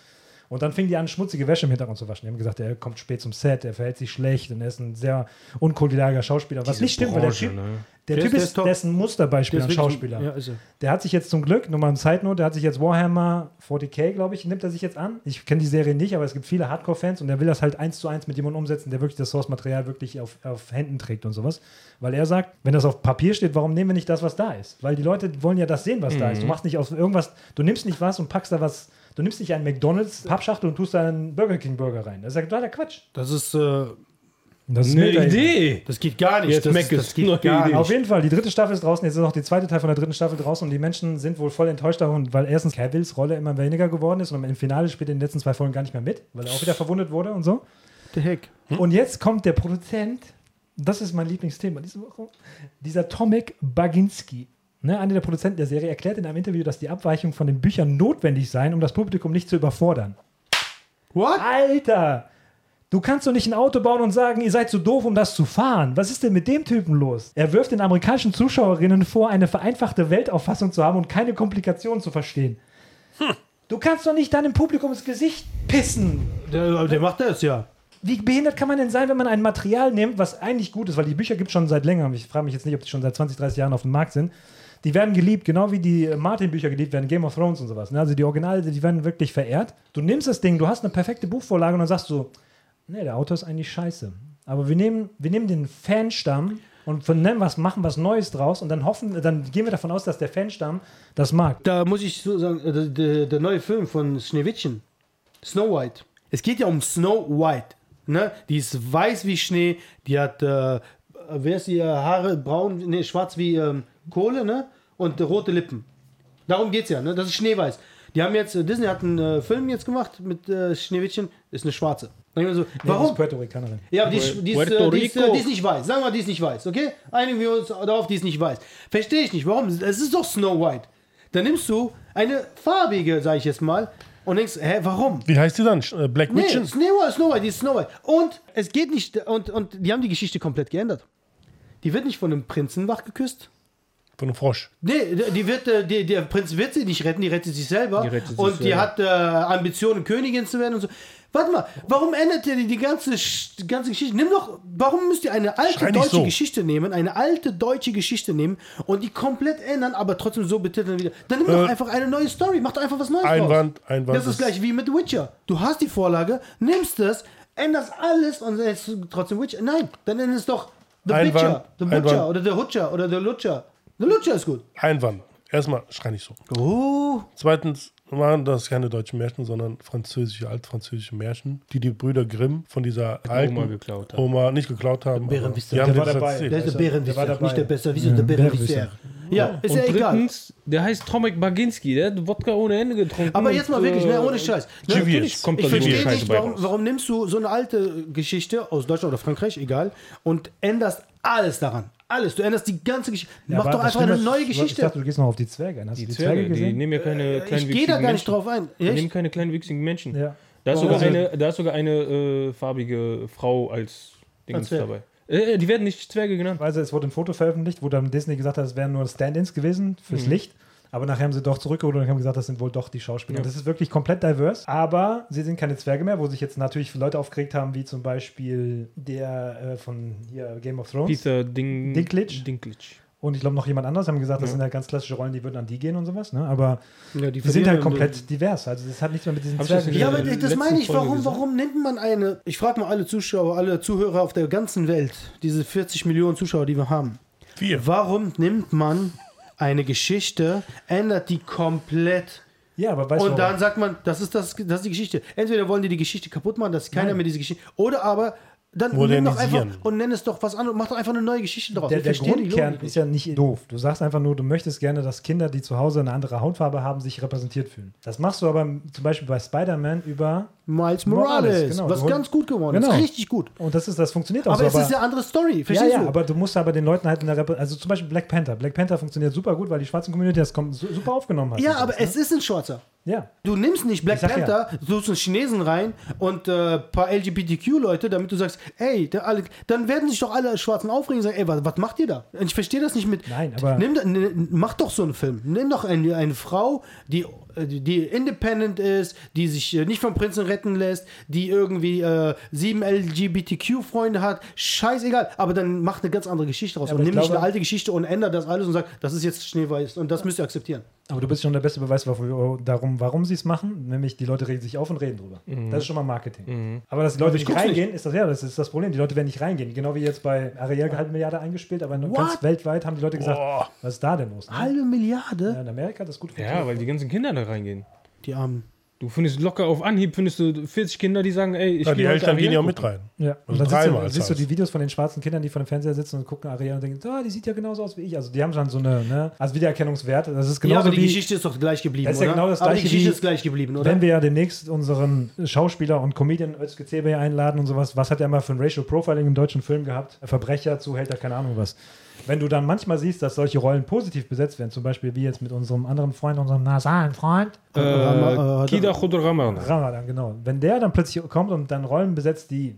S4: Und dann fing die an, schmutzige Wäsche im Hintergrund zu waschen. Die haben gesagt, er kommt spät zum Set, er verhält sich schlecht und er ist ein sehr unkoordinierter Schauspieler. Was
S3: Diese
S4: nicht stimmt, weil der
S3: Branche,
S4: Typ,
S3: ne?
S4: der
S1: Der ist-
S4: typ
S1: der
S4: ist,
S1: ist top.
S4: der ist ein Musterbeispiel an
S1: Deswegen-
S4: Schauspieler.
S1: Ja, ist er.
S4: Der hat sich jetzt zum Glück, nur mal ein Side Note, der hat sich jetzt Warhammer 40k, glaube ich, nimmt er sich jetzt an. Ich kenne die Serie nicht, aber es gibt viele Hardcore-Fans und der will das halt eins zu eins mit jemandem umsetzen, der wirklich das Source-Material wirklich auf, auf Händen trägt und sowas. Weil er sagt, wenn das auf Papier steht, warum nehmen wir nicht das, was da ist? Weil die Leute wollen ja das sehen, was da ist.
S3: Mhm.
S4: Du machst nicht aus irgendwas, du nimmst nicht was und packst da was, du nimmst nicht einen McDonalds Pappschachtel und tust da einen Burger King Burger rein. Das ist ja totaler Quatsch.
S1: Das ist, äh,
S4: Das
S3: Eine Idee.
S1: das geht gar nicht.
S3: Jetzt
S1: das,
S3: Mac
S1: das
S3: ist neue Idee.
S4: Ah, Auf jeden Fall, die dritte Staffel ist draußen, jetzt ist auch die zweite Teil von der dritten Staffel draußen und die Menschen sind wohl voll enttäuscht davon, weil erstens Cavills Rolle immer weniger geworden ist und im Finale spielt er in den letzten zwei Folgen gar nicht mehr mit, weil er auch wieder verwundet wurde und so.
S1: The heck.
S4: Und jetzt kommt der Produzent, das ist mein Lieblingsthema diese Woche, dieser Tomek Baginski. Ne, einer der Produzenten der Serie erklärt in einem Interview, dass die Abweichungen von den Büchern notwendig seien, um das Publikum nicht zu überfordern.
S1: What?
S4: Alter! Du kannst doch nicht ein Auto bauen und sagen, ihr seid zu doof, um das zu fahren. Was ist denn mit dem Typen los? Er wirft den amerikanischen Zuschauerinnen vor, eine vereinfachte Weltauffassung zu haben und keine Komplikationen zu verstehen. Du kannst doch nicht dann im Publikum ins Gesicht pissen.
S1: Der, der macht das ja.
S4: Wie behindert kann man denn sein, wenn man ein Material nimmt, was eigentlich gut ist? Weil die Bücher gibt es schon seit länger. Ich frage mich jetzt nicht, ob die schon seit 20, 30 Jahren auf dem Markt sind. Die werden geliebt, genau wie die äh, Martin-Bücher geliebt werden, Game of Thrones und sowas. ne? Also die Originale, die werden wirklich verehrt. Du nimmst das Ding, du hast eine perfekte Buchvorlage und dann sagst du, nee, der Autor ist eigentlich scheiße. Aber wir nehmen, wir nehmen den Fanstamm und von dem was machen was Neues draus und dann hoffen, dann gehen wir davon aus, dass der Fanstamm das mag.
S1: Da muss ich so sagen, äh, der, der neue Film von Schneewittchen, Snow White. Es geht ja um Snow White. Ne? Die ist weiß wie Schnee, die hat, äh, wer ist ihr äh, Haare braun, nee, schwarz wie ähm, Kohle, ne? Und äh, rote Lippen. Darum geht's ja, ne? Das ist Schneeweiß. Die haben jetzt, äh, Disney hat einen äh, Film jetzt gemacht mit äh, Schneewittchen, ist eine schwarze. Dann denk ich mir so,
S4: Nee, das
S1: warum?
S4: ist Puerto Ricanerin.
S1: Ja, aber die, ist- die, ist,
S3: Puerto
S1: äh, die, ist, äh,
S3: Rico.
S1: die ist nicht weiß. Sagen wir, die ist nicht weiß, okay? Einigen wir uns darauf, die ist nicht weiß. Verstehe ich nicht, warum? Es ist doch Snow White. Dann nimmst du eine farbige, sag ich jetzt mal, und denkst, hä, warum?
S2: Wie heißt die dann? Sch- äh, Black
S1: Nee,
S2: Witches?
S1: Snow White, Snow White, die ist Snow White. Und es geht nicht, und, und die haben die Geschichte komplett geändert. Die wird nicht von einem Prinzen wach geküsst,
S2: Von einem Frosch.
S1: Nee, d- die wird, äh, die, der Prinz wird sie nicht retten, die rettet sich selber.
S3: Die rettet sich
S1: und die
S3: selber.
S1: hat äh, Ambitionen, Königin zu werden und so. Warte mal, warum ändert ihr die, die, ganze, Sch- die ganze Geschichte? Nimm doch, warum müsst ihr eine alte
S2: Schrei nicht
S1: deutsche
S2: so.
S1: Geschichte nehmen, eine alte deutsche Geschichte nehmen und die komplett ändern, aber trotzdem so betiteln wieder? Dann nimm doch
S2: Äh,
S1: einfach eine neue Story, mach doch einfach was Neues.
S2: Einwand,
S1: draus.
S2: Einwand
S1: Das ist
S2: ist-
S1: gleich wie mit Witcher. Du hast die Vorlage, nimmst das, änderst alles und jetzt trotzdem Witcher. Nein, dann änderst doch The
S2: Einwand,
S1: Witcher, The Butcher
S2: Einwand.
S1: oder The Hutcher oder The Lutscher. The Lutscher ist gut.
S2: Einwand. Erstmal, schrei nicht so.
S1: Oh,
S2: Zweitens waren das keine deutschen Märchen, sondern französische, altfranzösische Märchen, die die Brüder Grimm von dieser alten
S3: Oma geklaut hat.
S2: Oma nicht geklaut haben.
S1: Bären
S2: aber
S1: wisst
S2: die
S1: ihr,
S2: haben
S4: der
S2: dir
S4: war
S2: das
S4: dabei.
S1: der
S2: erzählt.
S1: ist der
S4: Also, der war
S1: Bärenwisser,
S4: dabei.
S1: nicht der Besser. Wieso ist Mhm. der Bärenwisser? Ja, ist
S3: Und
S1: ja egal.
S3: drittens, der heißt Tomek Baginski, der hat Wodka ohne Ende getrunken.
S1: Aber jetzt mal
S3: und,
S1: wirklich, ne,
S3: äh,
S1: ohne Scheiß. Ne,
S2: Chivier.
S3: Natürlich kommt da
S1: ich
S3: so eine
S1: verstehe
S3: Scheiße
S1: nicht,
S3: bei
S1: warum,
S3: raus.
S1: warum nimmst du so eine alte Geschichte aus Deutschland oder Frankreich, egal, und änderst alles daran. Alles. Du änderst die ganze Geschichte. Mach
S4: aber
S1: doch
S4: das
S1: einfach eine
S4: Schlimme
S1: neue
S4: ist, Ich
S1: Geschichte.
S4: dachte, du gehst noch auf die Zwerge. ein. Hast du
S3: Die
S4: die
S3: Zwerge,
S4: Zwerge
S3: die
S4: gesehen?
S3: nehmen ja keine kleinen
S1: Äh, Ich gehe da gar nicht
S3: Menschen.
S1: drauf ein.
S3: Die nehmen
S1: Echt? Also-
S3: keine kleinen wüchsigen Menschen.
S4: Ja.
S3: Da ist sogar
S1: Warum?
S3: eine, da ist sogar eine äh, farbige Frau als Dingens
S1: Zwerg.
S3: dabei. Äh, die werden nicht Zwerge genannt.
S4: Weise, es wurde ein Foto veröffentlicht, wo dann Disney gesagt hat, es wären nur Stand-ins gewesen
S3: Mhm.
S4: fürs Licht. Aber nachher haben sie doch zurückgeholt und haben gesagt, das sind wohl doch die Schauspieler.
S3: Ja.
S4: Das ist wirklich komplett divers. Aber sie sind keine Zwerge mehr, wo sich jetzt natürlich Leute aufgeregt haben, wie zum Beispiel der äh, von hier, Game of Thrones.
S3: Peter Ding,
S4: Dinklage?
S3: Dinklage.
S4: Und ich glaube noch jemand anders haben gesagt, das
S3: Ja.
S4: sind halt ganz klassische Rollen, die würden an die gehen und sowas. Ne? Aber
S1: Ja,
S4: die sind halt komplett divers. Also das hat nichts mehr mit diesen
S3: Hab ich das
S4: Zwergen
S3: in
S1: Ja,
S3: der
S1: aber das
S3: letzten
S1: meine ich.
S3: Folge
S1: Warum,
S3: gesagt.
S1: warum nimmt man eine, ich frage mal alle Zuschauer, alle Zuhörer auf der ganzen Welt, diese 40 Millionen Zuschauer, die wir haben,
S2: Vier.
S1: warum nimmt man eine Geschichte, ändert die komplett
S4: Ja, aber weißt du,
S1: und dann sagt man, das ist, das, das ist die Geschichte. Entweder wollen die die Geschichte kaputt machen, dass keiner
S4: Nein.
S1: mehr diese Geschichte. Oder aber dann nenn doch einfach
S2: Modernisieren.
S1: und nenn es doch was anderes, mach doch einfach eine neue Geschichte draus.
S4: der,
S1: Ich
S4: der
S1: verstehe die
S4: Grundkern
S1: Logik nicht.
S4: ist ja nicht doof. Du sagst einfach nur, du möchtest gerne, dass Kinder, die zu Hause eine andere Hautfarbe haben, sich repräsentiert fühlen. Das machst du aber zum Beispiel bei Spider-Man über.
S1: Miles Morales,
S4: Morales, genau.
S1: was
S4: Du-
S1: ganz gut geworden
S4: Genau.
S1: ist. Richtig gut.
S4: Und das ist, das funktioniert auch
S1: Aber
S4: so.
S1: es ist eine andere Story.
S4: ja,
S1: Verstehst
S4: ja,
S1: du?
S4: aber du musst aber den Leuten halt in der Repräsentation, also zum Beispiel Black Panther. Black Panther funktioniert super gut, weil die schwarzen Community das kom- su- super aufgenommen hat.
S1: ja,
S4: Und
S1: aber
S4: sowas,
S1: es ist ein Schwarzer.
S4: ne? Ja.
S1: Du nimmst nicht Black
S4: Ich sag ja.
S1: Panther, suchst einen Chinesen rein und äh, paar LGBTQ-Leute, damit du sagst, ey, der alle, dann werden sich doch alle Schwarzen aufregen und sagen, ey, was, was macht ihr da? Ich verstehe das nicht mit.
S4: Nein, aber-
S1: Nimm, da- n- mach doch so einen Film. Nimm doch eine, eine Frau, die, äh, die independent ist, die sich äh, nicht vom Prinzen retten lässt, die irgendwie äh, sieben LGBTQ-Freunde hat. Scheißegal. Aber dann mach eine ganz andere Geschichte raus.
S4: Ja, aber
S1: und
S4: ich
S1: nimm nicht
S4: glaube-
S1: eine alte Geschichte und ändere das alles und sag, das ist jetzt schneeweiß und das müsst ihr akzeptieren.
S4: Aber du bist schon der beste Beweis dafür, darum, warum sie es machen, nämlich die Leute regen sich auf und reden drüber. Das ist schon mal Marketing. Aber dass die Leute nicht
S1: Mhm. guck's
S4: reingehen, ist das ja, das ist das Problem. Die Leute werden nicht reingehen. Genau wie jetzt bei Ariel eine halbe Milliarde eingespielt, aber in
S1: What?
S4: ganz weltweit haben die Leute gesagt,
S2: Boah.
S4: was ist da denn los? Ne?
S1: Halbe Milliarde?
S4: Ja, in Amerika hat das gut
S3: Ja, weil die ganzen Kinder da reingehen.
S1: Die Armen.
S3: Du findest locker auf Anhieb findest du 40 Kinder, die sagen, ey, ich
S2: Ja, die
S3: will heute
S2: Eltern gehen ja auch
S3: Ariel
S2: mit
S3: gucken.
S2: rein.
S4: Ja, und
S2: Also
S4: dann siehst
S2: dreimal
S4: du, siehst du
S1: halt.
S2: zahlst.
S4: die Videos von den schwarzen Kindern, die vor dem Fernseher sitzen und gucken Ariel und denken, ah, die sieht ja genauso aus wie ich. Also die haben schon so eine, ne, also Wiedererkennungswert. Das ist
S1: ja,
S4: genauso
S1: aber die
S4: wie,
S1: Geschichte ist doch gleich geblieben,
S4: Das ist ja
S1: oder?
S4: genau das
S1: aber die
S4: Gleiche
S1: Geschichte
S4: wie-
S1: ist gleich geblieben, oder?
S4: wenn wir ja demnächst unseren Schauspieler und Comedian Özge Cebe einladen und sowas, was hat er mal für ein Racial Profiling im deutschen Film gehabt? Verbrecher, Zuhälter, keine Ahnung was. Wenn du dann manchmal siehst, dass solche Rollen positiv besetzt werden, zum Beispiel wie jetzt mit unserem anderen Freund, unserem nasalen Freund,
S1: Rama-
S3: Äh,
S1: äh,
S3: Kida Chodorama.
S4: Ramadan, genau. Wenn der dann plötzlich kommt und dann Rollen besetzt, die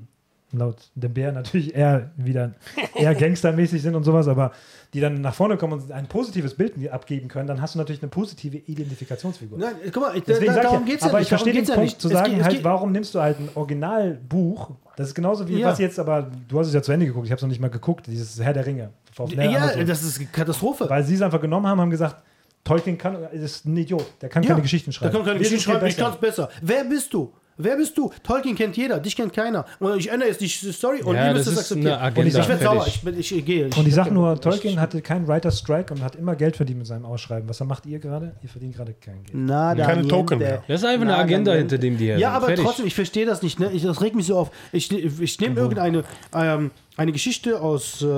S4: laut dem Bär natürlich eher wieder eher gangstermäßig sind und sowas, aber die dann nach vorne kommen und ein positives Bild abgeben können, dann hast du natürlich eine positive Identifikationsfigur.
S1: Nein, guck mal, ich,
S4: Deswegen
S1: da,
S4: sag ich
S1: darum
S4: ja,
S1: geht's ja
S4: aber
S1: nicht.
S4: ich verstehe
S1: darum
S4: den
S1: geht's ja
S4: Punkt
S1: nicht.
S4: zu
S1: Es geht-
S4: sagen,
S1: es
S4: halt,
S1: geht-
S4: warum nimmst du halt ein Originalbuch? Das ist genauso wie
S1: Ja.
S4: was jetzt, aber du hast es ja zu Ende geguckt, ich habe es noch nicht mal geguckt, dieses Herr der Ringe. Auf der
S1: Ja,
S4: Amazon.
S1: das ist Katastrophe.
S4: also- weil sie es einfach genommen haben, haben gesagt, Tolkien kann, ist ein Idiot, der kann
S1: ja.
S4: keine Geschichten schreiben.
S1: Da kann keine
S4: Wir
S1: Geschichten
S4: sind viel
S1: schreiben, ich
S4: besser.
S1: kann's besser. Wer bist du? Wer bist du? Tolkien kennt jeder, dich kennt keiner. Und ich ändere jetzt die Story und
S3: Ja,
S1: ihr müsst
S3: das
S1: das
S3: ist
S1: akzeptieren.
S3: eine Agenda,
S1: und ich, ich werde
S3: fertig.
S1: sauer, ich, bin- ich, ich gehe. Ich,
S4: Und ich sag nur, Tolkien hatte keinen Writer Strike und hat immer Geld verdient mit seinem Ausschreiben. Was macht ihr gerade? Ihr verdient gerade kein Geld.
S1: Nada,
S2: Keine
S1: niente.
S2: Token mehr.
S3: Das ist einfach eine
S1: Nada,
S3: Agenda,
S1: niente.
S3: hinter dem die her
S1: Ja,
S3: sind.
S1: aber
S3: Fertig.
S1: trotzdem, ich verstehe das nicht. Ne? Ich, das regt mich so auf. Ich, ich nehme irgendeine ähm, eine Geschichte aus äh,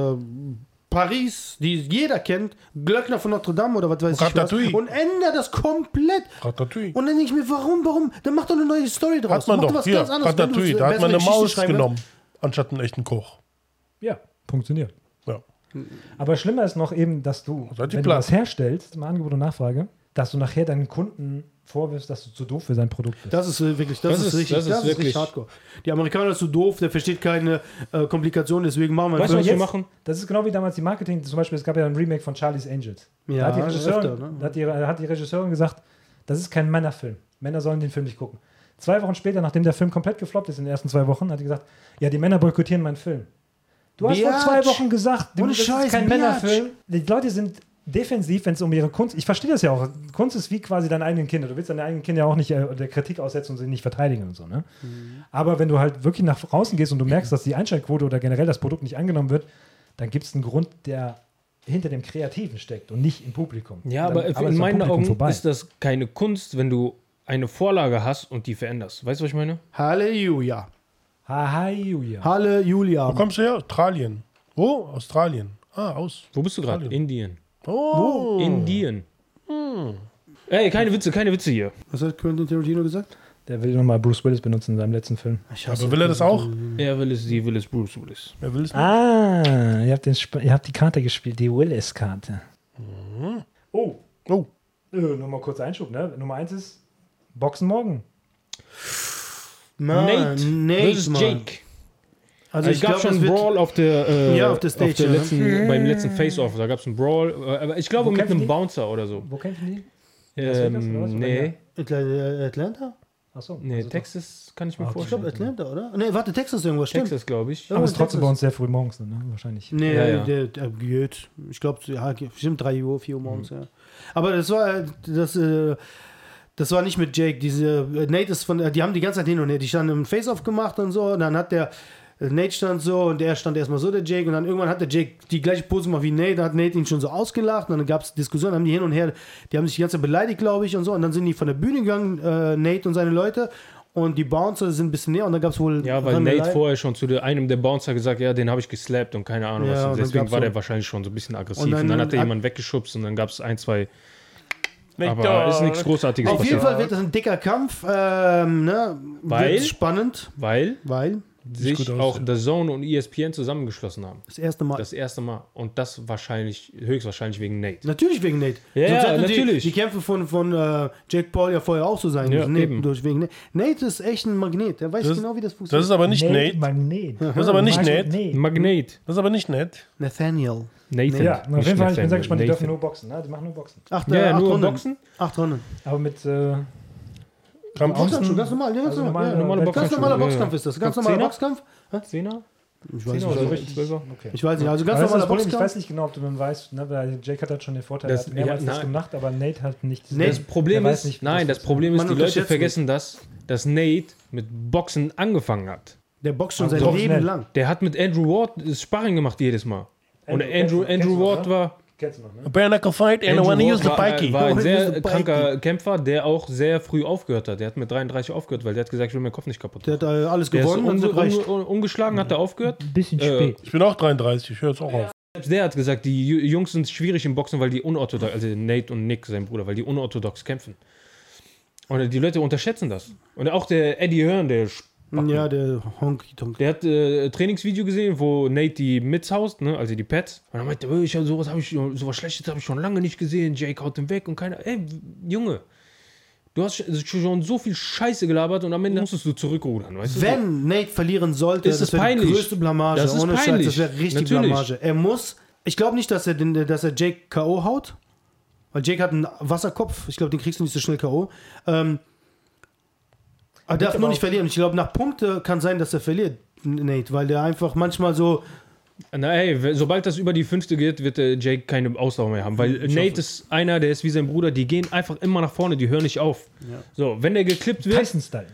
S1: Paris, die jeder kennt, Glöckner von Notre Dame oder was weiß ich was,
S2: Ratatouille.
S1: und ändere das komplett.
S2: Ratatouille.
S1: Und dann denke ich mir, warum, warum? Dann mach doch eine neue Story draus.
S2: Hat man
S1: mach
S2: doch. Hier,
S1: Wenn du
S2: Ratatouille,
S1: was-
S2: da hat
S1: bessere
S2: man eine
S1: Geschichte
S2: Maus
S1: schreiben
S2: genommen, anstatt einen echten Koch.
S4: Ja, funktioniert.
S2: Ja.
S4: Aber schlimmer ist noch eben, dass du,
S2: Seid ihr
S4: wenn du
S2: platt?
S4: was herstellst, mal Angebot und Nachfrage, dass du nachher deinen Kunden vorwirfst, dass du zu doof für sein Produkt bist.
S1: Das ist äh, wirklich, das,
S3: Das
S1: ist,
S3: ist-
S1: richtig, das
S3: das
S1: ist,
S3: ist
S1: richtig
S3: wirklich-
S1: hardcore. Die Amerikaner ist so doof, der versteht keine äh, Komplikationen, deswegen machen wir
S3: Weißt du,
S1: einfach-
S3: was wir
S4: jetzt-
S3: machen?
S4: Das ist genau wie damals die Marketing, zum Beispiel, es gab ja ein Remake von Charlie's Angels.
S1: Ja,
S4: da hat die
S1: das
S4: Regisseurin,
S1: öfter, ne?
S4: da hat die, da hat die Regisseurin gesagt, das ist kein Männerfilm. Männer sollen den Film nicht gucken. Zwei Wochen später, nachdem der Film komplett gefloppt ist in den ersten zwei Wochen, hat die gesagt, ja, die Männer boykottieren meinen Film. Du hast vor
S1: Biatch.
S4: zwei Wochen gesagt, du,
S1: Ohne
S4: das
S1: Scheiß,
S4: ist kein
S1: Biatch.
S4: Männerfilm. Die Leute sind defensiv, wenn es um ihre Kunst. Ich verstehe das ja auch. Kunst ist wie quasi deine eigenen Kinder. Du willst deine eigenen Kinder ja auch nicht äh, der Kritik aussetzen und sie nicht verteidigen und so. Ne? Aber wenn du halt wirklich nach draußen gehst und du merkst, dass die Einschaltquote oder generell das Produkt nicht angenommen wird, dann gibt es einen Grund, der hinter dem Kreativen steckt und nicht im Publikum.
S3: Ja,
S4: dann,
S3: aber,
S4: ist
S3: in
S4: am
S3: meinen
S4: Publikum
S3: Augen
S4: vorbei.
S3: ist das keine Kunst, wenn du eine Vorlage hast und die veränderst. Weißt du, was ich meine?
S1: Halleluja.
S4: Halleluja.
S2: Wo
S1: Halleluja.
S2: kommst du her? Australien. Wo? Australien. Ah, aus.
S3: Wo bist du gerade? Indien.
S1: Hm.
S2: Oh.
S3: Indien. Ey, keine Witze, keine Witze hier.
S1: Was hat Quentin Tarantino gesagt?
S4: Der will nochmal Bruce Willis benutzen in seinem letzten Film.
S1: Ich
S2: Aber will er das auch?
S3: Er will es, sie will es, Bruce Willis.
S2: Wer will es nicht?
S4: Ah, ihr habt, den, Sp- ihr habt die Karte gespielt, die Willis-Karte.
S3: Mhm.
S4: Oh,
S2: Oh.
S4: äh, nochmal kurz Einschub, ne? Nummer eins ist Boxen morgen.
S1: Mann,
S3: Nate, versus
S1: Ah, Mann.
S3: Jake.
S1: Also ich
S3: es gab
S1: glaube,
S3: schon
S1: das
S3: einen
S1: wird...
S3: Brawl auf der, äh,
S1: Ja, auf der Stage, ja, ne?
S3: letzten, beim letzten Face-Off. Da gab es einen Brawl, äh, aber ich glaube
S4: Wo
S3: mit
S4: kämpfen
S3: einem
S4: die?
S3: Bouncer oder so.
S4: Wo kämpfen die? Las Vegas oder was?
S3: Ähm, nee,
S1: Atla- äh, Atlanta?
S4: Achso.
S3: nee Texas kann ich mir
S4: Ah,
S1: Also Ich glaube
S3: vorstellen.
S1: Atlanta, oder? Nee, warte, Texas irgendwas, stimmt.
S3: Texas, glaube ich.
S4: Aber es
S1: Irgendwas
S4: ist
S1: Texas.
S4: trotzdem bei uns sehr früh morgens, ne? Wahrscheinlich.
S1: Nee,
S3: Ja, ja.
S1: Der, der geht. Ich glaube, ja, bestimmt 3 Uhr, 4 Uhr
S3: Mhm.
S1: morgens, ja. Aber das war äh, das, äh, das war nicht mit Jake. Diese äh, Nate ist von, äh, die haben die ganze Zeit hin und her. Die standen im Face-Off gemacht und so. Und dann hat der äh, Nate stand so und er stand erstmal so, der Jake. Und dann irgendwann hat der Jake die gleiche Pose gemacht wie Nate. Da hat Nate ihn schon so ausgelacht. Und dann gab es Diskussionen, haben die hin und her. Die haben sich die ganze Zeit beleidigt, glaube ich, und so. Und dann sind die von der Bühne gegangen, äh, Nate und seine Leute. Und die Bouncer sind ein bisschen näher. Und dann gab es wohl.
S3: Ja, weil
S1: Rangelei.
S3: Nate vorher schon zu der, einem der Bouncer gesagt, ja, den habe ich geslappt und keine Ahnung
S1: Ja,
S3: was.
S1: und
S3: Und
S1: dann
S3: deswegen
S1: gab's
S3: war
S1: so-
S3: der wahrscheinlich schon so ein bisschen aggressiv.
S1: Und
S3: Und
S1: dann-
S3: dann, hat er
S1: hat-
S3: jemanden weggeschubst und dann gab es ein, zwei.
S2: Nick
S3: aber
S2: Dog.
S3: ist nichts Großartiges
S1: Auf jeden
S3: passiert.
S1: Fall wird das ein dicker Kampf. Ähm, ne?
S3: Weil?
S1: Wird spannend,
S3: Weil
S1: weil
S3: sich
S2: gut aus,
S3: auch
S2: ja.
S3: The Zone und E ESPN zusammengeschlossen haben.
S1: das erste Mal.
S3: Das erste Mal. Und das wahrscheinlich, höchstwahrscheinlich wegen Nate.
S1: natürlich wegen Nate.
S3: Ja, ja,
S1: hätten
S3: natürlich.
S1: Die, die Kämpfe von, von äh, Jake Paul ja vorher auch so sein
S3: Ja,
S1: müssen. Nate,
S3: eben.
S1: durch wegen Nate. Nate ist echt ein Magnet. Der weiß
S2: Das-
S1: genau, wie das
S2: Das
S1: funktioniert.
S2: ist aber nicht
S4: Nate
S2: Nate.
S4: Magnet.
S2: Das ist aber nicht
S4: Magnet.
S2: Nate.
S3: Magnet.
S2: Das ist aber nicht nett.
S1: Nathaniel.
S3: Nathan.
S4: Ja, auf jeden Fall, ich bin sehr gespannt, die dürfen
S3: nur.
S4: nur boxen, ne? Die machen nur boxen.
S1: Acht, äh,
S3: Ja,
S1: acht
S3: nur
S1: Runden.
S3: Boxen?
S1: Acht Runden.
S4: Aber mit, äh,
S2: Kampf.
S4: Außer-
S1: Boxhandschuh, ganz normal. Ja, ganz
S4: Also
S1: normal.
S4: normale-
S1: ja.
S4: normale
S1: ganz
S3: Boxhandschuhe,
S1: normaler
S3: ja, ja.
S1: Boxkampf ist das. Ganz
S3: Glaub,
S1: normaler
S3: Zehner?
S1: Boxkampf. Hä?
S3: Zehner?
S1: Ich weiß,
S3: Zehner
S1: nicht,
S3: oder so
S1: also,
S3: richtig? Zwölfer?
S4: okay.
S1: ich weiß nicht. Also ganz
S4: Aber das ist
S1: normaler
S4: das Problem, ich
S1: Boxkampf.
S4: weiß nicht genau, ob du man weißt, ne? weil Jake hat halt schon den Vorteil,
S3: Das-
S4: er hat mehrmals
S3: ja,
S4: das
S3: nein.
S4: gemacht, aber Nate hat nicht.
S1: Nate-
S3: Das Problem
S4: der weiß
S3: ist,
S4: nicht, wie
S3: nein,
S4: das
S3: das Problem ist,
S1: Man
S3: die Leute
S1: unterschätzt
S3: vergessen das, dass Nate mit Boxen angefangen hat.
S1: Der boxt schon
S4: Aber
S1: sein
S4: doch
S1: Leben
S4: schnell.
S1: lang.
S3: Der hat mit Andrew Ward das Sparring gemacht jedes Mal. Und
S4: Andrew-
S3: Andrew,
S4: kennst du
S3: Andrew
S4: noch,
S3: Ward
S4: ne?
S3: war,
S4: Kennst du noch, ne?
S2: A bare knuckle fight and I
S3: Andrew
S2: wanna
S3: Ward
S2: use the
S3: war, ein-
S2: pikey.
S3: war ein
S1: Use the
S3: sehr
S1: pikey.
S3: kranker Kämpfer, der auch sehr früh aufgehört hat. Der hat mit 33 aufgehört, weil der hat gesagt, ich will meinen Kopf nicht kaputt
S1: Der
S3: machen.
S1: hat äh, alles
S3: Der ist
S1: gewonnen und so
S3: unge
S1: reicht.
S3: unge un- ungeschlagen, hat er aufgehört.
S5: Ein bisschen
S3: Äh,
S5: spät.
S2: Ich bin auch 33, ich höre jetzt auch auf.
S3: Selbst der hat gesagt, die Ju- Jungs sind schwierig im Boxen, weil die unorthodox, also Nate und Nick, sein Bruder, weil die unorthodox kämpfen. Und die Leute unterschätzen das. Und auch der Eddie Hearn, der Spacken,
S1: Ja, der Honky Tonk.
S3: Der hat äh, ein Trainingsvideo gesehen, wo Nate die Mitts haust, ne, also die Pads. Und er meinte, "Äh, ich hab, sowas habe ich, sowas Schlechtes habe ich schon lange nicht gesehen. Jake haut den weg und keiner. Ey, Junge, du hast sch- schon so viel Scheiße gelabert und am Ende musstest du zurückrudern, weißt du?
S1: Wenn Nate verlieren sollte,
S3: Ist es
S1: wäre die
S3: peinlich.
S1: größte Blamage.
S3: Das ist
S1: Ohne Scheiß,
S3: peinlich.
S1: das wäre richtig
S3: Natürlich.
S1: Blamage. Er muss, ich glaube nicht, dass er, den, dass er Jake K.O. haut, weil Jake hat einen Wasserkopf. Ich glaube, den kriegst du nicht so schnell K.O. Ähm, er darf
S4: aber
S1: nur
S4: auch-
S1: nicht verlieren. Ich glaube, nach Punkte kann sein, dass er verliert, Nate, weil der einfach manchmal so.
S3: Na ey, we- sobald das über die fünfte geht, wird äh, Jake keine Ausdauer mehr haben. Weil Nate ist einer, der ist wie sein Bruder, die gehen einfach immer nach vorne, die hören nicht auf. So, wenn der geklippt wird,
S4: Tyson-Style.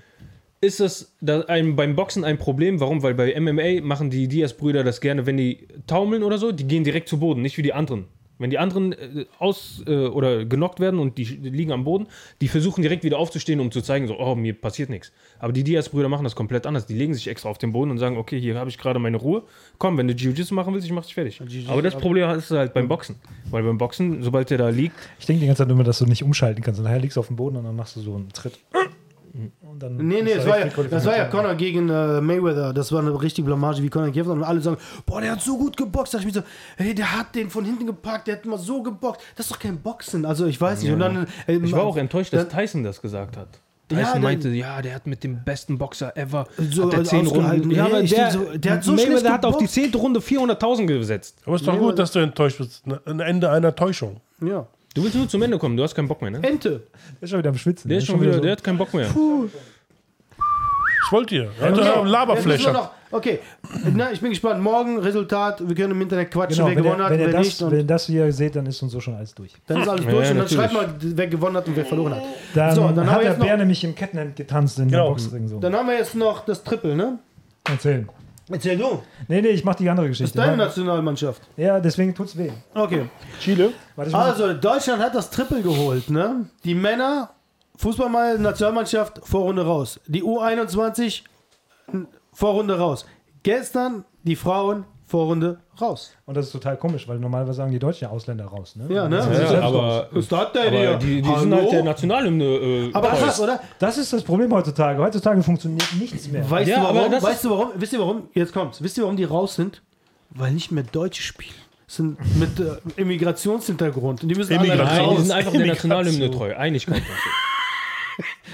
S3: ist das da ein, beim Boxen ein Problem. Warum? Weil bei MMA machen die Diaz-Brüder das gerne, wenn die taumeln oder so, die gehen direkt zu Boden, nicht wie die anderen. Wenn die anderen äh, aus äh, oder genockt werden und die sch- liegen am Boden, die versuchen direkt wieder aufzustehen, um zu zeigen, so, oh, mir passiert nichts. Aber die Diaz-Brüder machen das komplett anders. Die legen sich extra auf den Boden und sagen, okay, hier habe ich gerade meine Ruhe. Komm, wenn du Jiu-Jitsu machen willst, ich mach dich fertig. Aber das Problem ist halt beim Boxen. Weil beim Boxen, sobald der da liegt,
S4: Ich denke die ganze Zeit immer, dass du halt nicht umschalten kannst. Und nachher liegst du auf dem Boden und dann machst du so einen Tritt. Und dann
S1: Nee, nee, das
S4: das
S1: war, ja,
S4: echt eine
S1: das war ja Conor gegen
S4: Qualifikation.
S1: äh, Mayweather. Das war eine richtige Blamage wie Conor gegen Und alle sagen, boah, der hat so gut geboxt. Da dachte ich mir so, hey, der hat den von hinten gepackt, der hat mal so geboxt. Das ist doch kein Boxen. Also ich weiß nicht. Und dann, äh,
S3: Ich war auch enttäuscht, dass
S1: dann-
S3: Tyson das gesagt hat.
S1: Ja,
S3: Tyson
S1: der-
S3: meinte, ja, der hat mit dem besten Boxer ever
S1: So
S3: hat er zehn
S1: ausgehalten.
S3: Runden. Ja,
S1: Ja,
S3: aber
S1: ich
S3: der,
S1: denk so, der hat so
S3: Mayweather
S1: schlecht
S3: hat auf die
S1: geboxt.
S3: zehnte Runde 400.000 gesetzt.
S2: Aber es ist doch gut, dass du enttäuscht bist. Ne- Ein Ende einer Täuschung.
S1: Ja.
S3: Du willst nur zum Ende kommen, du hast keinen Bock mehr, ne?
S1: Ente.
S4: Der ist schon wieder am Schwitzen.
S3: Der ist schon wieder,
S4: so-
S3: der hat keinen Bock mehr.
S2: Ich wollte hier. Also okay.
S1: Jetzt genau. müssen wir
S2: Laberfläche.
S1: noch- Okay, na, ich bin gespannt. Morgen Resultat. Wir können im Internet quatschen,
S4: Genau,
S1: wer
S4: wenn,
S1: gewonnen
S4: ihr,
S1: hat
S4: wenn,
S1: und
S4: ihr
S1: wer
S4: das,
S1: nicht. Und
S4: wenn ihr das hier seht, dann ist uns so schon alles durch.
S1: dann ist alles
S3: Ja,
S1: durch. und dann
S3: natürlich.
S1: schreibt mal, wer gewonnen hat und wer verloren hat.
S4: Dann,
S1: So, dann haben
S4: hat
S1: wir
S4: der
S1: jetzt noch-
S4: Bär nämlich im Catnamp getanzt in
S2: Genau.
S4: dem Boxring. So.
S1: Dann haben wir jetzt noch das Triple, ne?
S4: Erzählen.
S1: Erzähl du.
S4: Nee, nee, ich mach die andere
S1: Das ist
S4: Geschichte.
S1: deine
S4: Weil-
S1: Nationalmannschaft.
S4: ja, deswegen tut's weh.
S1: Okay.
S2: Chile.
S4: Warte, ich muss-
S1: Also, Deutschland hat das Triple geholt, ne? Die Männer, Fußball Nationalmannschaft, Vorrunde raus. Die U21, n- Vorrunde raus. Gestern die Frauen, Vorrunde raus.
S4: Und das ist total komisch, weil normalerweise sagen die Deutschen ja Ausländer raus. Ne?
S1: Ja, ne?
S4: Das ist
S1: Ja,
S4: selbst raus.
S3: aber,
S1: Was hat der
S3: aber
S1: dir?
S3: die, die sind
S1: Hallo?
S3: halt der Nationalhymne. Äh,
S1: Aber
S3: treu.
S1: krass, oder?
S4: das ist das Problem heutzutage. Heutzutage funktioniert nichts mehr.
S1: Weißt
S3: Ja,
S1: du
S3: aber
S1: warum?
S3: das
S1: Weißt
S3: ist-
S1: du warum? Wisst ihr warum? Jetzt kommt's. Wisst ihr warum die raus sind? Weil nicht mehr Deutsche spielen. Das sind mit äh, Immigrationshintergrund. Und die müssen alle
S2: Immigration.
S3: Nein, die
S1: raus.
S3: sind einfach der
S2: Immigration.
S3: Nationalhymne treu. Einigkeit.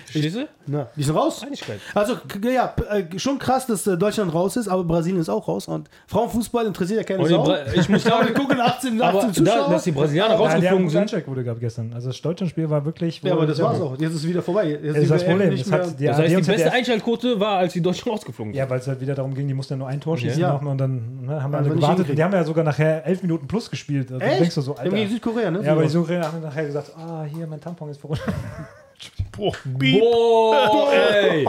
S3: Verstehst du?
S1: Na, die sind raus.
S3: Einigkeit.
S1: Also, k- ja, p- äh, schon krass, dass äh, Deutschland raus ist, aber Brasilien ist auch raus. Und Frauenfußball interessiert ja keine
S3: Und die
S1: Sau.
S3: Bra- ich muss
S1: Aber
S3: sagen,
S1: wir gucken 18,
S3: aber
S1: 18 Zuschauer.
S3: da, dass die Brasilianer
S4: Ja, die haben einen
S3: rausgeflogen
S4: guten
S3: sind,
S4: Eincheck wurde gehabt gestern. Also das Deutschlandspiel war wirklich.
S1: ja, aber
S4: wohl
S1: das
S4: sehr
S1: war's
S4: gut.
S1: auch. Jetzt ist es wieder vorbei. Jetzt
S4: Das ist
S1: die
S4: das
S1: WM
S4: Problem.
S1: Nicht
S4: Das
S1: mehr.
S4: hat, die
S3: das heißt, die
S4: ARD und
S3: beste
S4: ZDF
S3: Einschaltquote war, als die Deutschen rausgeflogen sind.
S4: Ja, weil es halt wieder darum ging, die mussten ja nur ein Tor schießen
S1: Ja.
S4: noch mal und dann ne, haben
S1: Ja,
S4: alle
S1: wenn ich
S4: gewartet.
S1: hinkrieg.
S4: Und die haben ja sogar nachher elf Minuten plus gespielt. Also
S1: Echt?
S4: denkst du so,
S1: Irgendwie
S4: Alter.
S1: Südkorea, ne?
S4: Ja, aber die Südkoreaner haben nachher gesagt, ah, hier, mein Tampon ist verrutscht.
S2: Boah, Beep.
S3: Boah, ey.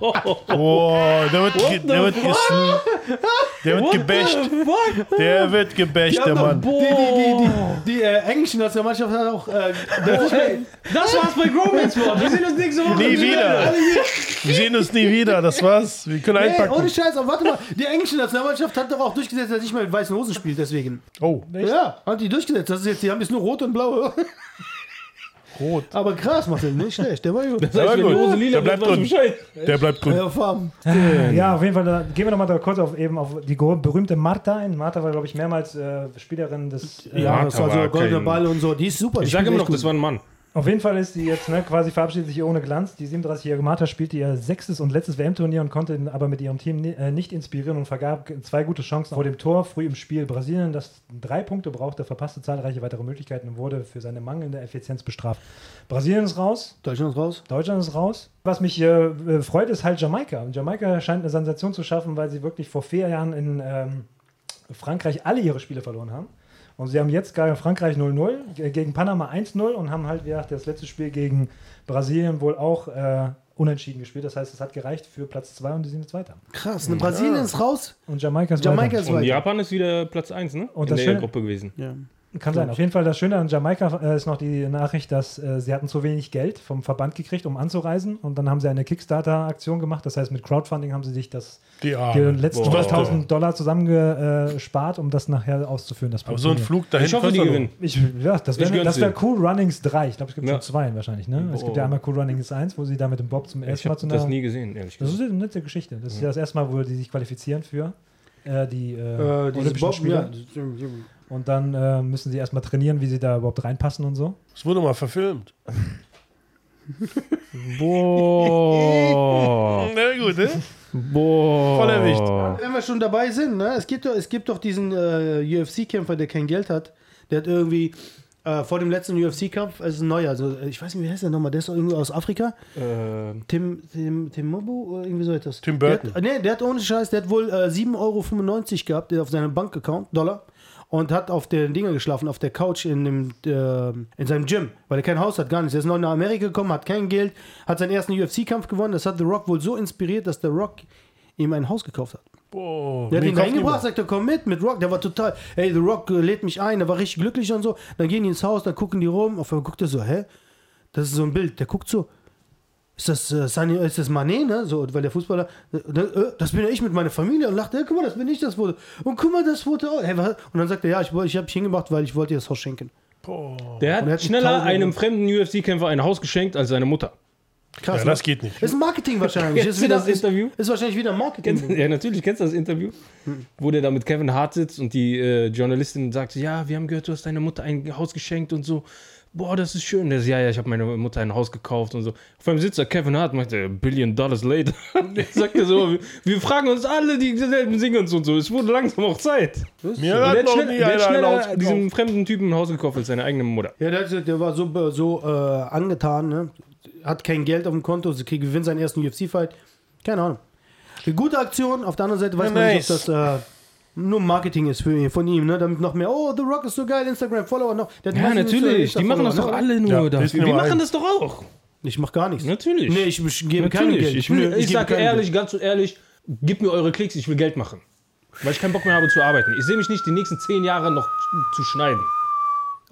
S2: Boah, der wird, ge der wird, gesl- der wird
S3: What the
S2: gebäscht.
S3: fuck?
S2: Der wird gebäscht, der
S1: Die, haben
S2: Mann.
S1: doch- die, die, die, die, die äh, englische Nationalmannschaft hat auch. Äh, das
S3: Ey, Das war's bei Gromans World. Wir sehen uns nächste Woche.
S2: Nie wieder. Wir sehen uns nie wieder, das war's. Wir können
S1: Ey, ohne
S2: einpacken.
S1: Scheiß, aber warte mal, die englische Nationalmannschaft hat doch auch durchgesetzt, dass sie nicht mal mit weißen Hosen spielt, deswegen.
S2: Oh,
S1: Ja, hat die durchgesetzt. Das ist jetzt, die haben jetzt nur rot und blau.
S2: rot.
S1: Aber krass, Marcel, nicht schlecht. Der war gut.
S3: Das heißt,
S2: Aber
S3: wenn
S2: gut,
S3: Lose lila
S2: der bleibt
S3: wird, weißt du
S2: drin.
S3: Bescheid.
S2: Der bleibt grün.
S1: Ja, Farben.
S4: Ja, auf jeden Fall, da gehen wir nochmal da kurz auf eben auf die gro- berühmte Marta ein. Marta war, glaube ich, mehrmals äh, Spielerin des. Äh,
S1: Ja,
S3: Martha
S1: das war
S3: war
S1: so goldener
S3: kein-
S1: Ball und so. Die ist super. die
S3: Ich sage
S1: spielt
S3: immer
S1: echt
S3: noch,
S1: gut.
S3: das war ein Mann.
S4: Auf jeden Fall ist sie jetzt ne, quasi verabschiedet sich ohne Glanz. Die 37-jährige Marta spielte ihr sechstes und letztes WM-Turnier und konnte ihn aber mit ihrem Team ni- äh, nicht inspirieren und vergab g- zwei gute Chancen vor dem Tor früh im Spiel. Brasilien, das drei Punkte brauchte, verpasste zahlreiche weitere Möglichkeiten und wurde für seine mangelnde Effizienz bestraft. Brasilien ist raus,
S1: Deutschland ist raus.
S4: Deutschland ist raus. Was mich äh, äh, freut, ist halt Jamaika. Und Jamaika scheint eine Sensation zu schaffen, weil sie wirklich vor vier Jahren in ähm, Frankreich alle ihre Spiele verloren haben. Und sie haben jetzt gerade Frankreich 0-0, ge- gegen Panama 1-0 und haben halt, wie gesagt, das letzte Spiel gegen Brasilien wohl auch äh, unentschieden gespielt. Das heißt, es hat gereicht für Platz 2 und die sind jetzt weiter.
S1: Krass. Ne, Brasilien ist raus.
S4: Und Jamaika ist
S1: Jamaika
S4: weiter.
S1: ist
S3: Und
S1: weiter.
S3: Japan ist wieder Platz 1, ne? In
S4: Und das
S3: der
S4: Schöne-
S3: Gruppe gewesen.
S1: Ja.
S4: Kann
S1: Genau.
S4: sein. Auf jeden Fall das Schöne an Jamaika äh, ist noch die Nachricht, dass äh, sie hatten zu wenig Geld vom Verband gekriegt, um anzureisen. Und dann haben sie eine Kickstarter-Aktion gemacht. Das heißt, mit Crowdfunding haben sie sich das
S2: Die
S4: die
S2: Arme.
S4: letzten
S3: Boah.
S4: 1000 Dollar zusammengespart, um das nachher auszuführen. Das
S2: Aber so ein
S4: Portfolio.
S2: Flug dahin.
S3: Ich hoffe, die
S2: kostet doch-
S3: gewinnen.
S4: Ich, ja, das
S3: Ich gönn's
S4: wäre das wär
S3: dir.
S4: Cool Runnings 3. Ich glaube, es gibt
S3: Ja.
S4: schon zwei wahrscheinlich. Ne? Es gibt ja
S3: Boah.
S4: einmal Cool Runnings 1, wo sie da mit dem Bob zum
S3: Ich
S4: ersten Mal
S3: habe
S4: zu
S3: das
S4: einer.
S3: nie gesehen, ehrlich
S4: Das
S3: gesagt.
S4: ist eine nette Geschichte. Das ist ja das erste Mal, wo die sich qualifizieren für äh, die äh,
S1: Äh, dieses
S4: Olympischen
S1: Bob, ja.
S4: Spiele. Und dann äh, müssen sie erstmal trainieren, wie sie da überhaupt reinpassen und so.
S2: Es wurde mal verfilmt.
S3: Boah.
S2: Na gut, ne?
S3: Boah.
S2: Voll erwischt.
S1: Wenn wir schon dabei sind, ne? es, gibt doch, es gibt doch diesen äh, UFC-Kämpfer, der kein Geld hat. Der hat irgendwie äh, vor dem letzten UFC-Kampf, es ist ein neuer, also äh, ich weiß nicht, wie heißt der nochmal, der ist doch irgendwie aus Afrika.
S3: Ähm,
S1: Tim, Tim, Tim Mobu oder irgendwie so etwas.
S2: Tim Burton.
S1: Der hat, nee, der hat ohne Scheiß, der hat wohl äh, 7,95 Euro gehabt auf seinem Bankaccount, Dollar. Und hat auf den Dinger geschlafen, auf der Couch in, dem, äh, in seinem Gym, weil er kein Haus hat, gar nichts. Er ist neu nach Amerika gekommen, hat kein Geld, hat seinen ersten UFC-Kampf gewonnen. Das hat The Rock wohl so inspiriert, dass The Rock ihm ein Haus gekauft hat.
S2: Boah.
S1: Der hat
S2: nee,
S1: ihn da
S2: kauft
S1: hingebracht,
S2: niemand.
S1: sagt er, komm mit, mit Rock. Der war total, ey, The Rock äh, lädt mich ein, der war richtig glücklich und so. Dann gehen die ins Haus, dann gucken die rum. Auf einmal guckt er so, hä? Das ist so ein Bild. Der guckt so, ist das, äh, Sani, ist das Mané, ne? So, weil der Fußballer, äh, äh, das bin ja ich mit meiner Familie. Und lacht, ey, guck mal, das bin ich, das wurde. Und guck mal, das wurde auch. Hey, was? Und dann sagt er, ja, ich, woll- ich habe mich hingemacht, weil ich wollte dir das Haus schenken.
S3: Der
S1: Und er
S3: hat
S1: hat
S3: schneller
S1: tausend-
S3: einem fremden UFC-Kämpfer ein Haus geschenkt als seine Mutter.
S1: Krass.
S2: Ja,
S1: ne?
S2: das geht nicht.
S1: ist ein Marketing wahrscheinlich.
S3: Kennst
S1: ist,
S3: du
S1: wieder,
S3: das
S1: ist,
S3: Interview?
S1: ist wahrscheinlich wieder Marketing.
S3: Kennst, ja, natürlich, kennst du das Interview, wo der da mit Kevin Hart sitzt und die äh, Journalistin sagt, ja, wir haben gehört, du hast deiner Mutter ein Haus geschenkt und so. Boah, das ist schön. Der sagt, ja, ja, ich habe meiner Mutter ein Haus gekauft und so. Auf einem sitzt da Kevin Hart und macht, äh, Billion Dollars later. Und der sagt ja so, wir, wir fragen uns alle die selben Singers und so. Es wurde langsam auch Zeit.
S2: Mir
S3: Und der
S2: hat
S3: hat,
S2: noch
S3: schnell,
S2: nie
S3: der hat
S2: einer ein Haus
S3: schneller
S2: gekauft.
S3: diesem fremden Typen ein Haus gekauft als seine eigene Mutter.
S1: Ja, der, hat gesagt, der war so, be- so äh, angetan, ne? hat kein Geld auf dem Konto, sie kriegt- gewinnt seinen ersten UFC-Fight. Keine Ahnung. Eine gute Aktion, auf der anderen Seite weiß
S2: Ja,
S1: man
S2: nice.
S1: nicht, ob das äh, nur Marketing ist für, von ihm, ne? damit noch mehr, oh, The Rock ist so geil, Instagram-Follower noch. Der hat
S3: Ja,
S1: meistens
S3: natürlich. Die machen das doch
S1: Insta-Follower, ne?
S3: alle nur
S2: Ja,
S3: dafür.
S2: wissen
S3: Wir
S2: wir
S3: machen
S2: ein.
S3: das doch auch.
S1: Ich mach gar nichts.
S3: Natürlich.
S1: Nee, ich, ich gebe keinem
S3: Natürlich.
S1: Geld.
S3: Ich, will,
S1: Nee,
S3: ich,
S1: gebe
S3: sage
S1: keinem
S3: ehrlich, ganz ehrlich, gib mir eure Klicks, ich will Geld machen. Weil ich keinen Bock mehr habe zu arbeiten. Ich sehe mich nicht die nächsten zehn Jahre noch zu schneiden.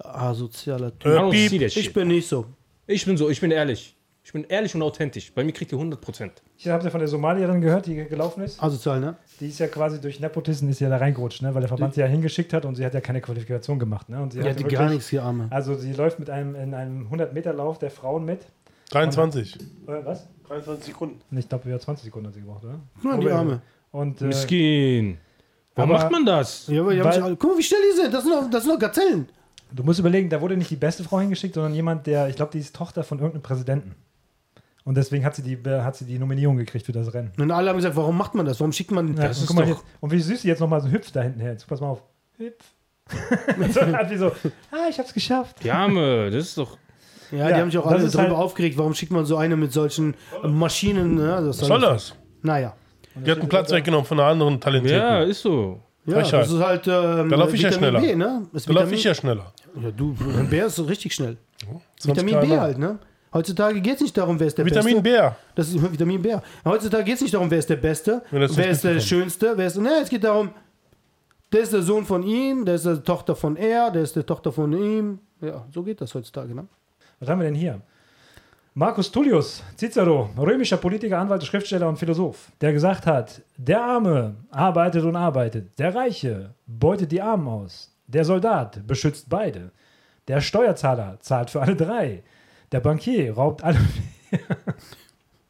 S1: Geld. Asozialer Typ.
S3: I
S2: Äh,
S3: don't
S2: piep.
S3: see that
S1: Ich
S3: shit.
S1: bin nicht so.
S3: ich bin so, ich bin ehrlich. Ich bin ehrlich und authentisch. Bei mir kriegt ihr 100%.
S4: Ich habe ja von der Somalierin gehört, die gelaufen ist.
S1: Asozial, ne?
S4: Die ist ja quasi durch Nepotismus ist ja da reingerutscht, ne? weil der Verband sie ja hingeschickt hat und sie hat ja keine Qualifikation gemacht. Ne? Und sie
S1: Die
S4: hatte
S1: hatte
S4: wirklich-
S1: gar nichts, die Arme.
S4: Also sie läuft mit einem in einem 100-Meter-Lauf der Frauen mit.
S2: 23.
S4: Äh, was?
S2: 23 Sekunden.
S4: Ich glaube, über 20 Sekunden hat sie gebraucht, oder?
S1: Nur die Arme.
S4: Und äh,
S3: Miskin. Warum
S4: aber-
S3: macht man das?
S1: Ja, aber die haben
S4: Weil-
S1: sich alle- Guck mal, wie schnell die sind. Das sind noch, das sind noch Gazellen.
S4: du musst überlegen, da wurde nicht die beste Frau hingeschickt, sondern jemand, der, ich glaube, die ist Tochter von irgendeinem Präsidenten. Und deswegen hat sie die, äh, hat sie die Nominierung gekriegt für das Rennen.
S1: Und alle haben gesagt, warum macht man das? Warum schickt man
S4: Ja,
S3: Das
S4: und,
S3: ist
S4: guck mal
S3: doch-
S4: jetzt, und wie süß sie jetzt nochmal so hüpft da hinten her. Jetzt pass mal auf. Hüpf. so, hat sie so, ah, ich hab's geschafft.
S3: Die Arme, das ist doch.
S1: Ja,
S4: Ja,
S1: die haben sich auch
S4: das
S1: alle
S4: ist
S1: drüber
S4: halt-
S1: aufgeregt, warum schickt man so eine mit solchen äh, Maschinen? Ne? Das
S2: Was soll das?
S1: Naja.
S2: Die hat einen Platz weggenommen von einer anderen Talentierten.
S3: Ja, ist so.
S1: Ja,
S2: Frechheit.
S1: das ist halt. Ähm,
S2: Da lauf ich ja
S1: Vitamin
S2: schneller.
S1: B, ne? Ist
S2: Da laufe
S1: Vitamin-
S2: ich ja schneller.
S1: ja. Du, ein Bär ist so richtig schnell.
S2: 20
S1: Vitamin B
S2: km/h.
S1: halt, ne? Heutzutage geht es nicht darum, wer ist der Beste.
S2: Vitamin Bär.
S1: Das ist Vitamin B. Heutzutage geht es nicht darum, wer ist der Beste,
S2: Ja, das ist
S1: wer
S2: nicht
S1: ist der
S2: mitbekommen.
S1: Schönste, wer ist. Ne, es geht darum, der ist der Sohn von ihm, der ist der Tochter von er, der ist der Tochter von ihm. Ja, so geht das heutzutage, ne?
S4: Was haben wir denn hier? Marcus Tullius, Cicero, römischer Politiker, Anwalt, Schriftsteller und Philosoph, der gesagt hat, der Arme arbeitet und arbeitet, der Reiche beutet die Armen aus, der Soldat beschützt beide, der Steuerzahler zahlt für alle drei, der Bankier raubt alle vier,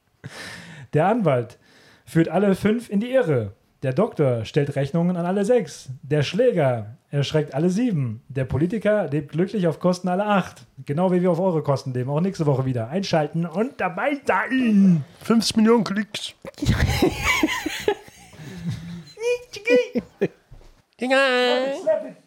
S4: der Anwalt führt alle fünf in die Irre, der Doktor stellt Rechnungen an alle sechs, der Schläger erschreckt alle sieben, der Politiker lebt glücklich auf Kosten aller acht, genau wie wir auf eure Kosten leben, auch nächste Woche wieder. Einschalten und dabei sein!
S2: 50 Millionen Klicks.
S4: Slap it.